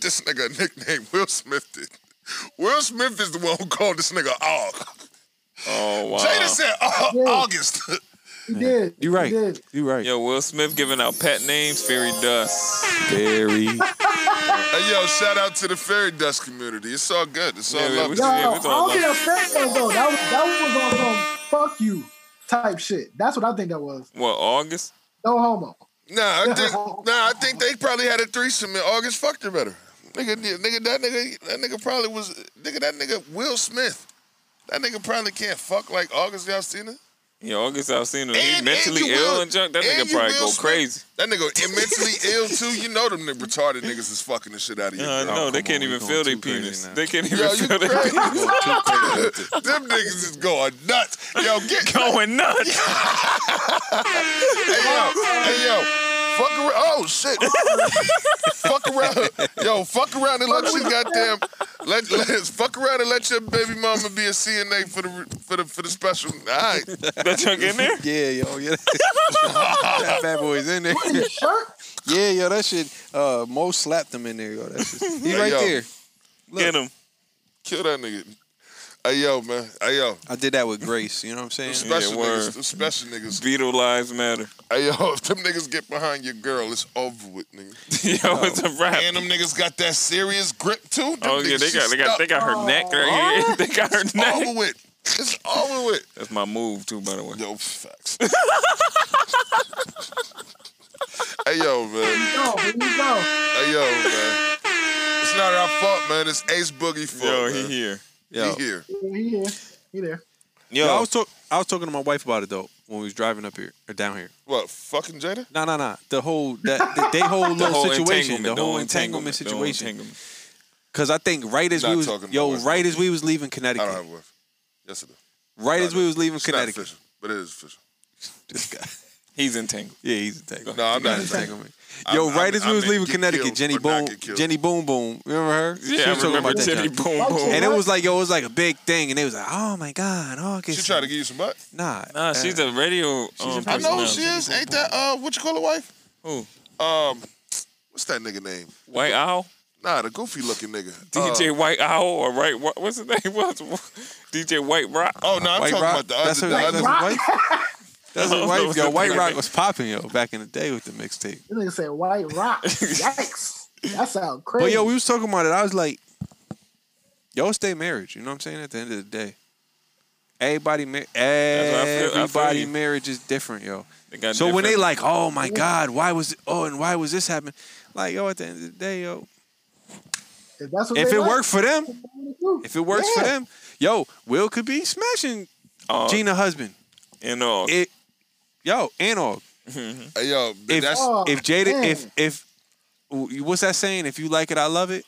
Speaker 2: this nigga a nickname. Will Smith did. Will Smith is the one who called this nigga Og.
Speaker 1: Oh
Speaker 3: Uh,
Speaker 1: wow.
Speaker 2: Jada said "Og- August.
Speaker 4: He did.
Speaker 3: You right. You right.
Speaker 1: Yo, Will Smith giving out pet names, Fairy Dust.
Speaker 3: Fairy.
Speaker 2: Hey, yo, shout out to the fairy dust community. It's all good. It's all
Speaker 1: Yeah, yeah,
Speaker 2: love.
Speaker 1: we-
Speaker 4: Yo, I don't get upset though. though. That was, that was on some fuck you type shit. That's what I think that was.
Speaker 1: What August?
Speaker 4: No homo.
Speaker 2: Nah, I think, nah, I think they probably had a threesome and August fucked her better. Nigga, nigga, that nigga, that nigga probably was, nigga, that nigga Will Smith. That nnigga probably can't fuck like August Alsina.
Speaker 1: Yeah, August Alsina. He
Speaker 2: And-
Speaker 1: mentally
Speaker 2: and you
Speaker 1: ill
Speaker 2: will-
Speaker 1: and junk. That
Speaker 2: and
Speaker 1: nigga
Speaker 2: you
Speaker 1: probably
Speaker 2: will
Speaker 1: go
Speaker 2: Smith.
Speaker 1: crazy.
Speaker 2: That nigga and mentally ill too. You know them nigga, retarded niggas is fucking the shit out of you.
Speaker 1: Uh, no, they can't even feel their penis. They can't even
Speaker 2: Yo, you
Speaker 1: feel their
Speaker 2: crazy.
Speaker 1: penis.
Speaker 2: them niggas is going nuts. Yo, get
Speaker 1: going nuts.
Speaker 2: hey yo, hey yo, fuck around. Oh shit, fuck around. Yo, fuck around and let your goddamn let, let fuck around and let your baby mama be a CNA for the for the for the special. All right,
Speaker 1: That junk in there?
Speaker 3: Yeah, yo, yeah. that bad boy's in there. Yeah, yo, that shit. Uh, Mo slapped him in there, yo. That shit. He
Speaker 2: Hey,
Speaker 3: right
Speaker 2: yo.
Speaker 3: there.
Speaker 1: Get him.
Speaker 2: kill that nigga. Hey yo, man. Hey yo,
Speaker 3: I did that with grace. You know what I'm saying?
Speaker 2: special
Speaker 1: Yeah, word.
Speaker 2: niggas, them special niggas.
Speaker 1: Beetle lives matter.
Speaker 2: Hey yo, if them niggas get behind your girl, it's over with, nigga.
Speaker 1: Yo, it's a wrap.
Speaker 2: And them niggas got that serious grip too. Them
Speaker 1: Oh yeah,
Speaker 2: niggas,
Speaker 1: they got
Speaker 2: she
Speaker 1: they got they got her neck right
Speaker 3: Oh.
Speaker 1: here. They got her
Speaker 2: stuck.
Speaker 1: neck.
Speaker 2: over with. It's over with.
Speaker 1: That's my move too, by the way.
Speaker 2: Yo, facts. hey yo, man.
Speaker 4: No, here you go.
Speaker 2: Hey yo, man. It's not our fault, man. It's Ace Boogie fault.
Speaker 1: Yo, he
Speaker 2: man.
Speaker 1: here.
Speaker 3: Yo.
Speaker 2: He here.
Speaker 4: Yeah, He there. He there.
Speaker 1: Yo,
Speaker 3: I was talk- I was talking to my wife about it though when we was driving up here or down here.
Speaker 2: What? Fucking Jada?
Speaker 3: No, no, no. The whole that the, they whole little
Speaker 1: whole
Speaker 3: situation, the
Speaker 1: entanglement,
Speaker 3: whole entanglement situation.
Speaker 1: entanglement.
Speaker 3: Because I think right as
Speaker 2: Not
Speaker 3: we was
Speaker 2: talking to my
Speaker 3: yo,
Speaker 2: wife.
Speaker 3: right as we was leaving
Speaker 2: I don't have
Speaker 3: Connecticut,
Speaker 2: a wife. Yes, I do.
Speaker 3: right as we was leaving
Speaker 2: It's not
Speaker 3: Connecticut,
Speaker 2: official, but it is official.
Speaker 3: this guy.
Speaker 1: He's entangled.
Speaker 3: Yeah, he's entangled.
Speaker 2: No, I'm not entangled.
Speaker 3: entanglement. Yo,
Speaker 2: I'm-
Speaker 3: right
Speaker 2: I'm-
Speaker 3: as we
Speaker 2: I'm
Speaker 3: was
Speaker 2: in
Speaker 3: leaving
Speaker 2: get
Speaker 3: Connecticut,
Speaker 2: killed
Speaker 3: Jenny
Speaker 2: or not
Speaker 3: Boom,
Speaker 2: get killed.
Speaker 3: Jenny Boom Boom. Remember her?
Speaker 1: Yeah, I remember
Speaker 3: that
Speaker 1: Jenny
Speaker 3: junk.
Speaker 1: Boom Boom.
Speaker 3: And it was like, yo, it was like a big thing, and they was like, oh my god, August.
Speaker 2: She tried to give you some butt.
Speaker 3: Nah,
Speaker 1: Nah, she's a radio. Um,
Speaker 2: I know who
Speaker 1: personality.
Speaker 2: she is. Ain't that uh what you call her wife?
Speaker 1: Who?
Speaker 2: Um what's that nigga name?
Speaker 1: White Owl.
Speaker 2: Nah, the goofy looking nigga.
Speaker 1: DJ
Speaker 2: Uh,
Speaker 1: White Owl or right? What, what's his name? What's DJ White Rock?
Speaker 2: oh no, I'm
Speaker 3: White
Speaker 2: talking
Speaker 3: Rock.
Speaker 2: about the
Speaker 3: that's her.
Speaker 2: other the
Speaker 3: That's
Speaker 2: other
Speaker 3: his wife. That's
Speaker 1: I
Speaker 3: his
Speaker 1: don't know
Speaker 3: wife.
Speaker 1: what's
Speaker 3: Yo,
Speaker 1: the
Speaker 3: White
Speaker 1: thing.
Speaker 3: Rock was popping yo back in the day with the
Speaker 4: This
Speaker 3: mixtape.
Speaker 4: nigga said white rock. Yikes. That sound crazy.
Speaker 3: But Oh, yo, we was talking about it. I was like, yo, stay marriage. You know what I'm saying? At the end of the day, everybody, mar-
Speaker 1: what I feel- I feel
Speaker 3: everybody
Speaker 1: you.
Speaker 3: marriage is different, yo.
Speaker 1: They got
Speaker 3: So when they
Speaker 1: different-
Speaker 3: like, oh my God, why was oh and why was this happening? Like yo, at the end of the day, yo,
Speaker 4: if that's what
Speaker 3: if
Speaker 4: they
Speaker 3: it
Speaker 4: like,
Speaker 3: worked for them,
Speaker 4: that's what they do.
Speaker 3: if it works for
Speaker 4: Yeah.
Speaker 3: them, yo, Will could be smashing
Speaker 1: uh,
Speaker 3: Gina husband.
Speaker 1: and all,
Speaker 3: It, yo, and all.
Speaker 2: Hey, yo,
Speaker 3: If uh,
Speaker 2: that's
Speaker 4: Oh,
Speaker 3: if Jada,
Speaker 4: man.
Speaker 3: if if what's that saying? If you like it, I love it.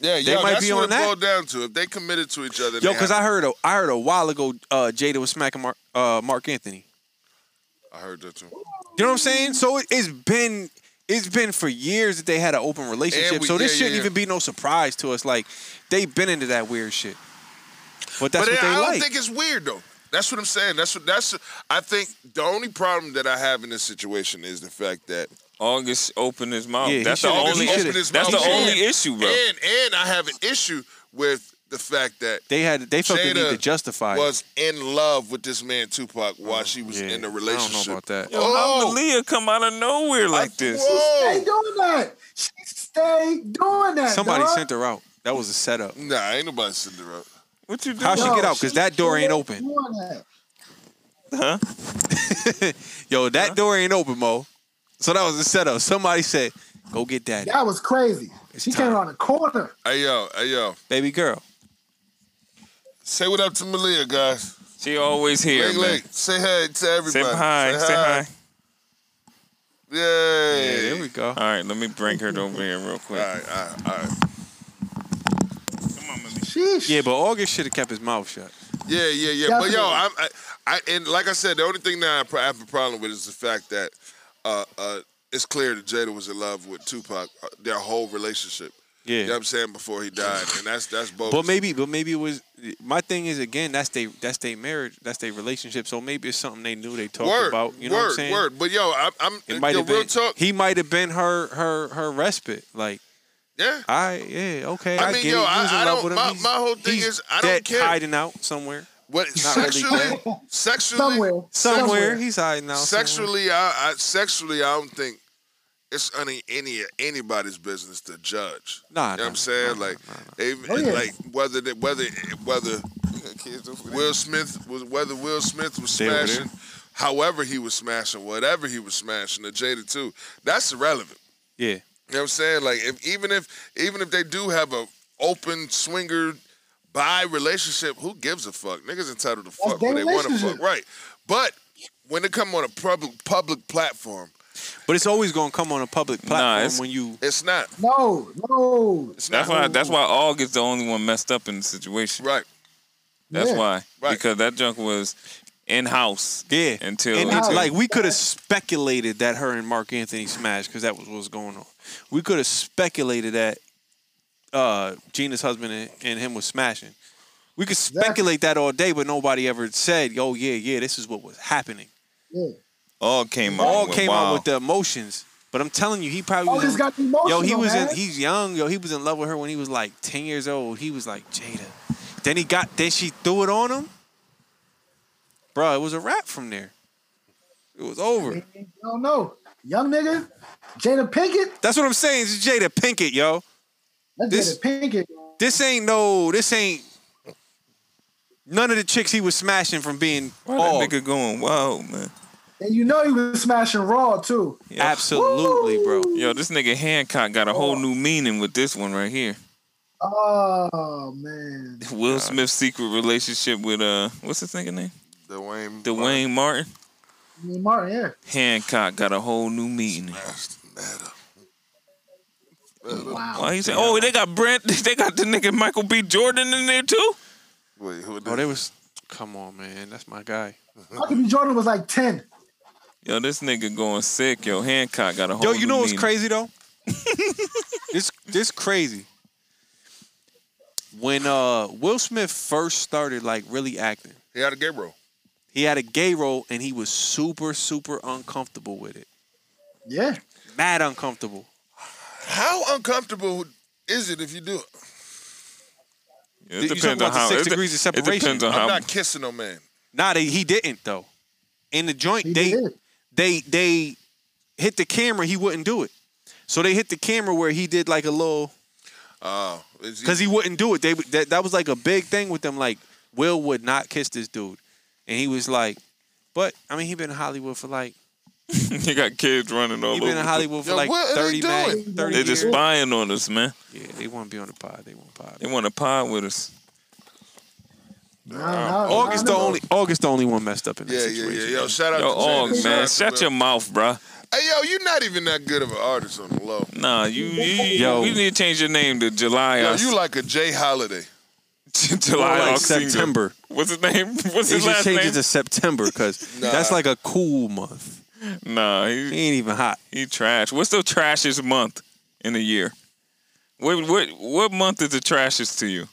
Speaker 2: yeah,
Speaker 3: they
Speaker 2: yo,
Speaker 3: might
Speaker 2: that's
Speaker 3: be
Speaker 2: what
Speaker 3: on
Speaker 2: it
Speaker 3: that.
Speaker 2: boiled down to. If they committed to each other,
Speaker 3: Yo,
Speaker 2: they
Speaker 3: because
Speaker 2: had-
Speaker 3: I heard a I heard a while ago uh, Jada was smacking Mark uh, Mark Anthony.
Speaker 2: I heard that too.
Speaker 3: You know what I'm saying? So it, it's been it's been for years that they had an open relationship.
Speaker 2: we-
Speaker 3: so this
Speaker 2: yeah, yeah,
Speaker 3: shouldn't
Speaker 2: yeah.
Speaker 3: even be no surprise to us. Like they've been into that weird shit. But that's
Speaker 2: but
Speaker 3: what
Speaker 2: I
Speaker 3: they
Speaker 2: don't
Speaker 3: like.
Speaker 2: think it's weird though. That's what I'm saying. That's what that's. I think the only problem that I have in this situation is the fact that
Speaker 1: August opened his mouth.
Speaker 3: Yeah, he
Speaker 1: that's the
Speaker 3: should've- he
Speaker 1: only.
Speaker 3: should've-
Speaker 1: That's the
Speaker 2: And-
Speaker 1: only issue, bro.
Speaker 2: And and I have an issue with the fact that
Speaker 3: they had they felt the
Speaker 2: Jada
Speaker 3: need to justify. it. Oh,
Speaker 2: was in love with this man Tupac while she was in a relationship. Oh,
Speaker 3: I don't know about that.
Speaker 1: Yo,
Speaker 3: Oh.
Speaker 1: how Malia come out of nowhere like this?
Speaker 4: Stay
Speaker 2: Whoa.
Speaker 4: doing that. She stay doing that.
Speaker 3: Somebody
Speaker 4: dog.
Speaker 3: sent her out. That was a setup.
Speaker 2: Nah, ain't nobody sitting there up.
Speaker 1: What you doing?
Speaker 3: How she
Speaker 4: Yo,
Speaker 3: get out? Because that door ain't open.
Speaker 4: Doing that.
Speaker 3: Yo, that door ain't open, Mo. So that was a setup. Somebody said, "Go get daddy,
Speaker 4: That was crazy. she
Speaker 3: time.
Speaker 4: came around the corner.
Speaker 2: Hey yo, hey yo.
Speaker 3: baby girl."
Speaker 2: Say what up to Malia, guys.
Speaker 1: She always here,
Speaker 2: Ling
Speaker 1: man.
Speaker 2: Ling, say hi to
Speaker 1: Say
Speaker 2: everybody.
Speaker 1: hi. Say hi.
Speaker 3: Yeah,
Speaker 2: Yay.
Speaker 3: there we go.
Speaker 1: All right, let me bring her over here real quick.
Speaker 2: All right, all right, all right.
Speaker 4: Sheesh.
Speaker 3: Yeah, but August should have kept his mouth shut.
Speaker 2: Yeah, yeah, yeah. But yo, I'm, I, I, and like I said, the only thing that I pro- have a problem with is the fact that uh, uh, it's clear that Jada was in love with Tupac uh, their whole relationship.
Speaker 3: Yeah.
Speaker 2: you know what I'm saying before he died, and that's that's both.
Speaker 3: But maybe, but maybe it was my thing is again that's they that's their marriage, that's their relationship. So maybe it's something they knew they talked
Speaker 2: word,
Speaker 3: about. You know
Speaker 2: word,
Speaker 3: what I'm saying?
Speaker 2: word. But yo, I'm, I'm
Speaker 3: It might
Speaker 2: yo,
Speaker 3: have
Speaker 2: real
Speaker 3: been.
Speaker 2: talk.
Speaker 3: He might have been her her her respite. Like
Speaker 2: yeah,
Speaker 3: I yeah okay. I,
Speaker 2: I mean,
Speaker 3: get
Speaker 2: yo,
Speaker 3: it. You
Speaker 2: I,
Speaker 3: was in
Speaker 2: I
Speaker 3: love
Speaker 2: don't.
Speaker 3: with him.
Speaker 2: My,
Speaker 3: He's-
Speaker 2: my whole thing
Speaker 3: he's
Speaker 2: is I don't
Speaker 3: dead
Speaker 2: care.
Speaker 3: hiding out somewhere.
Speaker 2: What
Speaker 3: Not really
Speaker 2: sexually?
Speaker 3: dead.
Speaker 2: sexually?
Speaker 3: Somewhere. Somewhere. He's hiding out somewhere.
Speaker 2: Sexually, I, I sexually I don't think it's any any anybody's business to judge.
Speaker 3: Nah,
Speaker 2: you know
Speaker 3: nah,
Speaker 2: what I'm saying like even
Speaker 3: Oh, yeah.
Speaker 2: like whether that whether whether Will Smith was whether Will Smith was
Speaker 3: They over there.
Speaker 2: smashing, however he was smashing, whatever he was smashing, the Jada too. That's irrelevant.
Speaker 3: Yeah.
Speaker 2: You know what I'm saying? Like if even if even if they do have a open swinger bi relationship, who gives a fuck? Niggas entitled to fuck
Speaker 3: their
Speaker 2: who they want to fuck.
Speaker 3: relationship.
Speaker 2: Right. But when they come on a public public platform,
Speaker 3: But it's always gonna come on a public platform
Speaker 1: it's-
Speaker 3: when you.
Speaker 2: It's not.
Speaker 4: No, no.
Speaker 1: That's why. That's why Aug is the only one messed up in the situation.
Speaker 2: Right.
Speaker 1: That's
Speaker 3: Yeah.
Speaker 1: why. Because that junk was in house.
Speaker 3: Yeah.
Speaker 1: Until,
Speaker 3: and it's
Speaker 1: until
Speaker 3: like we could have speculated that her and Mark Anthony smashed because that was what was going on. We could have speculated that uh, Gina's husband and, and him was smashing. We could speculate that all day, but nobody ever said, "Oh yeah, yeah, this is what was happening."
Speaker 4: Yeah.
Speaker 1: all came
Speaker 3: all
Speaker 1: out.
Speaker 3: came
Speaker 1: wow.
Speaker 3: out with the emotions. But I'm telling you, he probably
Speaker 4: All
Speaker 3: was
Speaker 4: this
Speaker 3: in-
Speaker 4: Oh, got the
Speaker 3: yo. He
Speaker 4: emotional,
Speaker 3: was in.
Speaker 4: man.
Speaker 3: He's young, yo. He was in love with her when he was like 10 years old. He was like Jada. Then he got. Then she threw it on him. Bro, it was a wrap from there. It was over.
Speaker 4: I don't know. Young nigga, Jada Pinkett.
Speaker 3: That's what I'm saying. It's Jada Pinkett, yo.
Speaker 4: That's
Speaker 3: This-
Speaker 4: Jada Pinkett.
Speaker 3: This ain't no. This ain't. None of the chicks he was smashing from being. all.
Speaker 1: nigga going wild, man.
Speaker 4: And you know he was smashing Raw too.
Speaker 3: Absolutely, bro.
Speaker 1: Yo, this nigga Hancock got a
Speaker 2: Oh.
Speaker 1: whole new meaning with this one right here.
Speaker 4: Oh man.
Speaker 1: Will Smith's secret relationship with uh, what's his nigga name?
Speaker 2: Dwayne.
Speaker 1: Dwayne Martin.
Speaker 4: I mean, Martin, yeah.
Speaker 1: Hancock got a whole new meaning.
Speaker 4: Wow.
Speaker 1: Why he say? Oh, they got Brent. They got the nigga Michael B. Jordan in there too.
Speaker 2: Wait, who?
Speaker 3: Oh, they was. Come on, man. That's my guy.
Speaker 4: Michael B. Jordan was like ten.
Speaker 1: Yo, this nigga going sick. Yo, Hancock got a whole.
Speaker 3: Yo, you
Speaker 1: new
Speaker 3: know what's
Speaker 1: meaning.
Speaker 3: crazy though? this this crazy. When uh Will Smith first started like really acting,
Speaker 2: He had a gay bro.
Speaker 3: he had a gay role and he was super super uncomfortable with it.
Speaker 4: Yeah.
Speaker 3: Mad uncomfortable.
Speaker 2: How uncomfortable is it if you do it?
Speaker 1: It
Speaker 3: You talking
Speaker 1: depends
Speaker 3: about
Speaker 1: on
Speaker 3: the
Speaker 1: how.
Speaker 3: six
Speaker 1: it de-
Speaker 3: degrees of
Speaker 1: It depends
Speaker 3: separation.
Speaker 1: on
Speaker 2: I'm
Speaker 1: how.
Speaker 2: not kissing no man.
Speaker 3: Nah, they, he didn't though. In the joint, they they they hit the camera. He wouldn't do it. So they hit the camera where he did like a little
Speaker 2: Oh,
Speaker 3: because he wouldn't do it. They would- that, that was like a big thing with them. Like Will would not kiss this dude, and he was like, "But I mean, he been in Hollywood for like
Speaker 1: you got kids running all
Speaker 3: he
Speaker 1: over.
Speaker 3: been in Hollywood for
Speaker 2: Yo,
Speaker 3: like
Speaker 2: what are they
Speaker 3: thirty man,
Speaker 2: doing?
Speaker 3: thirty
Speaker 1: They're
Speaker 3: years.
Speaker 1: just spying on us, man.
Speaker 3: yeah, they want to be on the pod. They want pod.
Speaker 1: They want to pod with us.
Speaker 3: August the only August the only one messed up in
Speaker 2: Oh, Yeah,
Speaker 3: this
Speaker 2: yeah,
Speaker 3: situation.
Speaker 2: yeah. Yo, shout out
Speaker 1: Yo,
Speaker 2: to
Speaker 1: Og,
Speaker 2: Jada.
Speaker 1: man,
Speaker 2: Shout out to
Speaker 1: shut
Speaker 2: Will.
Speaker 1: your mouth, bruh.
Speaker 2: Hey, yo, you're not even that good of an artist on the low.
Speaker 1: Nah, you, you,
Speaker 3: Yo.
Speaker 1: we need to change your name to July.
Speaker 2: Yo,
Speaker 1: Ox-
Speaker 2: you like a Jay Holiday.
Speaker 1: July
Speaker 3: More like
Speaker 1: Oxinger.
Speaker 3: September.
Speaker 1: What's his name? What's
Speaker 3: They
Speaker 1: his
Speaker 3: should
Speaker 1: last
Speaker 3: change
Speaker 1: name?
Speaker 3: it to September because
Speaker 1: Nah.
Speaker 3: that's like a cool month.
Speaker 1: Nah, he,
Speaker 3: ain't even hot.
Speaker 1: He trash. What's the trashiest month in a year? What what what month is the trashiest to you?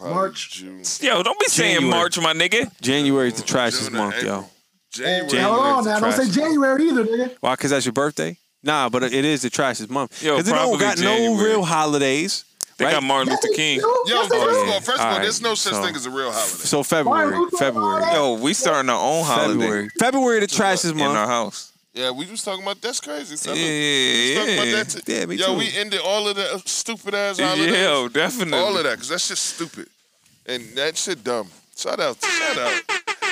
Speaker 4: March.
Speaker 1: Yo, don't be saying
Speaker 3: January.
Speaker 1: March, my nigga.
Speaker 3: January is the trashiest month, yo.
Speaker 2: January.
Speaker 4: Hold on
Speaker 3: is the
Speaker 4: now. Don't say
Speaker 3: trashiest.
Speaker 4: January either, nigga.
Speaker 3: Why? Because that's your birthday? Nah, but it is the trashiest month.
Speaker 1: Yo,
Speaker 3: Because they don't
Speaker 1: probably
Speaker 3: got no
Speaker 1: January.
Speaker 3: real holidays.
Speaker 1: They
Speaker 3: right?
Speaker 1: got Martin Luther King.
Speaker 2: Yo, first of
Speaker 3: yeah.
Speaker 2: all, first of all,
Speaker 3: Alright,
Speaker 2: there's no such
Speaker 3: so-
Speaker 2: thing as a real holiday.
Speaker 3: So February, February,
Speaker 1: Yo, we starting our own holiday
Speaker 3: February, February the trashiest
Speaker 1: in our
Speaker 3: month.
Speaker 1: house.
Speaker 2: Yeah, we was talking about that's crazy. son.
Speaker 1: Yeah,
Speaker 2: we was talking
Speaker 1: yeah.
Speaker 2: about that. Too.
Speaker 3: Yeah, me
Speaker 2: Yo,
Speaker 3: too.
Speaker 2: we ended all of that stupid ass holidays.
Speaker 1: Yo, definitely.
Speaker 2: all of that because that shit's stupid, and that shit dumb. Shout out, shout out.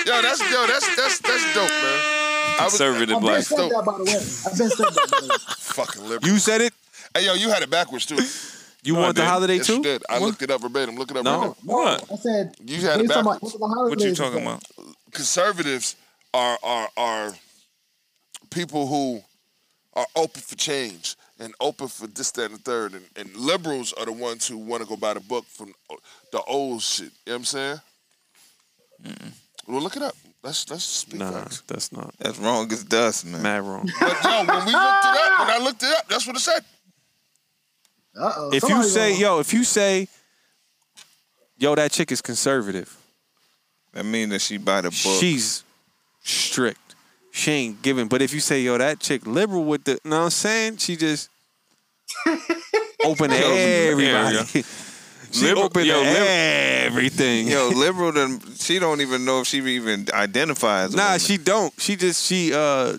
Speaker 2: Yo, that's yo, that's that's that's dope, man. I was-
Speaker 1: Conservative
Speaker 4: I've been
Speaker 1: life.
Speaker 4: said that by the way. I've been said that. By the way.
Speaker 2: Fucking liberal.
Speaker 3: You said it.
Speaker 2: Hey, yo, you had it backwards too.
Speaker 3: You want the
Speaker 1: didn't.
Speaker 3: holiday
Speaker 2: Yes, you
Speaker 3: too?
Speaker 2: did. I looked it up verbatim. Look it up.
Speaker 3: No.
Speaker 2: Verbatim.
Speaker 1: What?
Speaker 4: I said
Speaker 2: You had
Speaker 4: they talking
Speaker 2: it
Speaker 4: about-
Speaker 2: backwards.
Speaker 4: the
Speaker 1: What you
Speaker 4: holidays
Speaker 1: talking
Speaker 4: and
Speaker 1: about?
Speaker 2: Conservatives are are are people who are open for change and open for this, that, and the third. And, and liberals are the ones who want to go by the book from the old shit. You know what I'm saying? Well, look it up. Let's let's speak
Speaker 3: Nah,
Speaker 2: facts.
Speaker 3: that's not.
Speaker 1: That's wrong as dust, man.
Speaker 3: Mad wrong.
Speaker 2: But yo, when we looked it up, when I looked it up, that's what it said.
Speaker 4: Uh-oh.
Speaker 3: if you say, yo, if you say, yo, that chick is conservative.
Speaker 1: That means that she by the book.
Speaker 3: She's strict. She ain't giving. But if you say, yo, that chick liberal with the, know what I'm saying? She just open to
Speaker 1: Yo,
Speaker 3: everybody.
Speaker 1: yeah,
Speaker 3: she
Speaker 1: Liber-
Speaker 3: open
Speaker 1: yo,
Speaker 3: to
Speaker 1: lib-
Speaker 3: everything.
Speaker 1: Yo, liberal. Done, she don't even know if she even identifies.
Speaker 3: nah, she don't. She just, she, uh,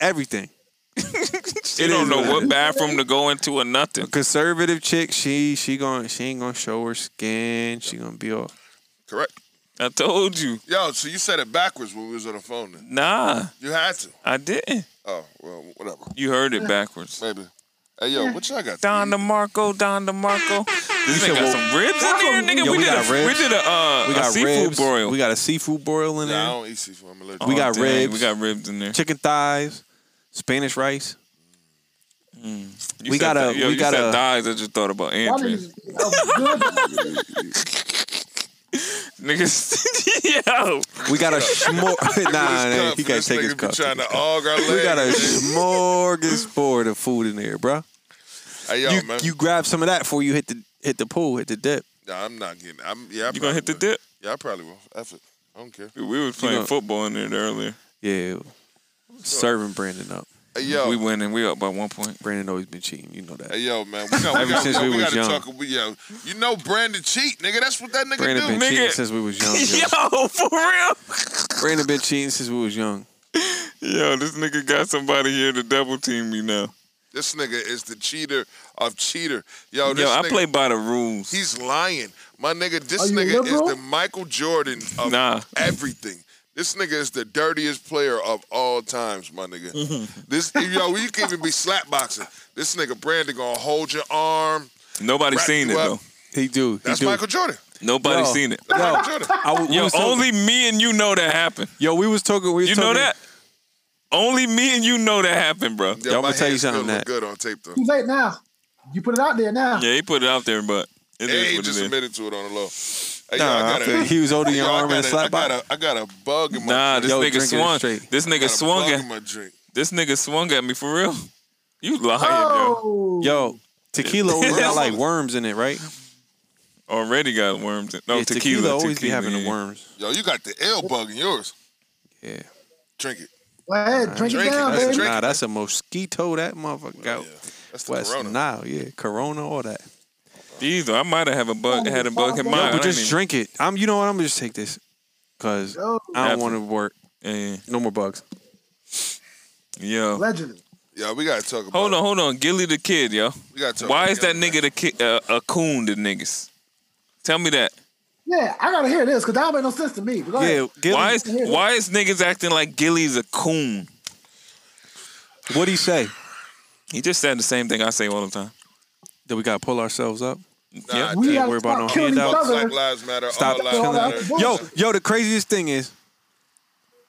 Speaker 3: everything.
Speaker 1: She
Speaker 3: It
Speaker 1: don't
Speaker 3: is
Speaker 1: know
Speaker 3: what it
Speaker 1: what
Speaker 3: is.
Speaker 1: bathroom to go into or nothing.
Speaker 3: Conservative chick, she, she going, she ain't gonna show her skin. She gonna be all,
Speaker 2: Correct.
Speaker 1: I told you.
Speaker 2: Yo, so you said it backwards when we was on the phone then.
Speaker 1: Nah,
Speaker 2: You had to.
Speaker 1: I didn't.
Speaker 2: Oh, well, whatever.
Speaker 1: You heard it backwards.
Speaker 2: Maybe. Hey, yo, what y'all got?
Speaker 1: Don DeMarco, Don DeMarco. This
Speaker 3: said,
Speaker 1: nigga got
Speaker 3: well-
Speaker 1: some ribs in there, nigga.
Speaker 3: Yo,
Speaker 1: we,
Speaker 3: we
Speaker 1: did
Speaker 3: got
Speaker 1: a,
Speaker 3: ribs.
Speaker 1: we did a, uh,
Speaker 3: we
Speaker 1: a
Speaker 3: got
Speaker 1: seafood
Speaker 3: ribs.
Speaker 1: broil. Oh,
Speaker 3: We got a seafood broil in
Speaker 2: Nah, I
Speaker 3: there.
Speaker 2: don't eat seafood. I'm allergic.
Speaker 3: we got
Speaker 1: dang,
Speaker 3: ribs.
Speaker 1: We got ribs in there.
Speaker 3: chicken thighs, Spanish rice.
Speaker 1: You
Speaker 3: we
Speaker 1: said
Speaker 3: got a-
Speaker 1: that- yo,
Speaker 3: we
Speaker 1: you
Speaker 3: got
Speaker 1: said
Speaker 3: a-
Speaker 1: thighs. I just thought about Andrews. Niggas, yo,
Speaker 3: We got a smor. nah, nah, he
Speaker 2: Oh, This
Speaker 3: gotta take
Speaker 2: nigga
Speaker 3: his
Speaker 2: be
Speaker 3: cup.
Speaker 2: trying to argue our
Speaker 3: We got a
Speaker 2: legs.
Speaker 3: smorgasbord of food in there, bro.
Speaker 2: Hey, yo,
Speaker 3: you
Speaker 2: man.
Speaker 3: you grab some of that before you hit the hit the pool, hit the dip.
Speaker 2: Nah, I'm not getting. I'm yeah. I
Speaker 1: you gonna hit the
Speaker 2: probably
Speaker 1: dip?
Speaker 2: will. Yeah, I probably will. F it. I don't care.
Speaker 1: Dude, we was playing
Speaker 3: gonna-
Speaker 1: football in there earlier.
Speaker 3: Yeah, serving Brandon up.
Speaker 2: Hey, yo.
Speaker 1: We winning. We up by one point.
Speaker 3: Brandon always been cheating. You know that.
Speaker 2: Hey yo, man, we got,
Speaker 3: Ever
Speaker 2: we got,
Speaker 3: since
Speaker 2: we
Speaker 3: we was
Speaker 2: gotta
Speaker 3: young.
Speaker 2: talk. We, yo, you know Brandon cheat, nigga. That's what that nigga
Speaker 3: Brandon
Speaker 2: do.
Speaker 3: been
Speaker 1: nigga.
Speaker 3: cheating since we was young. yo.
Speaker 1: Yo, for real.
Speaker 3: Brandon been cheating since we was young.
Speaker 1: Yo, this nigga got somebody here to double team me now.
Speaker 2: This nigga is the cheater of cheater. Yo, this
Speaker 1: Yo, I
Speaker 2: nigga,
Speaker 1: play by the rules.
Speaker 2: He's lying, my nigga. This
Speaker 4: you
Speaker 2: nigga
Speaker 4: liberal?
Speaker 2: is the Michael Jordan of
Speaker 1: Nah.
Speaker 2: everything. This nigga is the dirtiest player of all times, my nigga. this yo, you can even be slap boxing. This nigga Brandon gonna hold your arm.
Speaker 1: Nobody
Speaker 2: Wrap
Speaker 1: seen
Speaker 2: you
Speaker 1: it
Speaker 2: up.
Speaker 1: though.
Speaker 3: He do. He
Speaker 2: That's
Speaker 3: do.
Speaker 2: Michael Jordan.
Speaker 1: Nobody
Speaker 3: Yo.
Speaker 1: seen it.
Speaker 2: That's
Speaker 3: Yo.
Speaker 2: Michael Jordan.
Speaker 3: I w- we
Speaker 1: Yo,
Speaker 3: was talking-
Speaker 1: only me and you know that happened.
Speaker 3: yo, we was talking. We was
Speaker 1: You know
Speaker 3: talking-
Speaker 1: that? Only me and you know that happened, bro.
Speaker 2: Yo,
Speaker 3: Yo, I'ma
Speaker 2: my
Speaker 3: tell you
Speaker 2: hands still
Speaker 3: something,
Speaker 2: look
Speaker 3: Nat.
Speaker 2: Good on tape though.
Speaker 4: Too late now. You put it out there now.
Speaker 1: Yeah, he put it out there, but it
Speaker 2: Hey,
Speaker 1: is
Speaker 2: he
Speaker 1: what
Speaker 2: just
Speaker 1: it is.
Speaker 2: admitted to it on the low. Hey, yo, I
Speaker 3: Nah, I
Speaker 2: gotta-
Speaker 3: feel- he was holding your
Speaker 2: Yo, I
Speaker 3: arm and
Speaker 2: gotta-
Speaker 3: slap
Speaker 2: I
Speaker 3: box.
Speaker 2: got, a, I got a bug in my
Speaker 1: Nah,
Speaker 2: drink.
Speaker 1: this
Speaker 3: Yo,
Speaker 1: nigga
Speaker 3: drinking it
Speaker 1: swung.
Speaker 3: straight.
Speaker 1: This nigga
Speaker 2: got a
Speaker 1: swung
Speaker 2: bug in
Speaker 1: at
Speaker 2: my drink.
Speaker 1: this nigga swung at me for real. You lying, yo.
Speaker 4: Oh.
Speaker 3: Yo, tequila always got like worms in it, right?
Speaker 1: Already got worms. In, no,
Speaker 3: yeah,
Speaker 1: Oh, tequila. tequila
Speaker 3: always be having
Speaker 1: yeah.
Speaker 3: the worms.
Speaker 2: Yo, you got the L bug in yours.
Speaker 3: Yeah.
Speaker 2: Drink it.
Speaker 4: Go ahead, drink,
Speaker 2: Drink
Speaker 4: it
Speaker 2: it,
Speaker 4: down,
Speaker 2: that's
Speaker 4: baby.
Speaker 2: drink
Speaker 3: nah, that's a mosquito that motherfucker got.
Speaker 2: That's the
Speaker 3: West
Speaker 2: Corona.
Speaker 3: Nile, yeah, Corona, all that.
Speaker 1: These though, I might have a
Speaker 2: Oh,
Speaker 1: bug. Had a bug in
Speaker 4: Yo,
Speaker 1: mine. I
Speaker 3: but
Speaker 1: didn't
Speaker 3: just
Speaker 1: even-
Speaker 3: drink it. I'm, you know what? I'm gonna just take this because
Speaker 4: Yo,
Speaker 3: I don't want to work.
Speaker 1: Yeah,
Speaker 3: No more bugs.
Speaker 1: yeah. Yo.
Speaker 4: Legend.
Speaker 2: Yo, we gotta talk about.
Speaker 1: Hold on, hold on. Gilly the kid, yo.
Speaker 2: We gotta talk.
Speaker 1: Why
Speaker 2: about
Speaker 1: is
Speaker 2: the
Speaker 1: that
Speaker 2: other
Speaker 1: nigga the kid uh, a coon to niggas? Tell me that.
Speaker 4: Yeah, I gotta hear this because that don't make no sense to me. But go
Speaker 3: Yeah,
Speaker 4: ahead.
Speaker 3: Gilly,
Speaker 1: Why is why is niggas acting like Gilly's a coon?
Speaker 3: what'd he say?
Speaker 1: He just said the same thing I say all the time.
Speaker 3: That we gotta pull ourselves up.
Speaker 2: Nah,
Speaker 1: Yep.
Speaker 4: we
Speaker 3: Can't
Speaker 4: gotta
Speaker 3: worry about
Speaker 4: stop
Speaker 3: no
Speaker 4: killing each
Speaker 3: handouts.
Speaker 4: other.
Speaker 2: Black Lives Matter.
Speaker 3: Stop
Speaker 2: all lives
Speaker 3: killing
Speaker 2: matter.
Speaker 4: us.
Speaker 3: Yo, yo, the craziest thing is,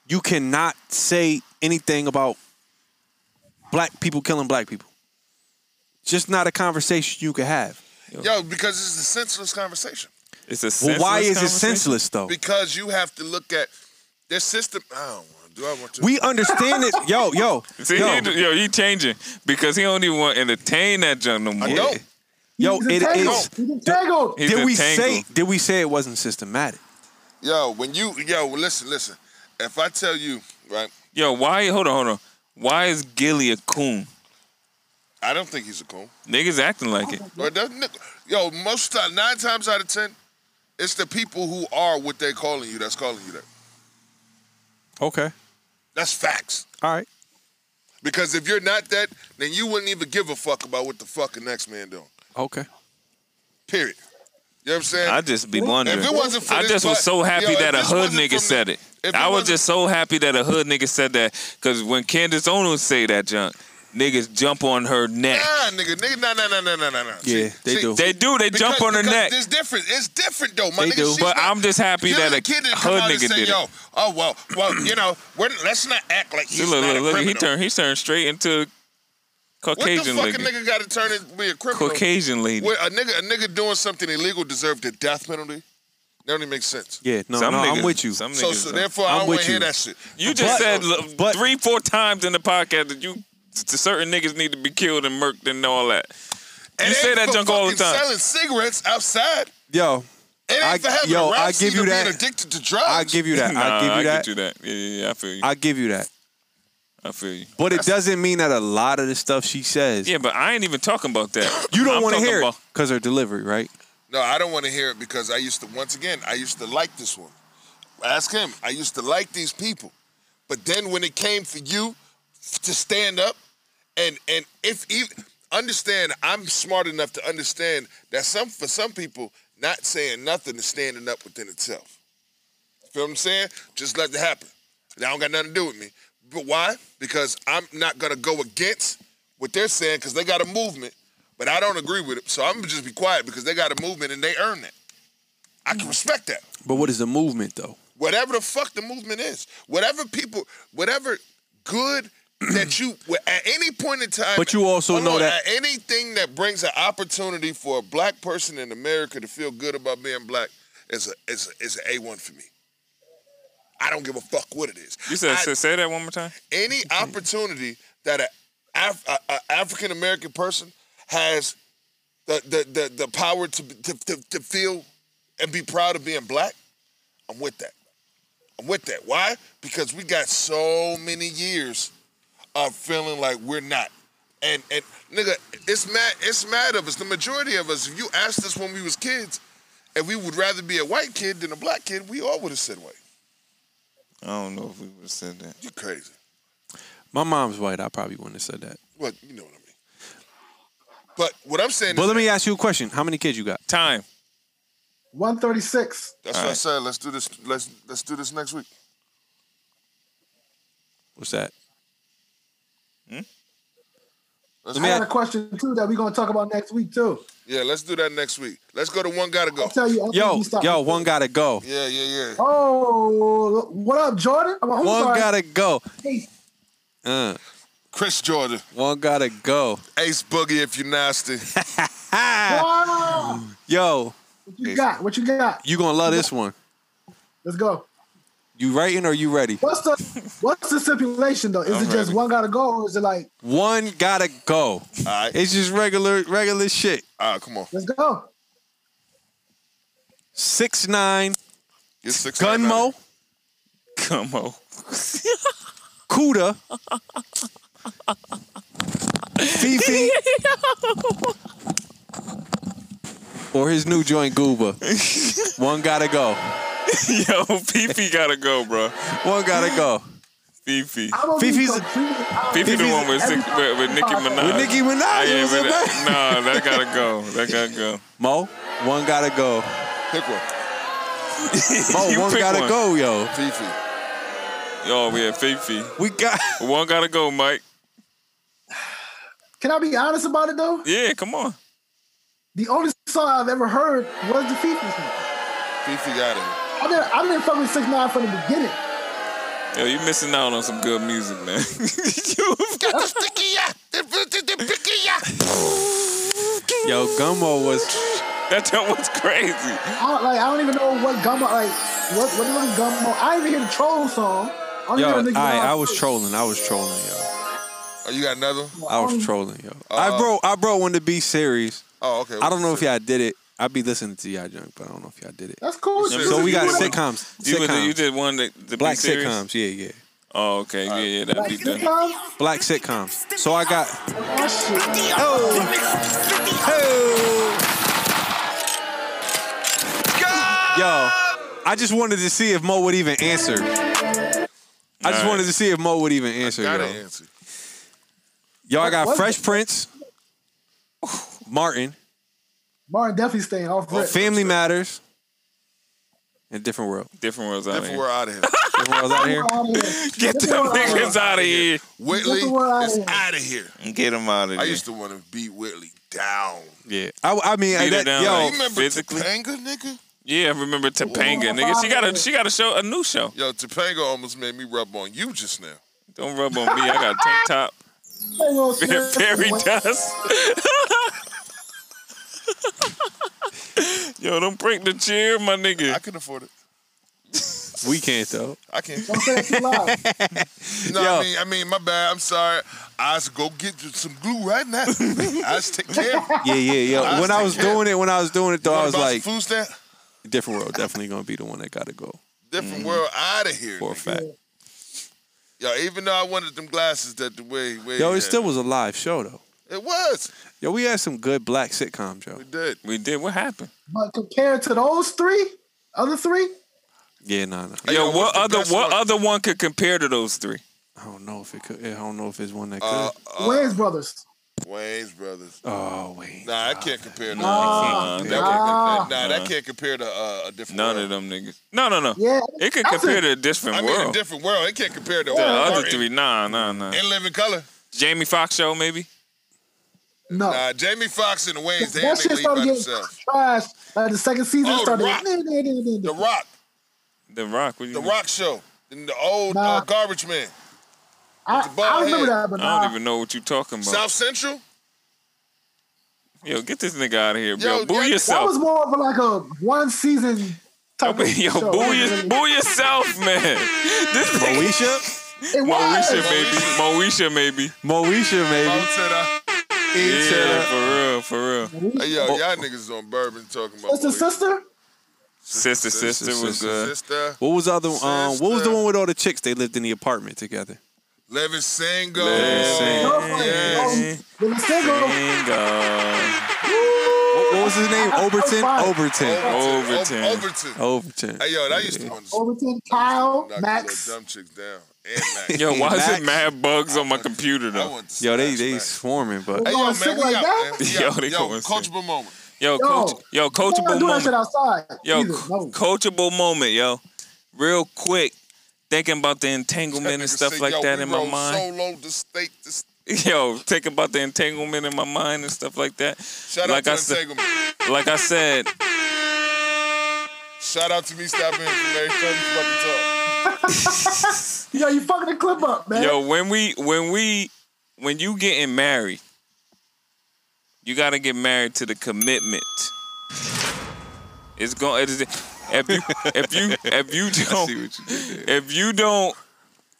Speaker 3: you cannot say anything about black people killing black people. Just not a conversation you could have.
Speaker 2: Yo, because it's a senseless conversation.
Speaker 1: It's a
Speaker 3: Well, why
Speaker 1: senseless
Speaker 3: is it
Speaker 1: conversation.
Speaker 3: senseless though?
Speaker 2: Because you have to look at their system. I don't want. Do I want to?
Speaker 3: We understand it. Yo, yo,
Speaker 1: See,
Speaker 3: yo,
Speaker 1: He, yo, he changing because he don't even want to entertain that junk no more.
Speaker 2: I don't.
Speaker 3: yo.
Speaker 4: He's
Speaker 3: It
Speaker 4: entangled.
Speaker 3: is.
Speaker 4: He's entangled.
Speaker 1: He's
Speaker 3: Did we
Speaker 1: entangled.
Speaker 3: say? Did we say it wasn't systematic?
Speaker 2: Yo, when you yo, well, listen, listen. If I tell you, right,
Speaker 1: Yo, why? Hold on, hold on. Why is Gilly a coon?
Speaker 2: I don't think he's a coon.
Speaker 1: Niggas acting like it.
Speaker 2: Or that nigga- Yo, most time, nine times out of ten, it's the people who are what they calling you that's calling you that.
Speaker 3: Okay.
Speaker 2: That's facts.
Speaker 3: All right.
Speaker 2: Because if you're not that, then you wouldn't even give a fuck about what the fucking next man doing.
Speaker 3: Okay.
Speaker 2: Period. You know what I'm saying?
Speaker 1: I just be wondering.
Speaker 2: If it wasn't for
Speaker 1: I
Speaker 2: this
Speaker 1: just was
Speaker 2: pod-
Speaker 1: so happy
Speaker 2: Yo, if
Speaker 1: that a
Speaker 2: this
Speaker 1: hood
Speaker 2: wasn't
Speaker 1: nigga
Speaker 2: from
Speaker 1: said it.
Speaker 2: if it
Speaker 1: I was
Speaker 2: wasn't-
Speaker 1: just so happy that a hood nigga said that because when Candace Owens say that junk, niggas jump on her neck.
Speaker 2: Nah, nigga, nigga, nah, nah, nah, nah, nah, nah, nah.
Speaker 3: Yeah, they do.
Speaker 1: They do. They jump on her
Speaker 2: because
Speaker 1: neck.
Speaker 2: It's different. It's different though, my
Speaker 3: They
Speaker 2: nigga.
Speaker 3: do.
Speaker 2: she's
Speaker 1: But
Speaker 2: not-
Speaker 1: I'm just happy
Speaker 2: You're
Speaker 1: that
Speaker 2: the
Speaker 1: a
Speaker 2: kid that come
Speaker 1: hood
Speaker 2: out and
Speaker 1: nigga
Speaker 2: say,
Speaker 1: did
Speaker 2: Yo,
Speaker 1: it.
Speaker 2: oh well, well, you know, we're, let's not act like
Speaker 1: See,
Speaker 2: he's
Speaker 1: look,
Speaker 2: not a
Speaker 1: look, look.
Speaker 2: criminal.
Speaker 1: He turned. He turned straight into a
Speaker 2: What the
Speaker 1: Caucasian
Speaker 2: fucking
Speaker 1: lady.
Speaker 2: nigga got to turn into be a criminal?
Speaker 1: Caucasian lady.
Speaker 2: Where a nigga, a nigga doing something illegal deserve the death penalty? That don't even make sense.
Speaker 3: Yeah, no, no, I'm with you.
Speaker 2: so, so therefore, I
Speaker 3: I'm
Speaker 2: don't
Speaker 3: with
Speaker 2: want to hear
Speaker 3: you.
Speaker 2: that shit.
Speaker 1: You just said look, three, four times in the podcast that you s- certain niggas need to be killed and murked and all that. You
Speaker 2: It
Speaker 1: say
Speaker 2: ain't
Speaker 1: that
Speaker 2: for
Speaker 1: junk all the
Speaker 2: fucking Selling
Speaker 1: time.
Speaker 2: cigarettes outside.
Speaker 3: Yo,
Speaker 2: It ain't
Speaker 3: I-
Speaker 2: for having
Speaker 3: yo,
Speaker 2: a rap
Speaker 3: I give
Speaker 2: scene
Speaker 3: you
Speaker 2: or
Speaker 3: that.
Speaker 2: being addicted to drugs.
Speaker 3: I give you that.
Speaker 1: Nah,
Speaker 3: I give you
Speaker 1: I
Speaker 3: that.
Speaker 1: get you that. Yeah, yeah, yeah. I feel you.
Speaker 3: I give you that.
Speaker 1: I feel you.
Speaker 3: But it doesn't mean that a lot of the stuff she says
Speaker 1: Yeah, but I ain't even talking about that.
Speaker 3: you don't
Speaker 1: I'm
Speaker 3: want to
Speaker 1: talking
Speaker 3: hear
Speaker 1: about-
Speaker 3: because her delivery, right?
Speaker 2: No, I don't want to hear it because I used to. Once again, I used to like this one. Ask him. I used to like these people, but then when it came for you f- to stand up, and and if even understand, I'm smart enough to understand that some for some people, not saying nothing is standing up within itself. Feel what I'm saying? Just let it happen. That don't got nothing to do with me. But why? Because I'm not gonna go against what they're saying because they got a movement, but I don't agree with it. So I'm gonna just be quiet because they got a movement and they earn that. I can respect that.
Speaker 3: But what is the movement though?
Speaker 2: Whatever the fuck the movement is, whatever people, whatever good that you at any point in time.
Speaker 3: But you also
Speaker 2: Hold
Speaker 3: know
Speaker 2: on,
Speaker 3: that-
Speaker 2: at anything that brings an opportunity for a black person in America to feel good about being black is a is a, is a one for me. I don't give a fuck what it is.
Speaker 1: You said
Speaker 2: I-
Speaker 1: say- say that one more time.
Speaker 2: any opportunity that a, Af- a, a African American person has the the the, the power to, to to to feel and be proud of being black, I'm with that. I'm with that. Why? Because we got so many years of feeling like we're not. And and nigga, it's mad it's mad of us. The majority of us, if you asked us when we was kids, if we would rather be a white kid than a black kid, we all would have said white.
Speaker 1: I don't know if we would have said that.
Speaker 2: You crazy.
Speaker 3: My mom's white. I probably wouldn't have said that.
Speaker 2: Well, you know what I mean. But what I'm saying
Speaker 3: But let me ask you a question. How many kids you got?
Speaker 1: Time.
Speaker 4: 136.
Speaker 2: That's what I said. Let's do this. Let's let's do this next week.
Speaker 3: What's that?
Speaker 2: Let's
Speaker 4: I got a question too that we're gonna talk about next week too.
Speaker 2: yeah, let's do that next week. Let's go to one gotta go.
Speaker 4: tell you, I think
Speaker 3: Yo,
Speaker 4: he stopped.
Speaker 3: yo, one gotta go.
Speaker 2: Yeah, yeah, yeah.
Speaker 4: Oh, what up, Jordan? I'm, I'm
Speaker 3: One
Speaker 4: sorry.
Speaker 3: gotta go.
Speaker 4: Hey,
Speaker 3: Uh,
Speaker 2: Chris Jordan,
Speaker 3: one gotta go.
Speaker 2: Ace Boogie, if you nasty.
Speaker 4: wow.
Speaker 3: Yo,
Speaker 4: What you got? What you got?
Speaker 3: you gonna love this one.
Speaker 4: Let's go.
Speaker 3: You writing or you ready?
Speaker 4: What's the what's the stipulation though? Is
Speaker 3: I'm
Speaker 4: it just
Speaker 3: ready.
Speaker 4: one gotta go, or is it like
Speaker 3: One gotta go.
Speaker 2: All right,
Speaker 3: It's just regular, regular shit.
Speaker 2: all right, come on.
Speaker 4: let's go?
Speaker 3: Six nine.
Speaker 2: Get six.
Speaker 3: Gunmo.
Speaker 1: Come on.
Speaker 3: Cuda. Fifi. or his new joint, Gooba. One gotta go.
Speaker 1: Yo, Fifi gotta go, bro.
Speaker 3: One gotta go.
Speaker 1: Fifi.
Speaker 4: I'm gonna
Speaker 3: Fifi's-
Speaker 4: be completely honest.
Speaker 1: Fifi the
Speaker 3: Fifi's-
Speaker 1: one with, Nick, with, with Nicki Minaj.
Speaker 3: Uh, With Nicki Minaj,
Speaker 1: Ah,
Speaker 3: it
Speaker 1: yeah,
Speaker 3: was
Speaker 1: with
Speaker 3: a
Speaker 1: that- Nah, that gotta go. That gotta go.
Speaker 3: Mo, one gotta go.
Speaker 2: Pick one.
Speaker 3: Mo,
Speaker 1: You
Speaker 3: one
Speaker 1: pick
Speaker 3: gotta
Speaker 1: one.
Speaker 3: go, yo.
Speaker 2: Fifi.
Speaker 1: Yo, we had Fifi.
Speaker 3: We got
Speaker 1: One gotta go, Mike.
Speaker 4: Can I be honest about it though?
Speaker 1: Yeah, come on.
Speaker 4: The only song I've ever heard was the Fifi's. one.
Speaker 2: Fifi got it.
Speaker 4: I didn't I didn't fuck with six nine from the beginning.
Speaker 1: Yo, you missing out on some good music, man.
Speaker 2: Got the sticky ya. The- the- the- the picky ya.
Speaker 3: yo, Gummo was
Speaker 1: that jump was crazy.
Speaker 4: I don't, like I don't even know what gumbo like what what was gumbo. I didn't even hear the troll song. I only
Speaker 3: yo,
Speaker 4: hear
Speaker 3: all
Speaker 4: Nicki
Speaker 3: right,
Speaker 4: Minaj
Speaker 3: I was
Speaker 4: first.
Speaker 3: trolling. I was trolling, yo.
Speaker 2: Oh, you got another? one?
Speaker 3: I
Speaker 4: Um,
Speaker 3: was trolling, yo. I bro I brought one to be serious.
Speaker 2: Oh, okay.
Speaker 3: I don't know if y'all did it. I be listening to y'all junk, but I don't know if y'all did it.
Speaker 4: That's cool.
Speaker 1: So
Speaker 4: dude.
Speaker 3: So we got
Speaker 4: You
Speaker 3: sitcoms.
Speaker 1: You, were the- you
Speaker 3: Sitcoms.
Speaker 1: did one that the
Speaker 3: Black
Speaker 1: be serious?
Speaker 3: sitcoms, yeah, yeah.
Speaker 1: Oh, okay, yeah, yeah, that'd be
Speaker 4: wanna-
Speaker 1: done.
Speaker 4: sitcom?
Speaker 3: Black sitcoms. So I got
Speaker 4: Oh, shit.
Speaker 3: yo. I just wanted to see if Mo would even answer. I just
Speaker 1: Alright.
Speaker 3: wanted to see if Mo would even answer.
Speaker 2: Got
Speaker 3: Yo.
Speaker 2: an answer.
Speaker 3: Yo, I got
Speaker 4: What-
Speaker 3: Fresh Prince, Martin,
Speaker 4: Martin definitely staying off rip.
Speaker 3: Family Matters, and Different World.
Speaker 1: Different worlds out
Speaker 2: Different
Speaker 1: here.
Speaker 2: world out of here.
Speaker 3: Oh, Different World's out here.
Speaker 4: Out of here.
Speaker 1: Get them niggas out of here.
Speaker 2: Whitley
Speaker 4: Different world outta
Speaker 2: is
Speaker 4: here.
Speaker 2: out of here.
Speaker 1: Get them out of
Speaker 2: I
Speaker 1: here.
Speaker 2: used to want to beat Whitley down.
Speaker 3: Yeah, I, I mean,
Speaker 1: Beat her
Speaker 3: that,
Speaker 1: down
Speaker 3: yo,
Speaker 2: You remember
Speaker 1: physically?
Speaker 2: Topanga, nigga?
Speaker 1: yeah, I remember Topanga, nigga. She got a she got a show, a new show.
Speaker 2: Yo, Topanga almost made me rub on you just now.
Speaker 1: Don't rub on me. I got a tank top,
Speaker 4: Hey, Will Smith.
Speaker 1: fairy dust. Yo, don't break the chair, my nigga. I
Speaker 2: can afford it.
Speaker 3: We can't though.
Speaker 2: I can't.
Speaker 4: Don't say that too loud.
Speaker 2: No, I mean, I mean, my bad. I'm sorry. I just go get you some glue right now. I just take care. of it.
Speaker 3: Yeah, yeah, yeah.
Speaker 2: just
Speaker 3: When I
Speaker 2: take
Speaker 3: was
Speaker 2: care of
Speaker 3: doing it, when I was doing it though,
Speaker 2: You
Speaker 3: I
Speaker 2: wanna
Speaker 3: was
Speaker 2: buy some
Speaker 3: like,
Speaker 2: food stamp?
Speaker 3: different world definitely gonna be the one that gotta go
Speaker 2: Different world out of here.
Speaker 3: for a
Speaker 2: nigga.
Speaker 3: fact.
Speaker 2: Yo, even though I wanted them glasses that the way, way
Speaker 3: Yo,
Speaker 2: he
Speaker 3: it
Speaker 2: had.
Speaker 3: still was a live show though.
Speaker 2: It was.
Speaker 3: Yo, we had some good black sitcoms, yo.
Speaker 2: We did.
Speaker 1: We did. What happened?
Speaker 4: But compared to those three, other three,
Speaker 1: Uh,
Speaker 3: Yeah, nah, nah.
Speaker 1: Yo, what other what other one could compare to those three?
Speaker 3: I don't know if it could. I don't know if it's one that could.
Speaker 2: Uh,
Speaker 4: Wayne's brothers.
Speaker 2: Wayne's brothers.
Speaker 3: Oh wait.
Speaker 2: Nah, I can't compare. to
Speaker 1: Nah,
Speaker 2: that.
Speaker 4: Ah,
Speaker 1: I can't
Speaker 2: That
Speaker 1: compare.
Speaker 2: one- Nah,
Speaker 1: Nah.
Speaker 2: that can't compare to uh, a different.
Speaker 1: None of them niggas. No, no, no.
Speaker 4: Yeah,
Speaker 1: it could
Speaker 2: that's
Speaker 1: compare
Speaker 2: it.
Speaker 1: to a different
Speaker 2: I
Speaker 1: world.
Speaker 2: mean, a different world. It can't compare to
Speaker 1: the
Speaker 2: Owen
Speaker 1: other
Speaker 2: Martin
Speaker 1: three, nah, nah, nah.
Speaker 2: in Living Color.
Speaker 1: Jamie Foxx show maybe.
Speaker 4: No.
Speaker 2: Nah, Jamie Foxx and the Wayne's. They
Speaker 4: that
Speaker 2: ain't
Speaker 4: shit
Speaker 2: leave by
Speaker 4: started getting
Speaker 2: themselves.
Speaker 4: trash. Uh, the second season
Speaker 2: Oh, The
Speaker 4: started.
Speaker 2: Rock.
Speaker 4: The
Speaker 2: Rock.
Speaker 1: The Rock. What do you
Speaker 2: The
Speaker 1: mean?
Speaker 2: Rock Show. And the old
Speaker 4: Nah.
Speaker 2: uh, garbage man.
Speaker 4: I, I remember that, but
Speaker 1: I
Speaker 4: nah.
Speaker 1: don't even know what you're talking about.
Speaker 2: South Central.
Speaker 1: Yo, get this nigga out of here, bro.
Speaker 2: Yo,
Speaker 1: boo
Speaker 2: yeah,
Speaker 4: That
Speaker 1: yourself.
Speaker 4: was more of like a one season type of
Speaker 1: Yo,
Speaker 4: show.
Speaker 1: boo, your, boo yourself, man. This
Speaker 3: Moesha?
Speaker 4: It was.
Speaker 1: Moesha, maybe. Moesha, maybe.
Speaker 3: Moesha, maybe.
Speaker 1: Yeah,
Speaker 4: uh,
Speaker 1: for real, for real.
Speaker 2: Hey, yo, y'all niggas is on bourbon talking about.
Speaker 4: Sister, sister.
Speaker 1: Sister, sister, was good.
Speaker 2: Sister.
Speaker 3: What was the other? Um, what was
Speaker 2: Sister.
Speaker 3: the one with all the chicks? They lived in the apartment together.
Speaker 2: Levin Sango.
Speaker 4: Girlfriend. Um, the single.
Speaker 3: What, what was his name? Overton.
Speaker 2: Oh,
Speaker 3: Overton.
Speaker 1: Overton.
Speaker 2: Overton.
Speaker 3: Overton.
Speaker 2: Hey, yo, that used to knock
Speaker 4: Overton, Kyle,
Speaker 1: uh,
Speaker 2: those
Speaker 4: Max.
Speaker 2: dumb chicks down. And Max.
Speaker 1: Yo, why is
Speaker 3: Max.
Speaker 1: it mad bugs on my computer though?
Speaker 3: Yo, they they swarming, but
Speaker 2: Hey, yo, man,
Speaker 4: Shit
Speaker 2: we
Speaker 4: like
Speaker 2: out,
Speaker 4: that?
Speaker 2: man. We out.
Speaker 1: Yo, they
Speaker 2: yo
Speaker 1: going
Speaker 2: coachable moment.
Speaker 1: Yo,
Speaker 4: Yo,
Speaker 1: coach, yo,
Speaker 4: You
Speaker 1: coachable
Speaker 4: can't do that
Speaker 1: moment.
Speaker 4: shit outside.
Speaker 1: Yo,
Speaker 4: either.
Speaker 1: co-
Speaker 4: No.
Speaker 1: coachable moment, yo. Real quick, thinking about the entanglement and
Speaker 2: Nigga
Speaker 1: stuff
Speaker 2: say,
Speaker 1: like
Speaker 2: yo,
Speaker 1: that
Speaker 2: we
Speaker 1: in my
Speaker 2: rode
Speaker 1: mind.
Speaker 2: Solo to state to state.
Speaker 1: Yo, thinking about the entanglement in my mind and stuff like that.
Speaker 2: Shout
Speaker 1: like
Speaker 2: out
Speaker 1: I
Speaker 2: to
Speaker 1: said,
Speaker 2: Entanglement.
Speaker 1: like I said,
Speaker 2: Shout out to me stopping in from Larry Furman's fucking talk.
Speaker 4: Yo, you fucking the clip up, man.
Speaker 1: yo, when we, when we, when you getting married, you gotta get married to the commitment. It's going. It is, if you, if you, if you don't,
Speaker 3: see what you did
Speaker 1: if you don't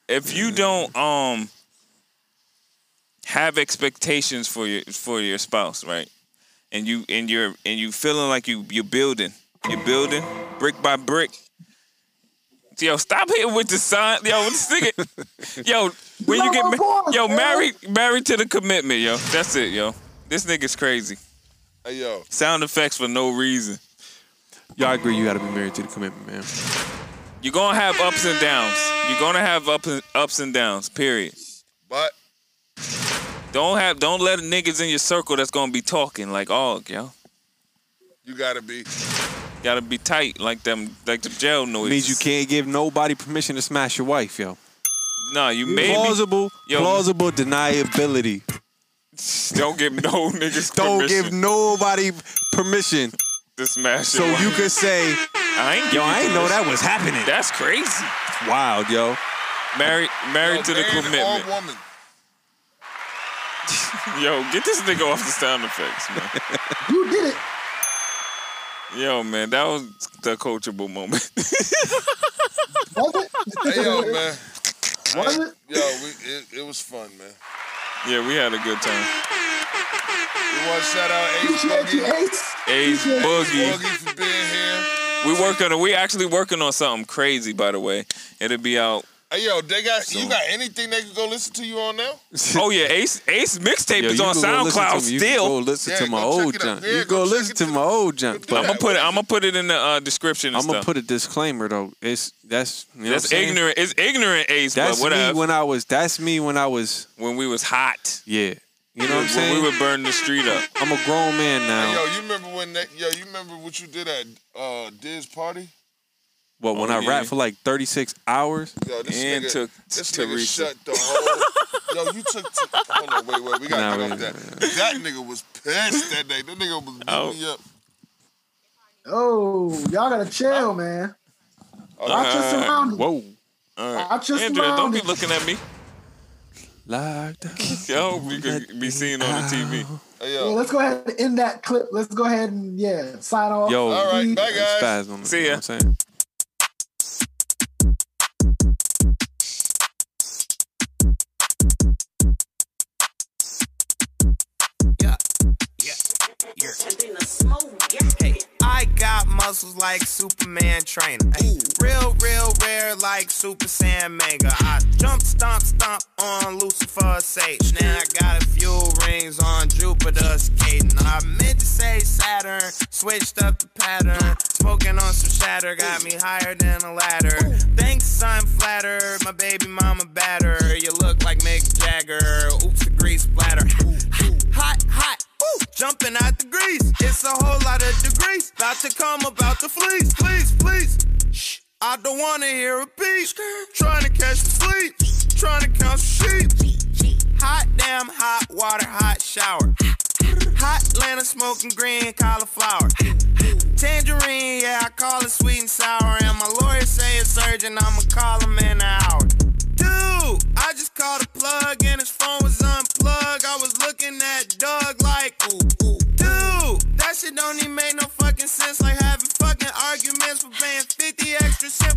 Speaker 1: if you don't um have expectations for your for your spouse right and you and you're and you feeling like you you're building you're building brick by brick yo stop hitting with the sign yo this nigga yo when you get ma- yo married married to the commitment yo that's it yo this nigga's crazy
Speaker 2: Hey, yo.
Speaker 1: sound effects for no reason
Speaker 3: y'all agree you got to be married to the commitment, man.
Speaker 1: you're gonna have ups and downs you're gonna have up and, ups and downs period
Speaker 2: But
Speaker 1: Don't have don't let niggas in your circle that's gonna be talking like oh yo.
Speaker 2: you gotta be.
Speaker 1: Gotta be tight like them like the jail noise.
Speaker 3: means you can't give nobody permission to smash your wife, yo.
Speaker 1: Nah, you maybe
Speaker 3: Plausible,
Speaker 1: Yo.
Speaker 3: plausible deniability.
Speaker 1: don't give no niggas
Speaker 3: Don't
Speaker 1: permission
Speaker 3: give nobody permission,
Speaker 1: to smash
Speaker 3: so
Speaker 1: your
Speaker 3: you
Speaker 1: wife.
Speaker 3: could say,
Speaker 1: I ain't
Speaker 3: "Yo,
Speaker 1: give you
Speaker 3: I ain't know that
Speaker 1: permission.
Speaker 3: was happening."
Speaker 1: That's crazy.
Speaker 3: Wild, yo.
Speaker 1: Married married to the
Speaker 2: Yo, man,
Speaker 1: commitment.
Speaker 2: All woman.
Speaker 1: Yo, get this nigga off the sound effects, man.
Speaker 4: You did it.
Speaker 1: Yo, man, that was the coachable moment.
Speaker 4: Was it?
Speaker 2: Hey, yo, man.
Speaker 4: Was it?
Speaker 2: Yo, we, it, it was fun, man.
Speaker 1: yeah, we had a good time.
Speaker 2: We want to shout out Ace
Speaker 4: Appreciate you,
Speaker 2: Boogie.
Speaker 4: Ace.
Speaker 1: Ace Boogie.
Speaker 2: Boogie for being here.
Speaker 1: We working on we actually working on something crazy, by the way. It'll be out
Speaker 2: Hey, yo, they got you got anything they can go listen to you on now?
Speaker 1: Oh yeah, Ace Ace mixtape
Speaker 3: Yo,
Speaker 1: is
Speaker 3: you
Speaker 1: on
Speaker 3: can go listen to
Speaker 1: SoundCloud
Speaker 3: me. You can
Speaker 1: still.
Speaker 3: go listen
Speaker 2: Yeah,
Speaker 3: to my
Speaker 2: go
Speaker 3: old
Speaker 2: check it out.
Speaker 3: junk.
Speaker 2: Yeah, go
Speaker 3: you go
Speaker 2: check
Speaker 3: listen
Speaker 2: it
Speaker 3: to my old junk.
Speaker 1: I'm
Speaker 3: But
Speaker 1: gonna put it. I'm gonna put it in the uh, description. And
Speaker 3: I'm gonna
Speaker 1: stuff.
Speaker 3: put a disclaimer though. It's that's you know what
Speaker 1: That's
Speaker 3: I'm saying?
Speaker 1: ignorant. It's ignorant Ace,
Speaker 3: That's
Speaker 1: but whatever.
Speaker 3: me
Speaker 1: When,
Speaker 3: when I was. That's me when I was.
Speaker 1: we was hot,
Speaker 3: Yeah, you know what I'm
Speaker 1: when
Speaker 3: saying.
Speaker 1: we would burn the street up.
Speaker 3: I'm a grown man now.
Speaker 2: Hey, yo, you remember when that? Yo, you remember what you did at uh, Diz party?
Speaker 3: Well, when
Speaker 1: Oh,
Speaker 3: I
Speaker 1: yeah.
Speaker 3: rap for like 36 hours,
Speaker 2: Yo, this
Speaker 1: And
Speaker 2: nigga,
Speaker 1: took
Speaker 2: this
Speaker 1: Teresa.
Speaker 2: nigga shut the whole. yo, you took. T- hold on, wait, wait, we gotta
Speaker 3: Nah,
Speaker 2: get off that.
Speaker 3: wait,
Speaker 2: That nigga was pissed that day. That nigga was beating
Speaker 1: Oh.
Speaker 2: me up.
Speaker 4: Oh, y'all gotta chill, man.
Speaker 2: Oh,
Speaker 4: Watch your surroundings.
Speaker 3: whoa.
Speaker 1: All right.
Speaker 4: Watch your
Speaker 1: Andrea, don't be
Speaker 4: surroundings.
Speaker 1: looking at me.
Speaker 3: Locked
Speaker 1: I hope we could be seen on the TV.
Speaker 4: Yeah, let's go ahead and end that clip. Let's go ahead and yeah, sign off.
Speaker 3: Yo,
Speaker 1: Oh.
Speaker 3: Spasm,
Speaker 1: See
Speaker 3: you know
Speaker 1: ya.
Speaker 3: what I'm saying?
Speaker 12: Hey, I got muscles like Superman trainer. Hey, real, real rare like Super Saiyan manga. I jump, stomp, stomp on Lucifer Satan. Now I got a few rings on Jupiter skating. I meant to say Saturn, switched up the pattern. Smoking on some shatter, got me higher than a ladder. Thanks, I'm flattered. My baby mama batter. You look like Mick Jagger. Oops, the grease splatter. Hot, hot. Ooh, jumping out the grease. It's a whole lot of degrees. About to come, about to fleece. Please, please. Shh. I don't wanna hear a beat. Trying to catch some sleep. Trying to count some sheep. Hot damn, hot water, hot shower. Hot Atlanta smoking green cauliflower. Tangerine, yeah, I call it sweet and sour. And my lawyer say it's urgent, I'ma call him in an hour. Dude, I just called a plug and his phone was unplugged. I was looking at Doug like, ooh, ooh. Dude, that shit don't even make no fucking sense. Like having fucking arguments for paying 50 extra cents